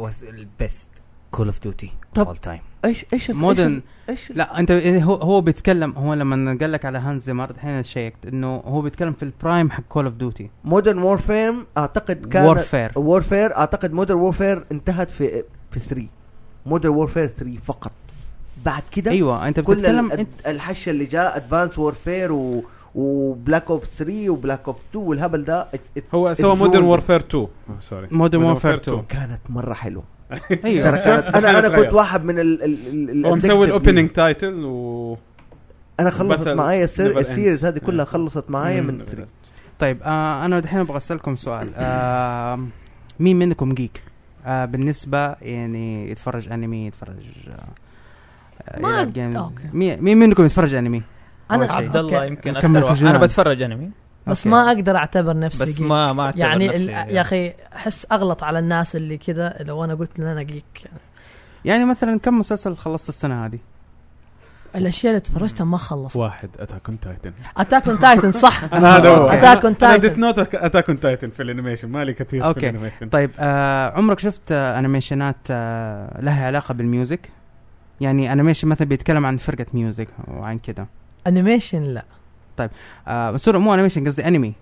was البيست كول اوف ديوتي
طب.
اول تايم
ايش ايش
مودرن
ايش
لا انت هو هو بيتكلم هو لما قال لك على هانز زيمر الحين شيكت انه هو بيتكلم في البرايم حق كول اوف ديوتي
مودرن وورفير اعتقد كان
وورفير
وورفير اعتقد مودرن وورفير انتهت في في 3 مودرن وورفير 3 فقط بعد كده
ايوه انت
كل
بتتكلم
الأد-
انت
الحشه اللي جاء ادفانس وورفير و وبلاك اوف 3 وبلاك اوف 2 والهبل ده it- it-
هو سوى
it's ruined.
مودرن وورفير 2 آه، سوري
مودرن وورفير 2
كانت مره حلوه
ايوه
ترى كانت انا انا كنت واحد من ال ال ال
هو مسوي
addicted
الاوبننج
ليه.
تايتل و
انا خلصت
Battle
معايا السير-
never
السيريز
ends.
هذه كلها
Yeah. Mm.
خلصت معايا من 3
طيب آه انا دحين ابغى اسالكم سؤال آه مين منكم جيك؟ آه بالنسبه يعني يتفرج انمي يتفرج آه
ما
يلعب
أد-
games.
أوكي.
مين مين منكم يتفرج انمي؟
انا
أول شيء.
عبد الله
أوكي.
يمكن
كمل
اكثر واحد.
كوجيما.
انا بتفرج انمي
بس
أوكي.
ما اقدر اعتبر نفسي
بس
geek.
ما ما اعتبر
يعني
نفسي
ال- يا اخي احس اغلط على الناس اللي كذا لو انا قلت ان انا جيك
يعني مثلا كم مسلسل خلصت السنه هذه؟
الاشياء اللي تفرجتها ما خلصت
واحد اتاك اون تايتن
اتاك اون تايتن صح
انا هذا هو
اتاك اون
انا ديت
تايتن
نوت اتاك اون تايتن في الانيميشن مالي كثير
أوكي.
في الانيميشن
طيب آه عمرك شفت آه انيميشنات آه لها علاقه بالميوزك؟ يعني انيميشن مثلا بيتكلم عن فرقه ميوزك وعن كده
انيميشن لا
آه بس مو انيميشن قصدي انمي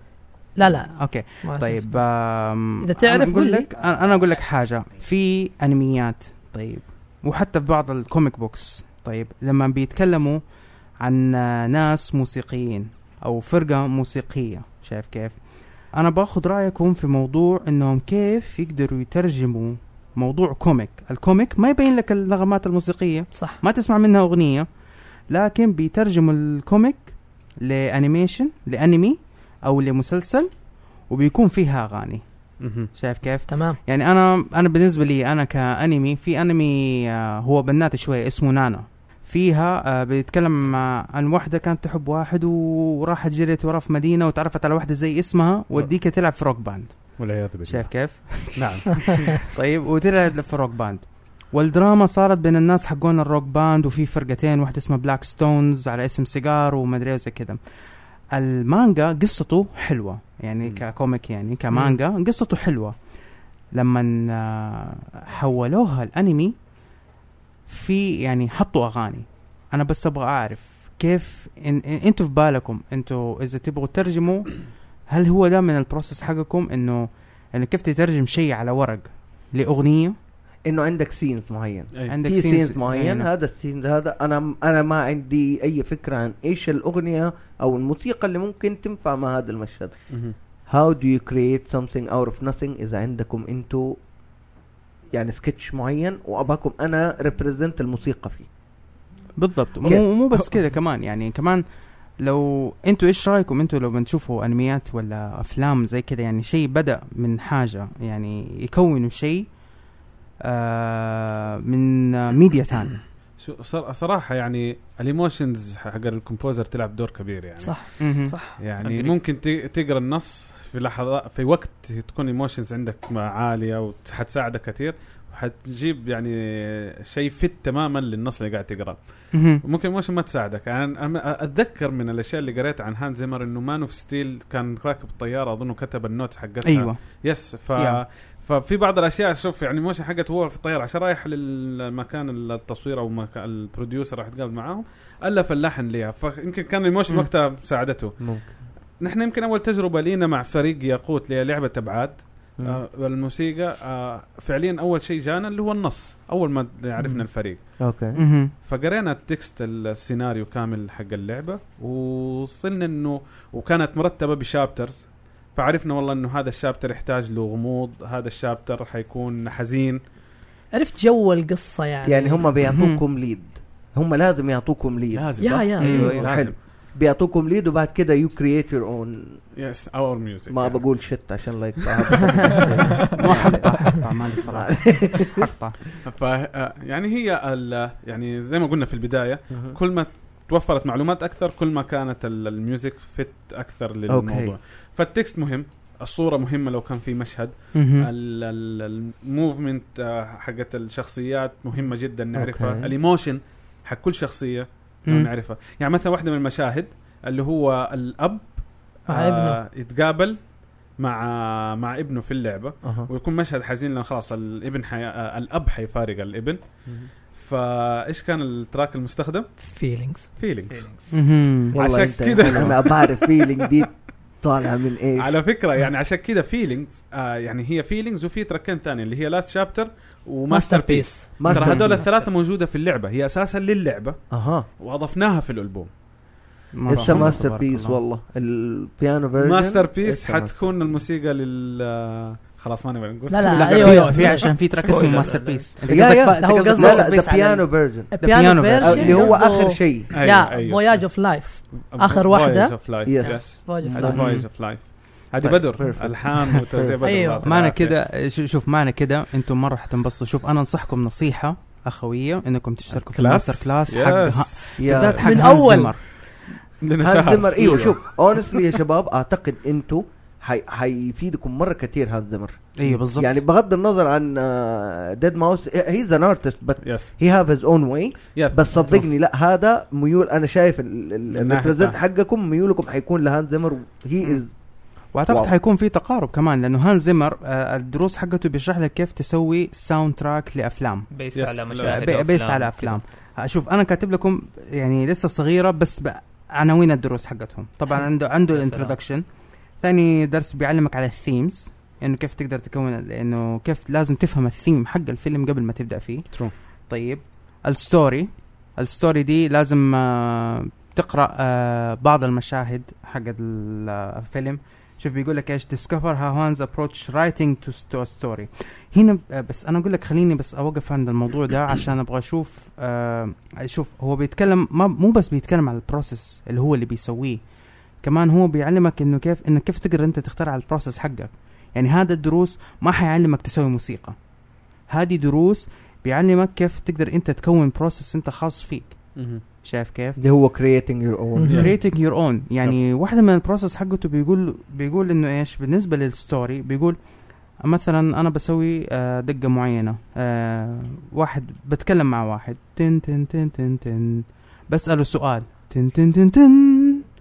لا لا
اوكي
ما شفت.
طيب آم،
إذا تعرف
أنا
قول
اقول
لي.
لك انا أنا اقول لك حاجه في انميات طيب وحتى في بعض الكوميك بوكس طيب لما بيتكلموا عن آه، ناس موسيقيين او فرقه موسيقيه شايف كيف انا باخذ رايكم في موضوع انهم كيف يقدروا يترجموا موضوع كوميك الكوميك ما يبين لك النغمات الموسيقيه
صح
ما تسمع منها اغنيه لكن بيترجموا الكوميك لانيميشن لانمي او لمسلسل وبيكون فيها اغاني
مهم.
شايف كيف؟
تمام
يعني انا انا بالنسبه لي انا كانمي في انمي آه، هو بنات شويه اسمه نانا فيها آه، بيتكلم آه، عن واحده كانت تحب واحد وراحت جريت وراه في مدينه وتعرفت على واحده زي اسمها وديك تلعب في روك باند
والعياذ بالله
شايف كيف؟
نعم
طيب وطلعت في روك باند والدراما صارت بين الناس حقون الروك باند وفي فرقتين واحدة اسمها بلاك ستونز على اسم سيجار ومدري إيه وزي كذا المانجا قصته حلوة يعني
مم.
ككوميك يعني كمانجا قصته حلوة لما آه، حولوها الانمي في يعني حطوا اغاني انا بس ابغى اعرف كيف إن إن انتوا في بالكم انتوا اذا تبغوا ترجموا هل هو ده من البروسيس حقكم انه انك كيف تترجم شيء على ورق لاغنيه
انه عندك سينز معين
أي.
عندك
في
scenes إيه، نعم.
سينز معين
معينة.
هذا السينز هذا انا انا ما عندي اي فكره عن ايش الاغنيه او الموسيقى اللي ممكن تنفع مع هذا المشهد
مهم.
هاو دو يو كرييت something اوت اوف nothing اذا عندكم انتو يعني سكتش معين واباكم انا ريبريزنت الموسيقى فيه
بالضبط
كيف؟
مو مو بس كذا كمان يعني كمان لو انتوا ايش رايكم انتوا لو بنشوفوا انميات ولا افلام زي كذا يعني شيء بدا من حاجه يعني يكونوا شيء آه من آه، ميديا ثانيه
شو صر- صراحه يعني الايموشنز حق الكومبوزر تلعب دور كبير يعني
صح صح
يعني
Agree.
ممكن ت- تقرا النص في لحظه في وقت تكون ايموشنز عندك مع- عاليه وحتساعدك كثير وحتجيب يعني شيء فت تماما للنص اللي قاعد تقراه
مهم.
ممكن ايموشن ما تساعدك يعني انا اتذكر من الاشياء اللي قريت عن هان زيمر انه مان اوف ستيل كان راكب الطياره اظن وكتب النوت حقتها
ايوه
يس ف
Yeah.
ففي بعض الاشياء شوف يعني موشن حقت هو في الطياره عشان رايح للمكان التصوير او مكان البروديوسر راح يتقابل معاهم الف اللحن ليها فيمكن كان الموشن
مم.
وقتها ساعدته
ممكن
نحن يمكن اول تجربه لينا مع فريق ياقوت للعبه ابعاد آه الموسيقى آه فعليا اول شيء جانا اللي هو النص اول ما
مم.
عرفنا الفريق
اوكي
مهم.
فقرينا التكست السيناريو كامل حق اللعبه ووصلنا انه وكانت مرتبه بشابترز فعرفنا والله انه هذا الشابتر يحتاج له غموض هذا الشابتر حيكون حزين
عرفت جو القصه يعني
يعني هم بيعطوكم ليد هم لازم يعطوكم ليد
لازم
يا يا
أيوه.
أيوة،
ايوه
أيوة.
لازم
بيعطوكم ليد وبعد كده يو كرييت يور اون
يس اور ميوزك
ما بقول شت عشان لا يقطع
ما حقطع حقطع مالي صراحه حقطع
ف آه، يعني هي ال- يعني زي ما قلنا في البدايه كل ما توفرت معلومات اكثر كل ما كانت ال- الميوزك فت اكثر للموضوع
أوكي.
فالتكست مهم الصوره مهمه لو كان في مشهد
مهم.
ال- ال- الموفمنت آه، حقت الشخصيات مهمه جدا نعرفها
أوكي.
الايموشن حق كل شخصيه لو
مم.
نعرفها يعني مثلا واحده من المشاهد اللي هو الاب
مع ابنه
آه، يتقابل مع آه، مع ابنه في اللعبه ويكون مشهد حزين لان خلاص الابن حي... آه، الاب حيفارق الابن فايش كان التراك المستخدم؟
فيلينجز
فيلينجز
مهم.
والله
عشان
انت-
كده.
انا بعرف فيلينج دي طالعه من إيه. ايش
على فكره يعني عشان كذا فيلينجز آه يعني هي فيلينجز وفي تراكين ثانيه اللي هي لاست شابتر وماستر بيس
Master
ترى هذول
Piece.
الثلاثه موجوده في اللعبه هي اساسا للعبه
اها
واضفناها في الالبوم
مرة
لسه
حلوة،
ماستر
تبارك
بيس
الله.
والله البيانو فيرجن
ماستر بيس حتكون الموسيقى لل خلاص ماني بنقول
لا
لا
لا
في-
ايوه
في عشان في تراك اسمه
Spoiler.
ماستر بيس انت
يا يا
قصدك
هو
قصدك
قصده
لا لا
Master Piece
ذا
على
بيانو فيرجن
piano
البيانو
version.
فيرجن
اللي هو اخر شيء
أيوة،
يا
أيوة.
فوياج اوف لايف آخر واحدة.
فويج اوف لايف
Yes.
يس
فوياج اوف
مم.
هذه
لايف
فويج اوف لايف هذه
طيب.
بدر
Perfect.
الحان وتوزيع بدر طيب.
أيوة.
الله
معنى
يعافيك.
كده شو- شوف معنى كده انتم مره حتنبسطوا شوف انا انصحكم نصيحه اخويه انكم تشتركوا في الماستر كلاس حق ها-
Yes.
بالذات
يا
حق
من
هانز
أول.
زيمر.
لنا
هانز
شهر.
زمر ايوه
أيوه.
شوف اونستلي يا شباب اعتقد انتوا حي- حيفيدكم مره كثير هانز زمر
ايوه بالضبط
يعني بغض النظر عن آه، ديد ماوس هيز ان ارتست بس
يس
هي هاف هيز اون واي
يا
بس صدقني لا هذا ميول انا شايف
الناحية
الريبريزنت حقكم ميولكم حيكون لهاند زمر هي از
واعتقد
واو.
حيكون في تقارب كمان لانه هانز زيمر آه، الدروس حقته بيشرح لك كيف تسوي ساوند تراك لافلام
بيس
Yes.
على
لا،
مشاهد
بي- بيست
وأفلام.
على افلام شوف انا كاتب لكم يعني لسه صغيره بس ب- عناوين الدروس حقتهم طبعا عنده عنده
يا سلام.
الانترودكشن ثاني درس بيعلمك على الثيمز انه كيف تقدر تكون ال- انه كيف لازم تفهم الثيم حق الفيلم قبل ما تبدا فيه
True.
طيب الستوري الستوري دي لازم آه، تقرا آه، بعض المشاهد حق ال- آه، الفيلم شوف بيقول لك ايش discover how Hans approach writing to st- a story هنا ب- بس انا اقول لك خليني بس اوقف عند الموضوع ده عشان ابغى اشوف آه شوف هو بيتكلم ما مو بس بيتكلم على البروسيس اللي هو اللي بيسويه كمان هو بيعلمك انه كيف انك كيف تقدر انت تخترع البروسيس حقك يعني هذا الدروس ما حيعلمك تسوي موسيقى هذه دروس بيعلمك كيف تقدر انت تكون بروسس انت خاص فيك
مهم.
شايف كيف
اللي هو creating your own
مهم.
creating your own يعني واحده من البروسس حقته بيقول بيقول انه ايش بالنسبه للستوري بيقول مثلا انا بسوي آه، دقه معينه آه، واحد بتكلم مع واحد تن تن تن تن تن بساله سؤال تن تن تن تن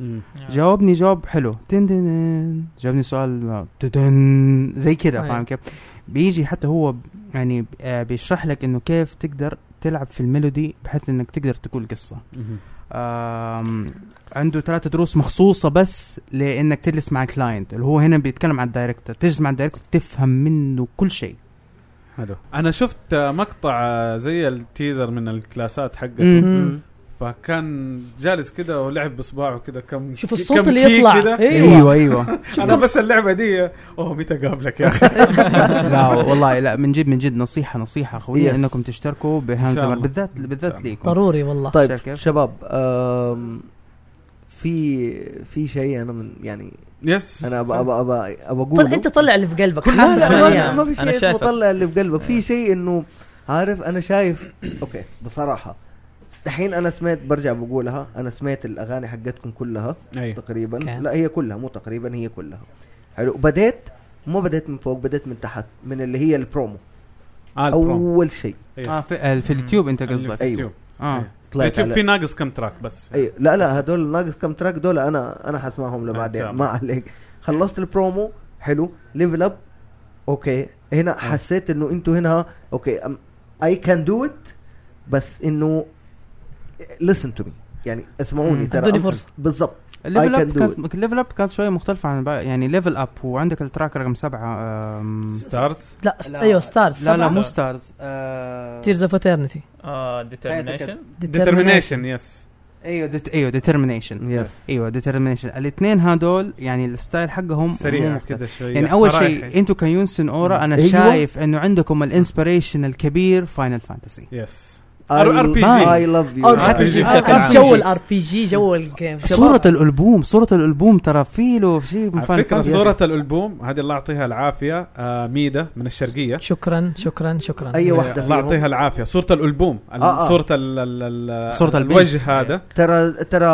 مم.
آه.
جاوبني جواب حلو تن تن تن. جاوبني سؤال آه، تن زي كده
أيوة.
فاهم كيف بيجي حتى هو ب- يعني آه، بيشرح لك انه كيف تقدر تلعب في الميلودي بحيث انك تقدر تقول قصه
مهم.
آم، عنده ثلاثة دروس مخصوصة بس لانك تجلس مع كلاينت اللي هو هنا بيتكلم عن الدايركتور تجلس مع الدايركتور تفهم منه كل شيء
حلو انا شفت آه، مقطع آه، زي التيزر من الكلاسات حقته
مم.
مم.
فكان جالس كده ولعب بصباعه كده كم
شوف
كي-
الصوت
كم
اللي
كيك
يطلع.
كده. أيوة.
إيه.
ايوه ايوه
انا بس اللعبه دي اوه متى قابلك يا اخي
لا والله لا من جد من جد نصيحة نصيحة اخويا
Yes.
انكم تشتركوا بهانزمر
الله.
بالذات
إن شاء
بالذات
الله.
ليكم
ضروري والله
طيب
شايف كيف؟
شباب آم، في في شيء انا من يعني
يس
انا ابى ابى ابى
طيب،
ابى
طل...
اقوله
انت طلع اللي في قلبك
كل-
حاسس
لا، لا،
فيها.
ما- ما في
أنا
شيء اسمه
شايفك.
طلع اللي في قلبك في شيء انه عارف انا شايف اوكي بصراحه دحين انا سمعت برجع بقولها انا سمعت الاغاني حقتكم كلها
أي.
تقريبا
أوكي.
لا هي كلها مو تقريبا هي كلها حلو بديت ما بديت من فوق بديت من تحت من اللي هي البرومو
آه البروم.
اول شيء
يس.
اه في, آه، في اليوتيوب انت قصدك
أيوة.
اليوتيوب.
اه
طلعت
اليوتيوب
على-
آه. في ناقص كم تراك آه، بس آه،
اي لا لا هدول ناقص كم تراك دول انا انا حسمعهم
إن
لبعدين
شاء
ما
الله.
عليك خلصت البرومو حلو ليفل اب اوكي
آه.
هنا حسيت انه انتوا هنا اوكي اي كان دو ات بس انه لسن تو مي يعني اسمعوني
مم.
ترى
ادوني
أنا-
فرصة.
بالضبط
الليفل
I
اب
can do
إيه. كانت الليفل اب كانت شوية مختلفة عن بقى- يعني ليفل اب وعندك التراك رقم سبعة آم،
ستارز
لا, لا
لا.
ايوه ستارز
لا لا مو
سبعة.
ستارز آه،
تيرز اوف اترنتي
آه، ديترمينيشن
ديترمينيشن يس
ايوه دت ايوه ديترمينيشن
يس
ايوه ديترمينيشن الاثنين هذول يعني الستايل حقهم مو
سريع
مختلف.
كده شويه
يعني اول شيء
فرايحي.
انتوا كيونسن اورا انا
أيوة.
شايف انه عندكم الانسبريشن الكبير فاينل فانتسي
يس ار بي جي
اي لاف يو
آه، RPG
بشكل عام.
جو الار بي جي جو الجيم
صورة الالبوم صورة الالبوم ترى في له شيء من
على
فاينل
فكره
فانتسي
صوره الالبوم هذه الله يعطيها العافيه آه ميدا من الشرقيه
شكرا شكرا شكرا
اي واحده
الله يعطيها
فيهم
العافيه صوره الالبوم ال-
آه، آه.
صوره ال ال ال
صورة البنت.
الوجه هذا
ترى ترى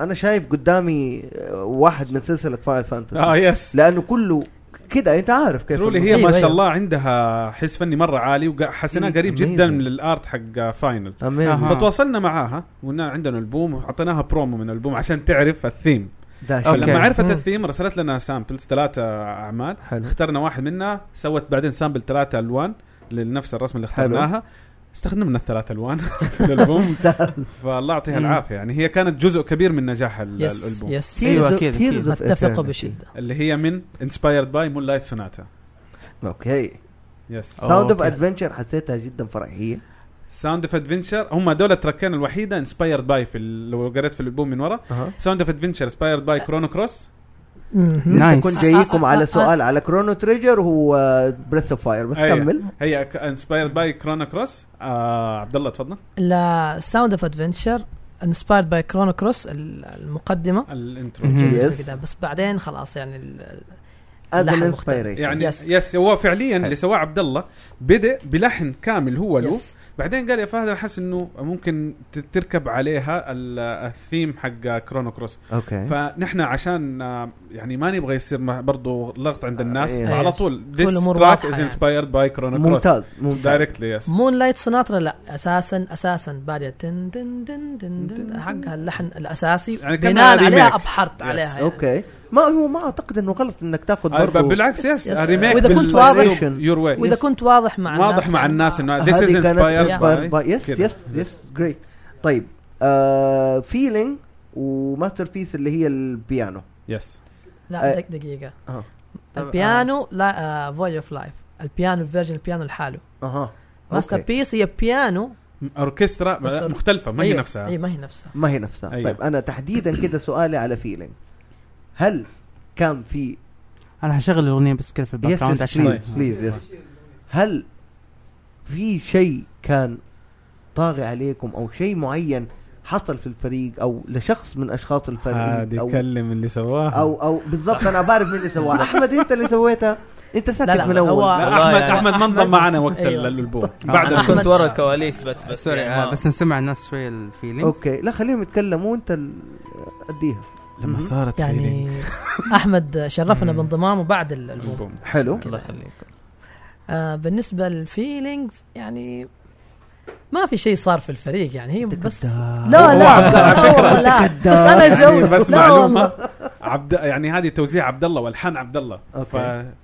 انا شايف قدامي واحد من سلسله فاينل
اه
فانتسي
يس
لانه كله كده انت عارف كيف
ترولي
الموضوع.
هي ما
أيوة،
شاء
أيوة.
الله عندها حس فني مره عالي وحسيناه
مم،
قريب
amazing.
جدا من الارت حق فاينل
Amazing.
أها.
فتواصلنا معاها وقلنا عندنا البوم وحطيناها برومو من البوم عشان تعرف الثيم
ده شيء
أوكي.
فلما عرفت
مم.
الثيم رسلت لنا سامبلز ثلاثة أعمال
حلو
اخترنا واحد منها سوت بعدين سامبل ثلاثة ألوان لنفس الرسمة اللي
حلو.
اخترناها استخدمنا الثلاث ألوان في الألبوم فالله يعطيها
مم.
العافية يعني هي كانت جزء كبير من نجاح ال-
يس
الألبوم
يس
أيوة،
Tears of-
أكيد،
Tears
أكيد.
of
اتفق
Eternity.
بشده
اللي هي من انسبايرد باي مون لايت سوناتا
اوكي
يس
ساوند اوف
أوكي.
ادفنتشر حسيتها جدا فرعيه
ساوند اوف ادفنشر هم دول التركين الوحيده انسبايرد باي في ال- لو قريت في الالبوم من ورا
أها.
ساوند اوف ادفنشر انسبايرد باي كرونو كروس
مهم.
لسه
Nice.
كنت جايكم على سؤال على كرونو تريجر هو uh, بريث اوف فاير بس
أيوة.
كمل
هي انسبايرد باي كرونو كروس آه عبد الله تفضل
لا ساوند اوف ادفنشر انسبايرد باي كرونو كروس المقدمه
الانترو
مهم.
الجزء
Yes.
اللي قدام، بس بعدين خلاص يعني ال-
هذا
لحن
الانسبيريشن
يعني
Yes.
يس, يس هو فعليا
حلو.
اللي سواه عبد الله بدا بلحن كامل هو له
يس.
بعدين قال يا فهد انا حاسس انه ممكن ت- تركب عليها ال- الثيم حق كرونو كروس
اوكي
فنحن عشان آه، يعني ما نبغى يصير مع- برضو لغط عند الناس
إيه.
فعلى
أيوة.
طول
كل
this
الأمور
track
واضحة
is
يعني.
inspired by كرونو كروس
ممتاز ممتاز
دايركتلي يس
مون لايت سوناترا لا اساسا اساسا باديه تن تن تن تن تن حقها اللحن الاساسي
يعني كأنها
بناء
ريميك.
عليها ابحرت
Yes.
عليها يعني.
اوكي ما هو ما اعتقد انه غلط انك تاخذ
آه،
برضه
بالعكس يس
Yes.
ريميك
وإذا كنت واضح-
يور واي
واذا كنت واضح مع الناس
واضح مع
يعني
الناس انه this is
هذه
inspired
كانت
by
يس
كده.
يس يس جريت طيب آه، فيلينج وماستر بيس اللي هي البيانو
يس
لا
أه.
آه.
دق- دقيقه
أها.
البيانو لا آه، فويج اوف لايف البيانو الفيرجن البيانو لحاله
اها
ماستر
أوكي.
بيس هي بيانو
اوركسترا
بس أور-
مختلفه ما هي
أيوة،
نفسها
اي ما هي نفسها
ما هي نفسها
أيوة.
أيوة. طيب انا تحديدا كده سؤالي على فيلينج هل كان في
انا هشغل الاغنية بس كده في الباك
يس
جراوند
يس
عشان
بليز بليز يس هل في شيء كان طاغي عليكم او شيء معين حصل في الفريق او لشخص من اشخاص الفريق
هذه
او
كلم اللي سواها
او او بالضبط انا بعرف مين اللي سواها احمد انت اللي سويتها انت
لا لا
ساكت من اول
هو
لا
والله
احمد
يعني.
احمد ما انضم
أحمد-
معنا وقت
أيوه.
ال- الالبوم بعد
بعد انا
أحمد-
كنت ورا الكواليس بس بس
سوري
يعني
آه،
ما-
بس نسمع الناس شوي الفيلينجز
اوكي لا خليهم يتكلموا وانت ال- اديها
لما صارت
يعني احمد شرفنا بانضمامه بعد الالبوم
الالبوم
حلو
الله يخليك
آه بالنسبه للفيلينجز يعني ما في شيء صار في الفريق يعني هي بس لا لا لا والله لا بس انا
يعني
جو
بس
لا
معلومه
والله
عبد يعني هذه توزيع عبد الله والحان عبد الله
أوكي.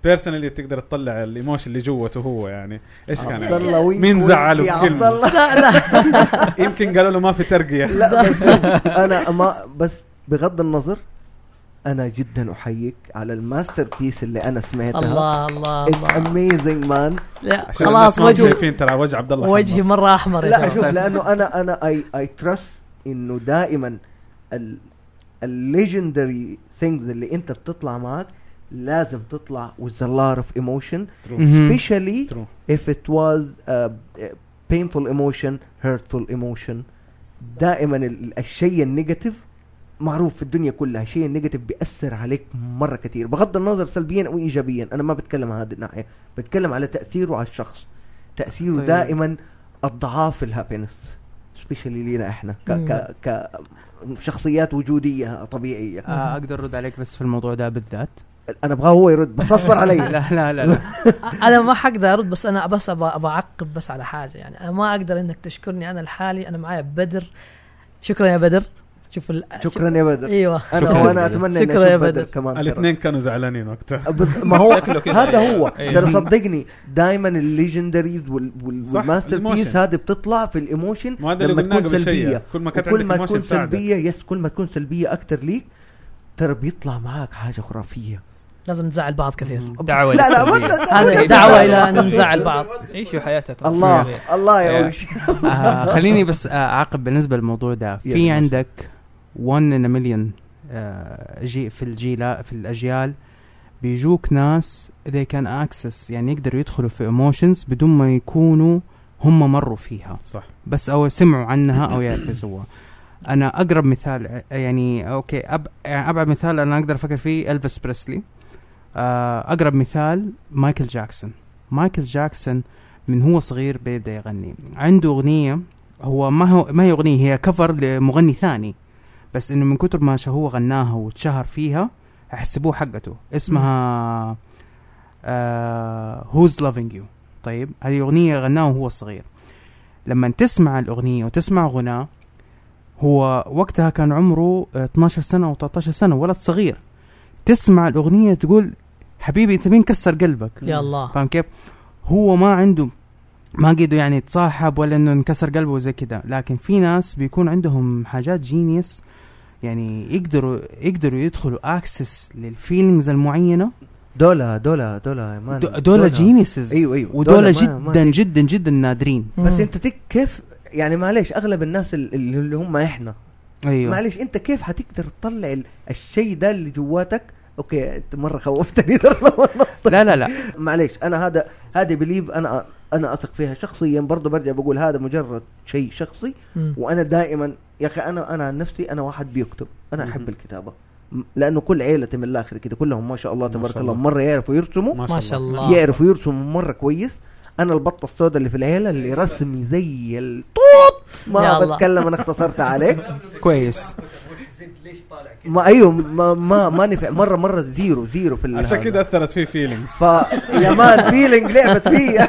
فبيرسونالي تقدر تطلع الايموشن اللي جوته هو يعني ايش كان
عبد
يعني؟
الله وينك
مين
وينك
زعله
يا
بكلمة؟
عبد الله
لا لا
يمكن قالوا له ما في ترقيه
لا بس انا ما بس بغض النظر انا جدا احييك على الماستر بيس اللي انا سمعتها
الله الله
اتس
الله
اميزنج مان
لا
عشان الناس
خلاص
ما هم
وجهه
شايفين ترى وجه عبد الله
وجهي
أحمر.
مره احمر يا
لا
شباب.
شوف لانه انا انا اي اي تراست انه دائما الليجندري ثينجز اللي انت بتطلع معاك لازم تطلع with a lot of emotion
Hmm.
مهم.
especially
True.
if it was a painful emotion hurtful emotion دائما ال- الشيء النيجاتيف معروف في الدنيا كلها الشيء النيجاتيف بيأثر عليك مرة كتير بغض النظر سلبيا أو إيجابيا أنا ما بتكلم عن هذه الناحية بتكلم على تأثيره على الشخص تأثيره
طيب.
طيب. دائما أضعاف الهابينس سبيشالي لينا احنا ك
Hmm.
ك ك شخصيات وجودية طبيعية
آه، اقدر ارد عليك بس في الموضوع ده بالذات
أنا أبغاه هو يرد بس أصبر
لا
علي
لا لا, لا.
انا ما حقدر ارد بس انا بس ابى ابى اعقب بس على حاجه يعني انا ما اقدر انك تشكرني انا لحالي انا معايا بدر شكرا يا بدر شوف ال...
شكرا يا بدر
ايوه
أنا
شكراً يا
وأنا
بدر.
أتمنى إني
شكراً يا
أشوف بدر
بدر.
كمان ترى.
الاثنين كانوا زعلانين وقتها
بز- ما هو
شكله كده.
هذا هو
أيوة.
أيوه.
ترى صدقني دايما الليجندريز
صح،
والماستر
الإيموشن.
بيس هذه بتطلع في الايموشن
ما هذا اللي
لما
قلناه
تكون
قبل شيء
سلبية.
كل ما كانت
وكل
عندك
ما
ايموشن
تكون
سلبية
سلبيه يس كل ما تكون سلبيه اكتر ليك ترى بيطلع معاك حاجه خرافيه
لازم نزعل بعض كثير
دعوة
لا لا ما
للسلبية.
ت-
هذا دعوه الى ان نزعل بعض
عيشوا حياتكم
الله الله
يا.
يا وش
آه خليني بس آه، اعاقب بالنسبه للموضوع ده في
يلا.
عندك 1 ان مليون آه، جي في الجيل في الاجيال بيجوك ناس they can access يعني يقدروا يدخلوا في emotions بدون ما يكونوا هم مروا فيها
صح
بس او سمعوا عنها او يعكسوها انا اقرب مثال ع- يعني اوكي أب يعني ابعد مثال انا اقدر افكر فيه الفيس بريسلي آه، اقرب مثال مايكل جاكسون مايكل جاكسون من هو صغير بيبدا يغني عنده اغنيه هو ما هو ما هي اغنيه هي كفر لمغني ثاني بس انه من كتر ما ش- هو غناها وتشهر فيها احسبوه حقته اسمها آه، هوز لافينج يو طيب هذه اغنيه غناها وهو صغير لما تسمع الاغنيه وتسمع غناه هو وقتها كان عمره 12 سنه او 13 سنه ولد صغير تسمع الاغنيه تقول حبيبي انت مين كسر قلبك
يا الله
فاهم كيف؟ هو ما عنده ما قدر يعني يتصاحب ولا انه انكسر قلبه وزي كده لكن في ناس بيكون عندهم حاجات جينيس يعني يقدروا يقدروا يدخلوا اكسس للفيلينجز المعينه
دولا دولا دولا يا مان
دو- دول جينيسز
ايوه ايوه
ودول
ما- ما-
جدا جدا جدا نادرين
بس
مم.
انت تك كيف يعني معليش اغلب الناس ال- اللي هم احنا
ايوه
معليش انت كيف حتقدر تطلع ال- الشيء ده اللي جواتك اوكي انت مره خوفتني ترى والله
لا لا لا
معليش انا هذا هذه بليف انا انا اثق فيها شخصيا برضه برجع بقول هذا مجرد شيء شخصي
مم.
وانا دائما يا اخي انا انا عن نفسي انا واحد بيكتب انا
مهم.
احب الكتابه م- لانه كل عيلتي من الاخر كده كلهم ما شاء الله
ما
تبارك
شاء
الله
الله.
مره يعرفوا يرسموا
ما شاء الله
يعرفوا يرسموا مره كويس انا البطه السوداء اللي في العيله اللي رسمي زي الطوط
يا
ما
الله.
بتكلم انا اختصرت عليك
كويس
ما ايوه ما ما ما نفع مره مره زيرو زيرو في ال-
عشان
هذا.
كذا اثرت فيه فيلينجز
ف يا مان فيلينج لعبت فيا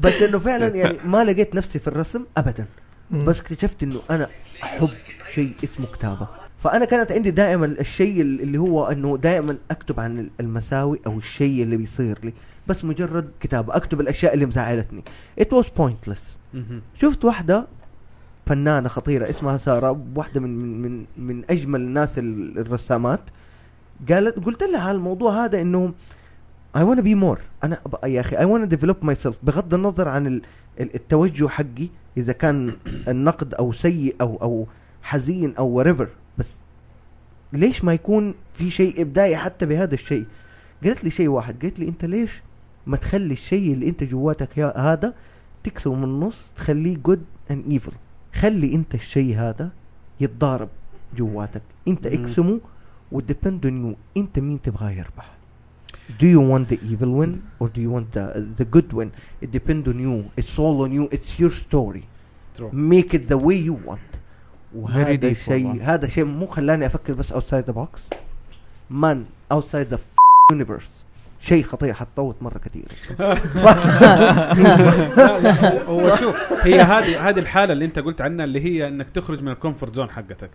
بس انه فعلا يعني ما لقيت نفسي في الرسم ابدا
مم.
بس اكتشفت انه انا احب شيء اسمه كتابه فانا كانت عندي دائما الشيء اللي هو انه دائما اكتب عن المساوي او الشيء اللي بيصير لي بس مجرد كتابه اكتب الاشياء اللي مزعلتني ات واز بوينتلس شفت واحده فنانه خطيره اسمها ساره واحده من من من, من اجمل الناس ال- الرسامات قالت قلت لها على الموضوع هذا انه اي wanna بي مور انا أبقى- يا اخي اي wanna ديفلوب ماي سيلف بغض النظر عن ال- ال- التوجه حقي اذا كان النقد او سيء او او حزين او وريفر بس ليش ما يكون في شيء ابداعي حتى بهذا الشيء قالت لي شيء واحد قالت لي انت ليش ما تخلي الشيء اللي انت جواتك يا- هذا تكسره من النص تخليه جود اند ايفل خلي انت الشيء هذا يتضارب جواتك انت
مم.
اقسمه وديبند اون يو انت مين تبغاه يربح do you want the evil win or do you want the the good win? It depends on you. It's all on you. It's your story.
True.
Make it the way you want.
Very
وهذا
deep
شيء
والله.
هذا شيء مو خلاني افكر بس outside the box. Man outside the f- universe. شيء خطير حتطوت مره كثير.
لا، لا، هو شوف هي هذه هذه الحاله اللي انت قلت عنها اللي هي انك تخرج من الكومفورت زون حقتك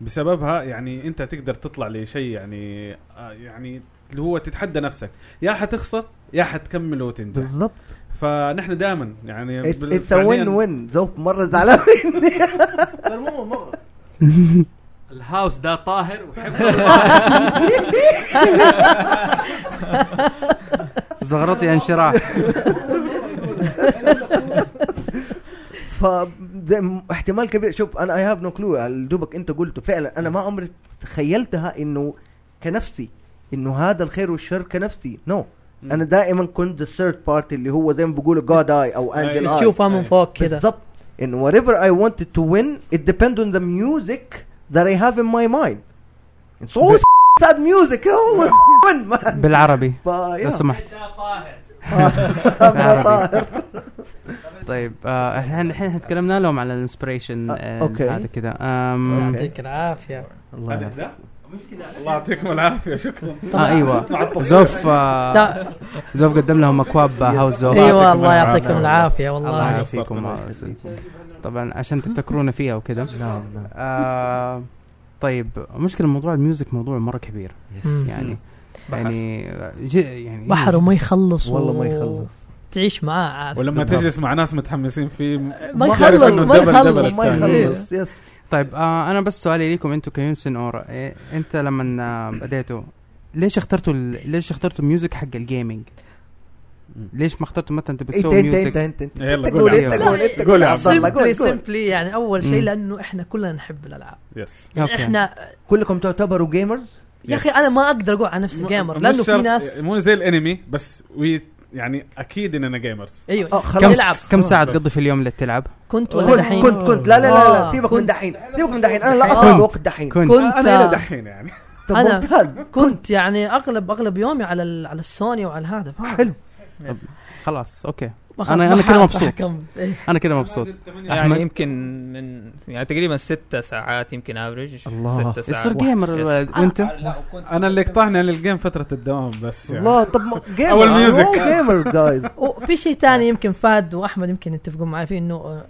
بسببها يعني انت تقدر تطلع لشيء يعني آه، يعني اللي هو تتحدى نفسك يا حتخسر يا حتكمل وتنجح
بالضبط.
فنحن دائما يعني
It's,
بال-
it's a
فعلياً-
win win. زوف مره زعلان مني.
المهم مرة الهاوس ده طاهر وحفظ
زغرطي انشراح
ف زي م- احتمال كبير شوف انا اي هاف نو كلو دوبك انت قلته فعلا انا ما عمري تخيلتها انه كنفسي انه هذا الخير والشر كنفسي نو no.
مم.
انا دائما كنت الثيرد بارتي اللي هو زي ما بيقولوا جاد اي او
أيوة.
انجل اي
تشوفها من
أيوة.
فوق كذا
يعني بالضبط ان وات ايفر اي wanted تو وين ات depends اون ذا ميوزك ذات اي هاف ان ماي مايند اتس always sad music always win man
بالعربي
ف
لو
yeah.
سمحت
طاهر
بالعربي طيب آه، احنا الحين إحنا تكلمنا لهم على الانسبريشن
آه، أوكي.
هذا كذا آم،
أوكي.
العافيه
الله يعافيك.
الله يعطيكم العافيه شكرا
آه ايوه زوف آه،
لا
زوف قدم لهم اكواب هاوس زوف
ايوه الله يعطيكم
العافية.
العافيه
الله
والله
يعافيكم
الله
طبعا عشان تفتكرونا فيها وكذا
نعم نعم
آه، طيب مشكلة موضوع الميوزك موضوع مرة كبير
مم.
يعني يعني ج- يعني
بحر وما يخلص
والله ما
و-
يخلص
تعيش معاه عاد.
ولما
بالضبط.
تجلس مع ناس متحمسين فيه
ما
تعرف
يخلص،
إنه
ما
الدبل-
يخلص،
دبل
ما
الثاني.
يخلص يس
طيب آه انا بس سؤالي ليكم انتم كيونسن اورا إيه انت لما آه، بديتوا ليش اخترتوا ال... ليش اخترتوا الميوزك حق الجيمنج؟ ليش ما اخترتوا مثلا انت
إيه،
انت
بتسوي ميوزك
انت انت انت انت
يلا
انت
قول
قول
عليهم.
انت قول انت
قول
قول
يا
عبد الله
سمبلي
قول قول
سمبلي يعني اول شيء
مم.
لانه احنا كلنا نحب الالعاب
يس
يعني
أوكي.
احنا
كلكم تعتبروا جيمرز
يا
Yes.
اخي انا ما اقدر اقول على نفسي
م-
جيمر
مش
لانه في
شرط-
ناس
مو زي الانمي بس وي يعني اكيد اننا جيمرز
اه
ايوه
كم
خلاص
يلعب.
كم ساعة تقضي في اليوم اللي تلعب؟
كنت ولا
كنت
دحين
كنت كنت لا لا لا لا
آه،
سيبك من
كنت.
دحين سيبك من دحين انا لا
كنت.
اخذ وقت دحين
كنت
انا الى
كنت
دحين يعني
طب
أنا-
ممتاز
كنت يعني اغلب اغلب يومي على ال- على السوني وعلى هذا حلو
خلاص اوكي أنا- أنا كده مبسوط.
إيه.
انا كده مبسوط
يعني يمكن من يعني تقريبا ست ساعات يمكن افريج
الله.
ست
يصير
ساعات
جيمر الولد وانت
آه، انا اللي قطعني عن الجيم فتره الدوام بس يعني
الله طب ما- Oh, جيمر
أول ميوزك.
جيمر جايز
وفي شيء ثاني يمكن فهد واحمد يمكن يتفقوا معي فيه انه آه،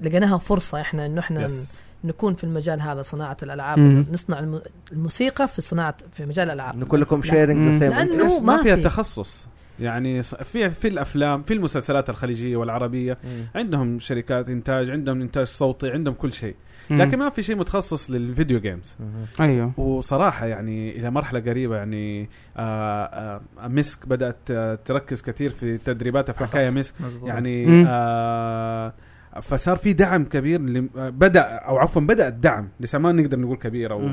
لقيناها فرصه احنا انه احنا
يس
نكون في المجال هذا صناعه الالعاب
مم.
نصنع الم- الموسيقى في صناعه في مجال الالعاب
انه كلكم شيرنج
مم.
ذا سيم
لأنه-
يس،
ما
ما فيها
في.
تخصص يعني ص- في في الافلام في المسلسلات الخليجيه والعربيه عندهم شركات انتاج عندهم انتاج صوتي عندهم كل شيء لكن ما في شيء متخصص للفيديو جيمز
ايوه
وصراحه يعني الى مرحله قريبه يعني آه آه مسك بدات آه تركز كثير في تدريباتها في حكايه مسك
مظبوط
يعني
مم.
آه فصار في دعم كبير لم- آه، بدا او عفوا بدا الدعم لسه ما نقدر نقول كبير
Mm,
او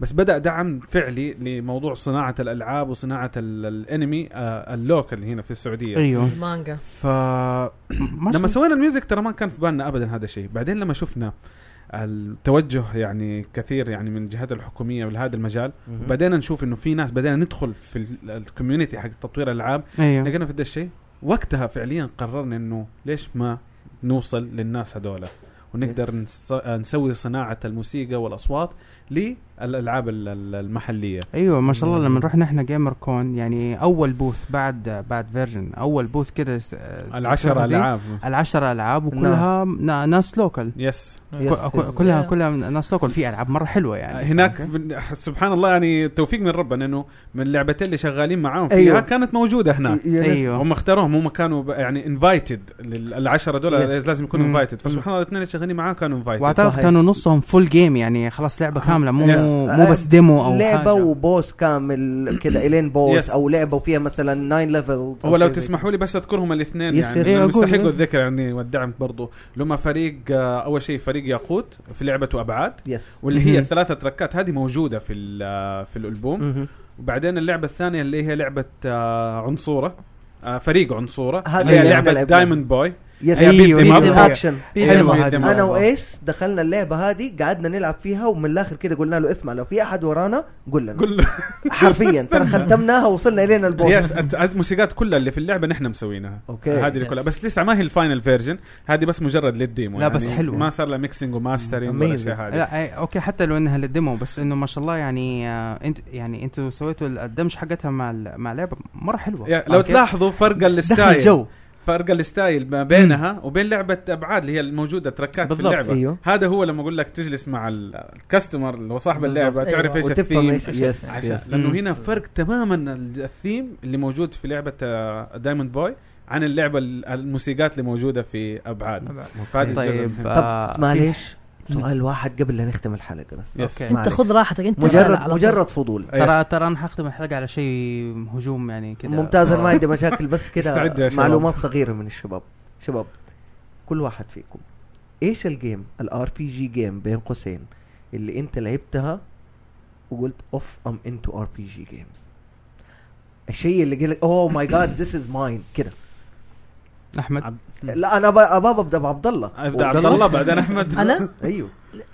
بس بدا دعم فعلي لموضوع صناعه الالعاب وصناعه ال- الانمي آه اللوكل هنا في السعوديه
أيوه.
ايوه
المانجا
ف
ما
لما
شاء-
سوينا الميوزك ترى ما كان في بالنا ابدا هذا الشيء بعدين لما شفنا التوجه يعني كثير يعني من الجهات الحكوميه لهذا المجال
mm.
بدينا نشوف انه في ناس بدينا ندخل في ال- الكوميونتي حق تطوير الالعاب
ايوه
لقينا في ده الشيء وقتها فعليا قررنا انه ليش ما نوصل للناس هذولا ونقدر نص- نسوي صناعه الموسيقى والاصوات للالعاب ال- ال- المحليه
ايوه ما شاء الله
نعم.
لما رحنا احنا جيمر كون يعني اول بوث بعد بعد فيرجن اول بوث كده است- آه،
العشر
دي.
العاب
العشر العاب
نعم.
وكلها نا- ناس لوكال
يس
كو- كو- كلها كلها من ناس لوكال في العاب مره حلوه يعني
هناك
أوكي.
في- سبحان الله يعني توفيق من ربنا انه من اللعبتين اللي شغالين معاهم فيها
أيوه.
أيوة.
كانت موجوده هناك
يعني
ايوه
هم اختاروهم هم كانوا ب- يعني انفايتد العشرة دول
Yes.
لازم يكونوا
مم.
انفايتد فسبحان الله الاثنين اللي شغالين معاهم كانوا انفايتد
واعتقد
صحيح.
كانوا نصهم فول جيم يعني خلاص لعبه كامله مو
Yes.
مو بس ديمو او
لعبه
حاجه
وبوس كامل كذا الين بوس
Yes.
او لعبه وفيها مثلا 9 ليفل
هو لو تسمحوا لي بس اذكرهم الاثنين
Yes,
يعني
sir.
أيوة،
لأنهم
قول.
يستحقوا الذكر يعني والدعم برضو اللي هم فريق آه، اول شيء فريق ياقوت في لعبته ابعاد
يس
واللي هي
مهم.
الثلاثه تركات هذه موجوده في ال- آه، في الالبوم وبعدين اللعبه الثانيه اللي هي لعبه آه، عنصوره آه، فريق عنصوره
هذه
اللي هي
اللي
لعبه
إحنا لعبناها.
دايموند بوي
يس
أيوة،
بيت ديم
أيوة.
أب.
اكشن
بيت
حلوة
طيب،
ديم
هذه.
أب.
انا وايس دخلنا اللعبه هذه قعدنا نلعب فيها ومن الاخر كده قلنا له اسمع لو في احد ورانا قول لنا
قل له
حرفيا ترى ختمناها وصلنا الينا البوس
يس أت- أت- الموسيقات كلها اللي في اللعبه نحن مسوينها
اوكي
هذه اللي
Yes.
كلها بس لسه ما هي الفاينل فيرجن هذه بس مجرد للديمو يعني.
لا، بس حلوة.
ما صار لها ميكسينج وماسترينج ولا
Amazing.
شيء هذه
لا أي- اوكي حتى لو انها للديمو بس انه ما شاء الله يعني آه، انت يعني انتوا سويتوا الدمج حقتها مع ال- مع لعبه مره حلوه
يعني لو
أوكي.
تلاحظوا فرق
دخل
الستايل
جو
فرق الستايل ما بينها وبين لعبه ابعاد اللي هي الموجوده تركات في
بالضبط،
اللعبه
أيوه.
هذا هو لما اقول لك تجلس مع ال- الكاستمر اللي هو صاحب
بالضبط.
اللعبه تعرف
أيوه.
أيوة.
ايش الثيم
وتفهم ايش يس
عشان
يس
لانه
مم.
هنا فرق تماما ال- الثيم اللي موجود في لعبه دايموند بوي عن اللعبه ال- الموسيقات اللي موجوده في ابعاد فهذه الجزء
طيب
المهم.
آه،
طب معليش سؤال واحد قبل لا نختم الحلقه بس
يس.
أوكي.
انت
معليش.
خذ راحتك انت سأل
مجرد
على طول.
مجرد فضول
آه،
ترى ترى انا حختم الحلقه على شيء هجوم يعني كذا
ممتاز أنا ما عندي مشاكل بس كده
استعدوا يا شباب.
معلومات صغيره من الشباب شباب كل واحد فيكم ايش الجيم الار بي جي جيم بين قوسين اللي انت لعبتها وقلت اوف ام انتو ار بي جي جيمز الشيء اللي oh قال لك اوه ماي جاد ذس از ماين كده
احمد
لا انا ب- ابغى ابدا بعبد الله
ابدا عبد الله بعدين احمد
انا
ايوه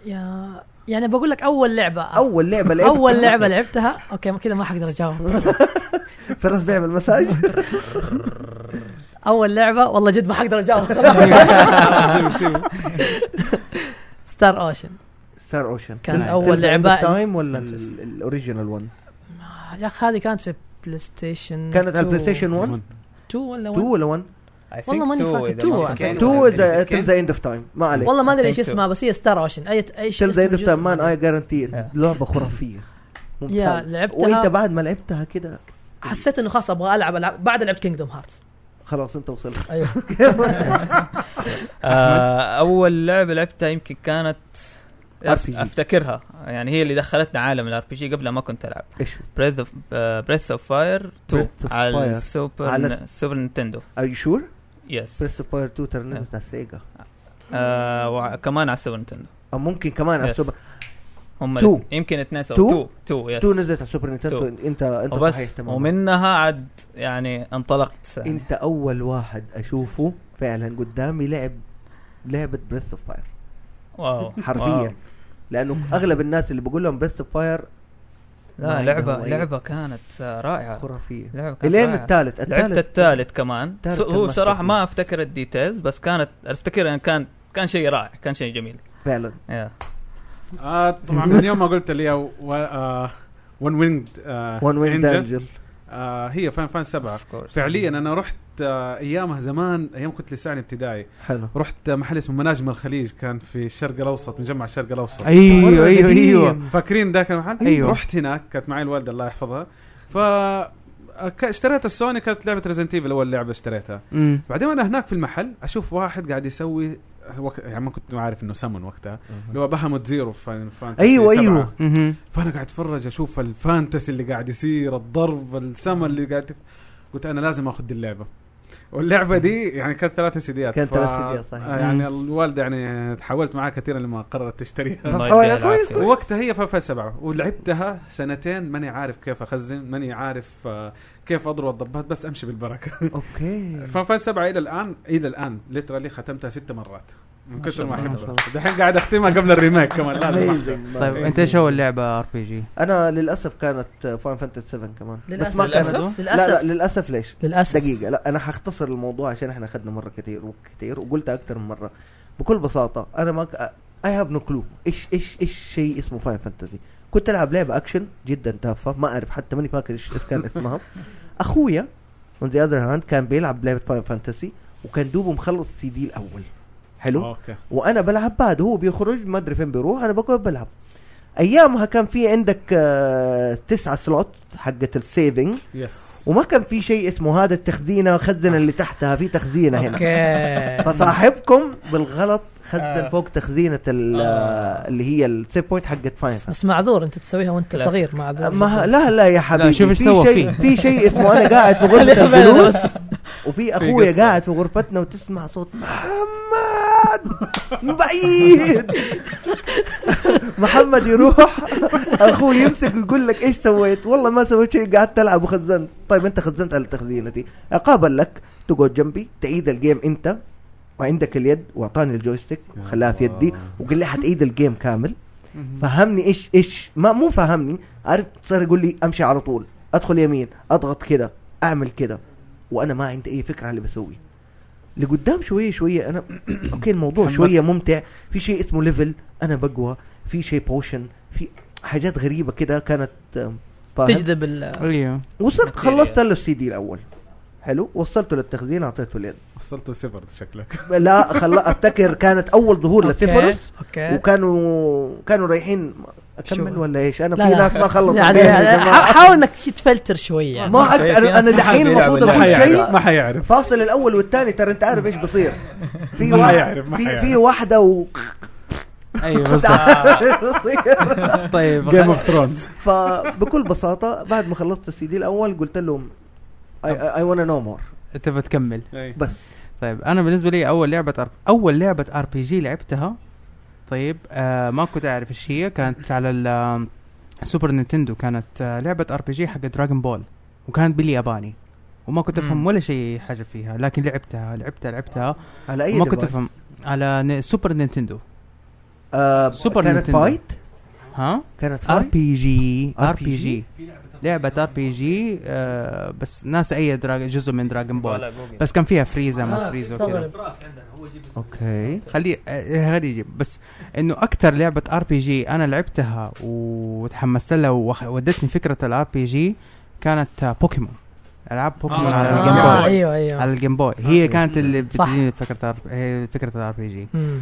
يا يعني بقول لك اول لعبه
اول لعبه لعبتها
اول لعبه لعبتها اوكي ما- كذا ما حقدر اجاوب
فراس بيعمل مساج
اول لعبه والله جد ما حقدر اجاوب ستار اوشن
ستار اوشن
كان أول لعبة-
تايم ولا الاوريجينال 1
يا اخي هذه كانت في بلاي ستيشن
كانت على
2.
البلاي ستيشن 1
2 ولا
2
1
ولا 1
والله ماني فاكر.
تو تل ذا اند اوف تايم ما عليك
والله ما ادري
I
ايش
think
اسمها بس هي ستار اوشن اي اي شيء
تل ذا
اسمه
اند اوف
جزء
تايم مان
ما
اي جارانتي
Yeah.
لعبه خرافيه
يا
ممتاز وانت
لعبتها
بعد ما لعبتها كده
حسيت انه خلاص ابغى العب العب بعد لعبت كينجدوم هارتس
خلاص انت وصلت
ايوه
آه اول لعبه لعبتها يمكن كانت
RPG.
افتكرها يعني هي اللي دخلتنا عالم الار بي جي قبلها ما كنت العب
ايش
بريث اوف بريث اوف فاير 2
Breath of Fire.
على السوبر
على
على سوبر نينتندو
ار يو شور؟
يس
بريست اوف فاير 2 ترى نزلت على السيجا
آه وكمان على السوبر نينتندو
أو ممكن كمان على
Yes.
السوبر
هم
Two.
الاتنين- يمكن اثنين سوا
Two؟
2 2 يس
2 نزلت على السوبر نينتندو
Two.
انت انت صحيح
وبس
تماما
ومنها عاد يعني انطلقت يعني.
انت اول واحد اشوفه فعلا قدامي لعب لعبه بريست اوف فاير
واو واو.
حرفيا لانه اغلب الناس اللي بقول لهم بريست اوف فاير ما
لا لعبه
عندهم أي-
لعبه كانت آه، رائعه
خرافيه
لعبه كانت
الين
رائعه
الثالث
لعبت
الثالث
الثالث كمان
الثالث
سو-
كان
هو
masterpiece.
صراحه ما افتكر الديتيلز بس كانت افتكر ان كان كان شيء رائع كان شيء جميل
فعلا
يا.
آه، طبعا من يوم ما قلت لي آه، ون وينج
وان ويند انجل
آه، هي فان فان سبعه
Of course.
فعليا انا رحت آه، ايامها زمان ايام كنت لساني ابتدائي
حلو
رحت محل اسمه مناجم الخليج كان في الشرق الاوسط مجمع الشرق الاوسط
أيوة.
ايوه
أيوه،
ايوه ايوه
قديم.
فاكرين ذاك المحل؟
أيوه.
رحت هناك كانت معي الوالده الله يحفظها ف أك- اشتريت السوني كانت لعبه ريزنت ايفل اول لعبه اشتريتها
مم.
بعدين انا هناك في المحل اشوف واحد قاعد يسوي وك... يعني ما كنت عارف انه سمن وقتها اللي هو بهمت زيرو في فاين- فانتسي
أيوه،
أيوة،
سبعة.
أيوه.
مهم.
فانا قاعد اتفرج اشوف الفانتسي اللي قاعد يصير الضرب السما اللي قاعد تف... قلت انا لازم اخذ دي اللعبه واللعبه دي يعني كانت ثلاثة سيديات
كانت ثلاث سيديات، صحيح.
آه، يعني الوالده يعني تحاولت معها كثيرا لما قررت تشتريها
الله
أوه،
يديها
كويس،
العافية.
وقتها هي ففل سبعة ولعبتها سنتين ماني عارف كيف اخزن ماني عارف آه، كيف اضرب الضربات بس امشي بالبركه
اوكي
فانفان سبعة الى الان الى الان ليترالي ختمتها ست مرات من كثر ما
الله. ما
احبها
شاء
دحين قاعد اختمها قبل الريميك كمان لازم أحضر.
Amazing.
طيب انت ايش اول لعبه ار بي جي؟
انا للاسف كانت فان فانتسي 7 كمان بس
للاسف
ما كانت
للأسف؟
لا لا
للاسف
للاسف ليش؟
للاسف
دقيقة لا أنا حختصر الموضوع عشان احنا أخذنا مرة كثير وكثير وقلتها أكثر من مرة بكل بساطة أنا ما أي هاف نو كلو إيش إيش إيش شيء اسمه فاين فانتزي كنت ألعب لعبة أكشن جدا تافهة ما أعرف حتى ماني فاكر إيش إيش كان اسمها أخويا اون ذا أذر هاند كان بيلعب لعبة فاين فانتسي وكان دوبه مخلص السي دي الأول حلو
اوكي
وانا بلعب بعد هو بيخرج ما ادري فين بيروح انا بقعد بلعب ايامها كان في عندك آه، تسعة سلوت حقة السيفنج
يس
وما كان في شيء اسمه هذا التخزينه خزن اللي تحتها في تخزينه هنا
اوكي
فصاحبكم بالغلط خزن
آه.
فوق تخزينه ال- آه، اللي هي السيف بوينت حقت فاين
بس معذور انت تسويها وانت
للأسف.
صغير معذور
ما لا لا يا حبيبي
شوف إيش سوى
شيء
فيه.
في شيء اسمه انا قاعد في غرفه
خليها بالنا
الجلوس
بس.
وفي
في
اخويا
قصة.
قاعد في غرفتنا وتسمع صوت محمد بعيد محمد يروح اخوه يمسك ويقول لك ايش سويت؟ والله ما سويت شيء قعدت العب وخزنت، طيب انت خزنت على التخزينه دي، اقابل لك تقعد جنبي تعيد الجيم انت وعندك اليد واعطاني الجويستيك وخلاها في يدي وقال لي حتعيد الجيم كامل
مهم.
فهمني ايش ايش ما مو فهمني عرفت صار يقول لي امشي على طول ادخل يمين اضغط كده اعمل كده وانا ما عندي اي فكره عن اللي بسويه لقدام شويه شويه انا اوكي الموضوع شويه ممتع في شيء اسمه ليفل انا بقوى في شيء بوشن في حاجات غريبه كده كانت آم، فاهم؟
تجذب ال-
طيب.
ايوه
يعني-
وصرت
ماتيريال.
خلصت الا السي دي الاول حلو وصلته للتخزين اعطيته اليد
وصلت سيفر شكلك
لا خل... افتكر كانت اول ظهور لسيفرس
اوكي
وكانوا كانوا رايحين اكمل
شو؟
ولا ايش انا
لا،
في
لا.
ناس ما خلصوا
يعني
الجيم يا
يعني
جماعة.
حا- حاول انك تفلتر شويه يعني.
ما أقدر-
في ناس
انا
ما حد
دحين
بيلعب
المفروض
اللعبة.
ما
اقول شيء
حيعرف ما حيعرف
فاصل الاول والثاني ترى انت عارف ايش بيصير في
ما
واحد
حيعرف، ما
في
حيعرف.
في واحده و
ايوه بالضبط
بيصير.
طيب
جيم اوف ثرونز
فبكل بساطه بعد ما خلصت السي دي الاول قلت لهم اي ونا نو مور
تبى تكمل
بس
طيب انا بالنسبه لي اول لعبه أر... اول لعبه ار بي جي لعبتها طيب آه ما كنت اعرف ايش هي كانت على ال- السوبر نينتندو كانت آه لعبه ار بي جي حق دراغون بول وكانت بالياباني وما كنت افهم
مم.
ولا شيء حاجه فيها لكن لعبتها لعبتها لعبتها
على اي
وما كنت
device.
افهم على ن... سوبر نينتندو
آه
سوبر آه.
كانت
نينتندو.
فايت
ها
كانت
ار
فايت
بي جي ار بي
RPG.
جي لعبه ار بي جي آه بس ناس اي دراج... جزء من دراغون بول بس كان فيها فريزا ما
آه،
فريزا
تستغرب.
وكذا
اوكي
خليه آه، هذه يجيب بس انه اكثر لعبه ار بي جي انا لعبتها وتحمست لها وخ- وودتني فكره الار بي جي كانت آه، بوكيمون العاب بوكيمون
آه،
على
آه.
الجيم
آه
بوي
ايوه ايوه
على الجيم بوي هي كانت اللي
صح.
بتديني فكره ال- هي فكره الار بي جي
مم.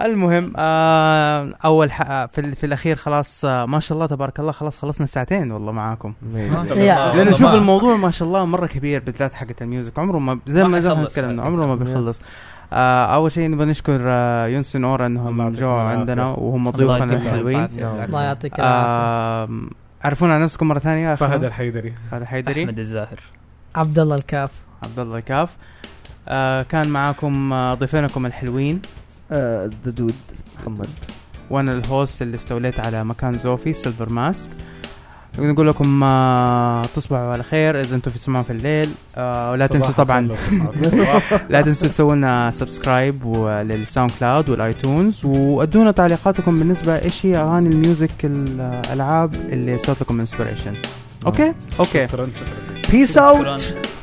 المهم آه اول ح- في, ال- في الاخير خلاص آه ما شاء الله تبارك الله خلاص خلصنا ساعتين والله معاكم لانه شوف الموضوع ما شاء الله مره كبير بالذات حقه الميوزك عمره ما زي
ما
ما زي ما
حيخلص.
تكلمنا عمره ما بيخلص آه اول شيء نبغى نشكر آه يونسن اورا
الله
انهم
يعطيكم
جو
العافية.
عندنا وهم
الله
ضيوفنا
يجزاهم
الحلوين
العافية، بالعكس.
الله يعطيك العافيه
آه عرفونا عن نفسكم مره ثانيه يا
فهد
أخوان؟
الحيدري
فهد حيدري
احمد الزاهر
عبد الله الكاف
عبد الله كاف آه كان معاكم آه ضيفينكم الحلوين
ذا دود آه، محمد
وانا الهوست اللي استوليت على مكان زوفي سيلفر ماسك نقول لكم آه تصبحوا على خير اذا انتم في تسمعون في الليل آه ولا تنسوا طبعا لا تنسوا تسووا لنا سبسكرايب للساوند كلاود والايتونز وادونا تعليقاتكم بالنسبه ايش هي اغاني الميوزك الالعاب اللي صارت لكم انسبريشن اوكي اوكي
شكرا شكرا
بيس اوت
شكراً.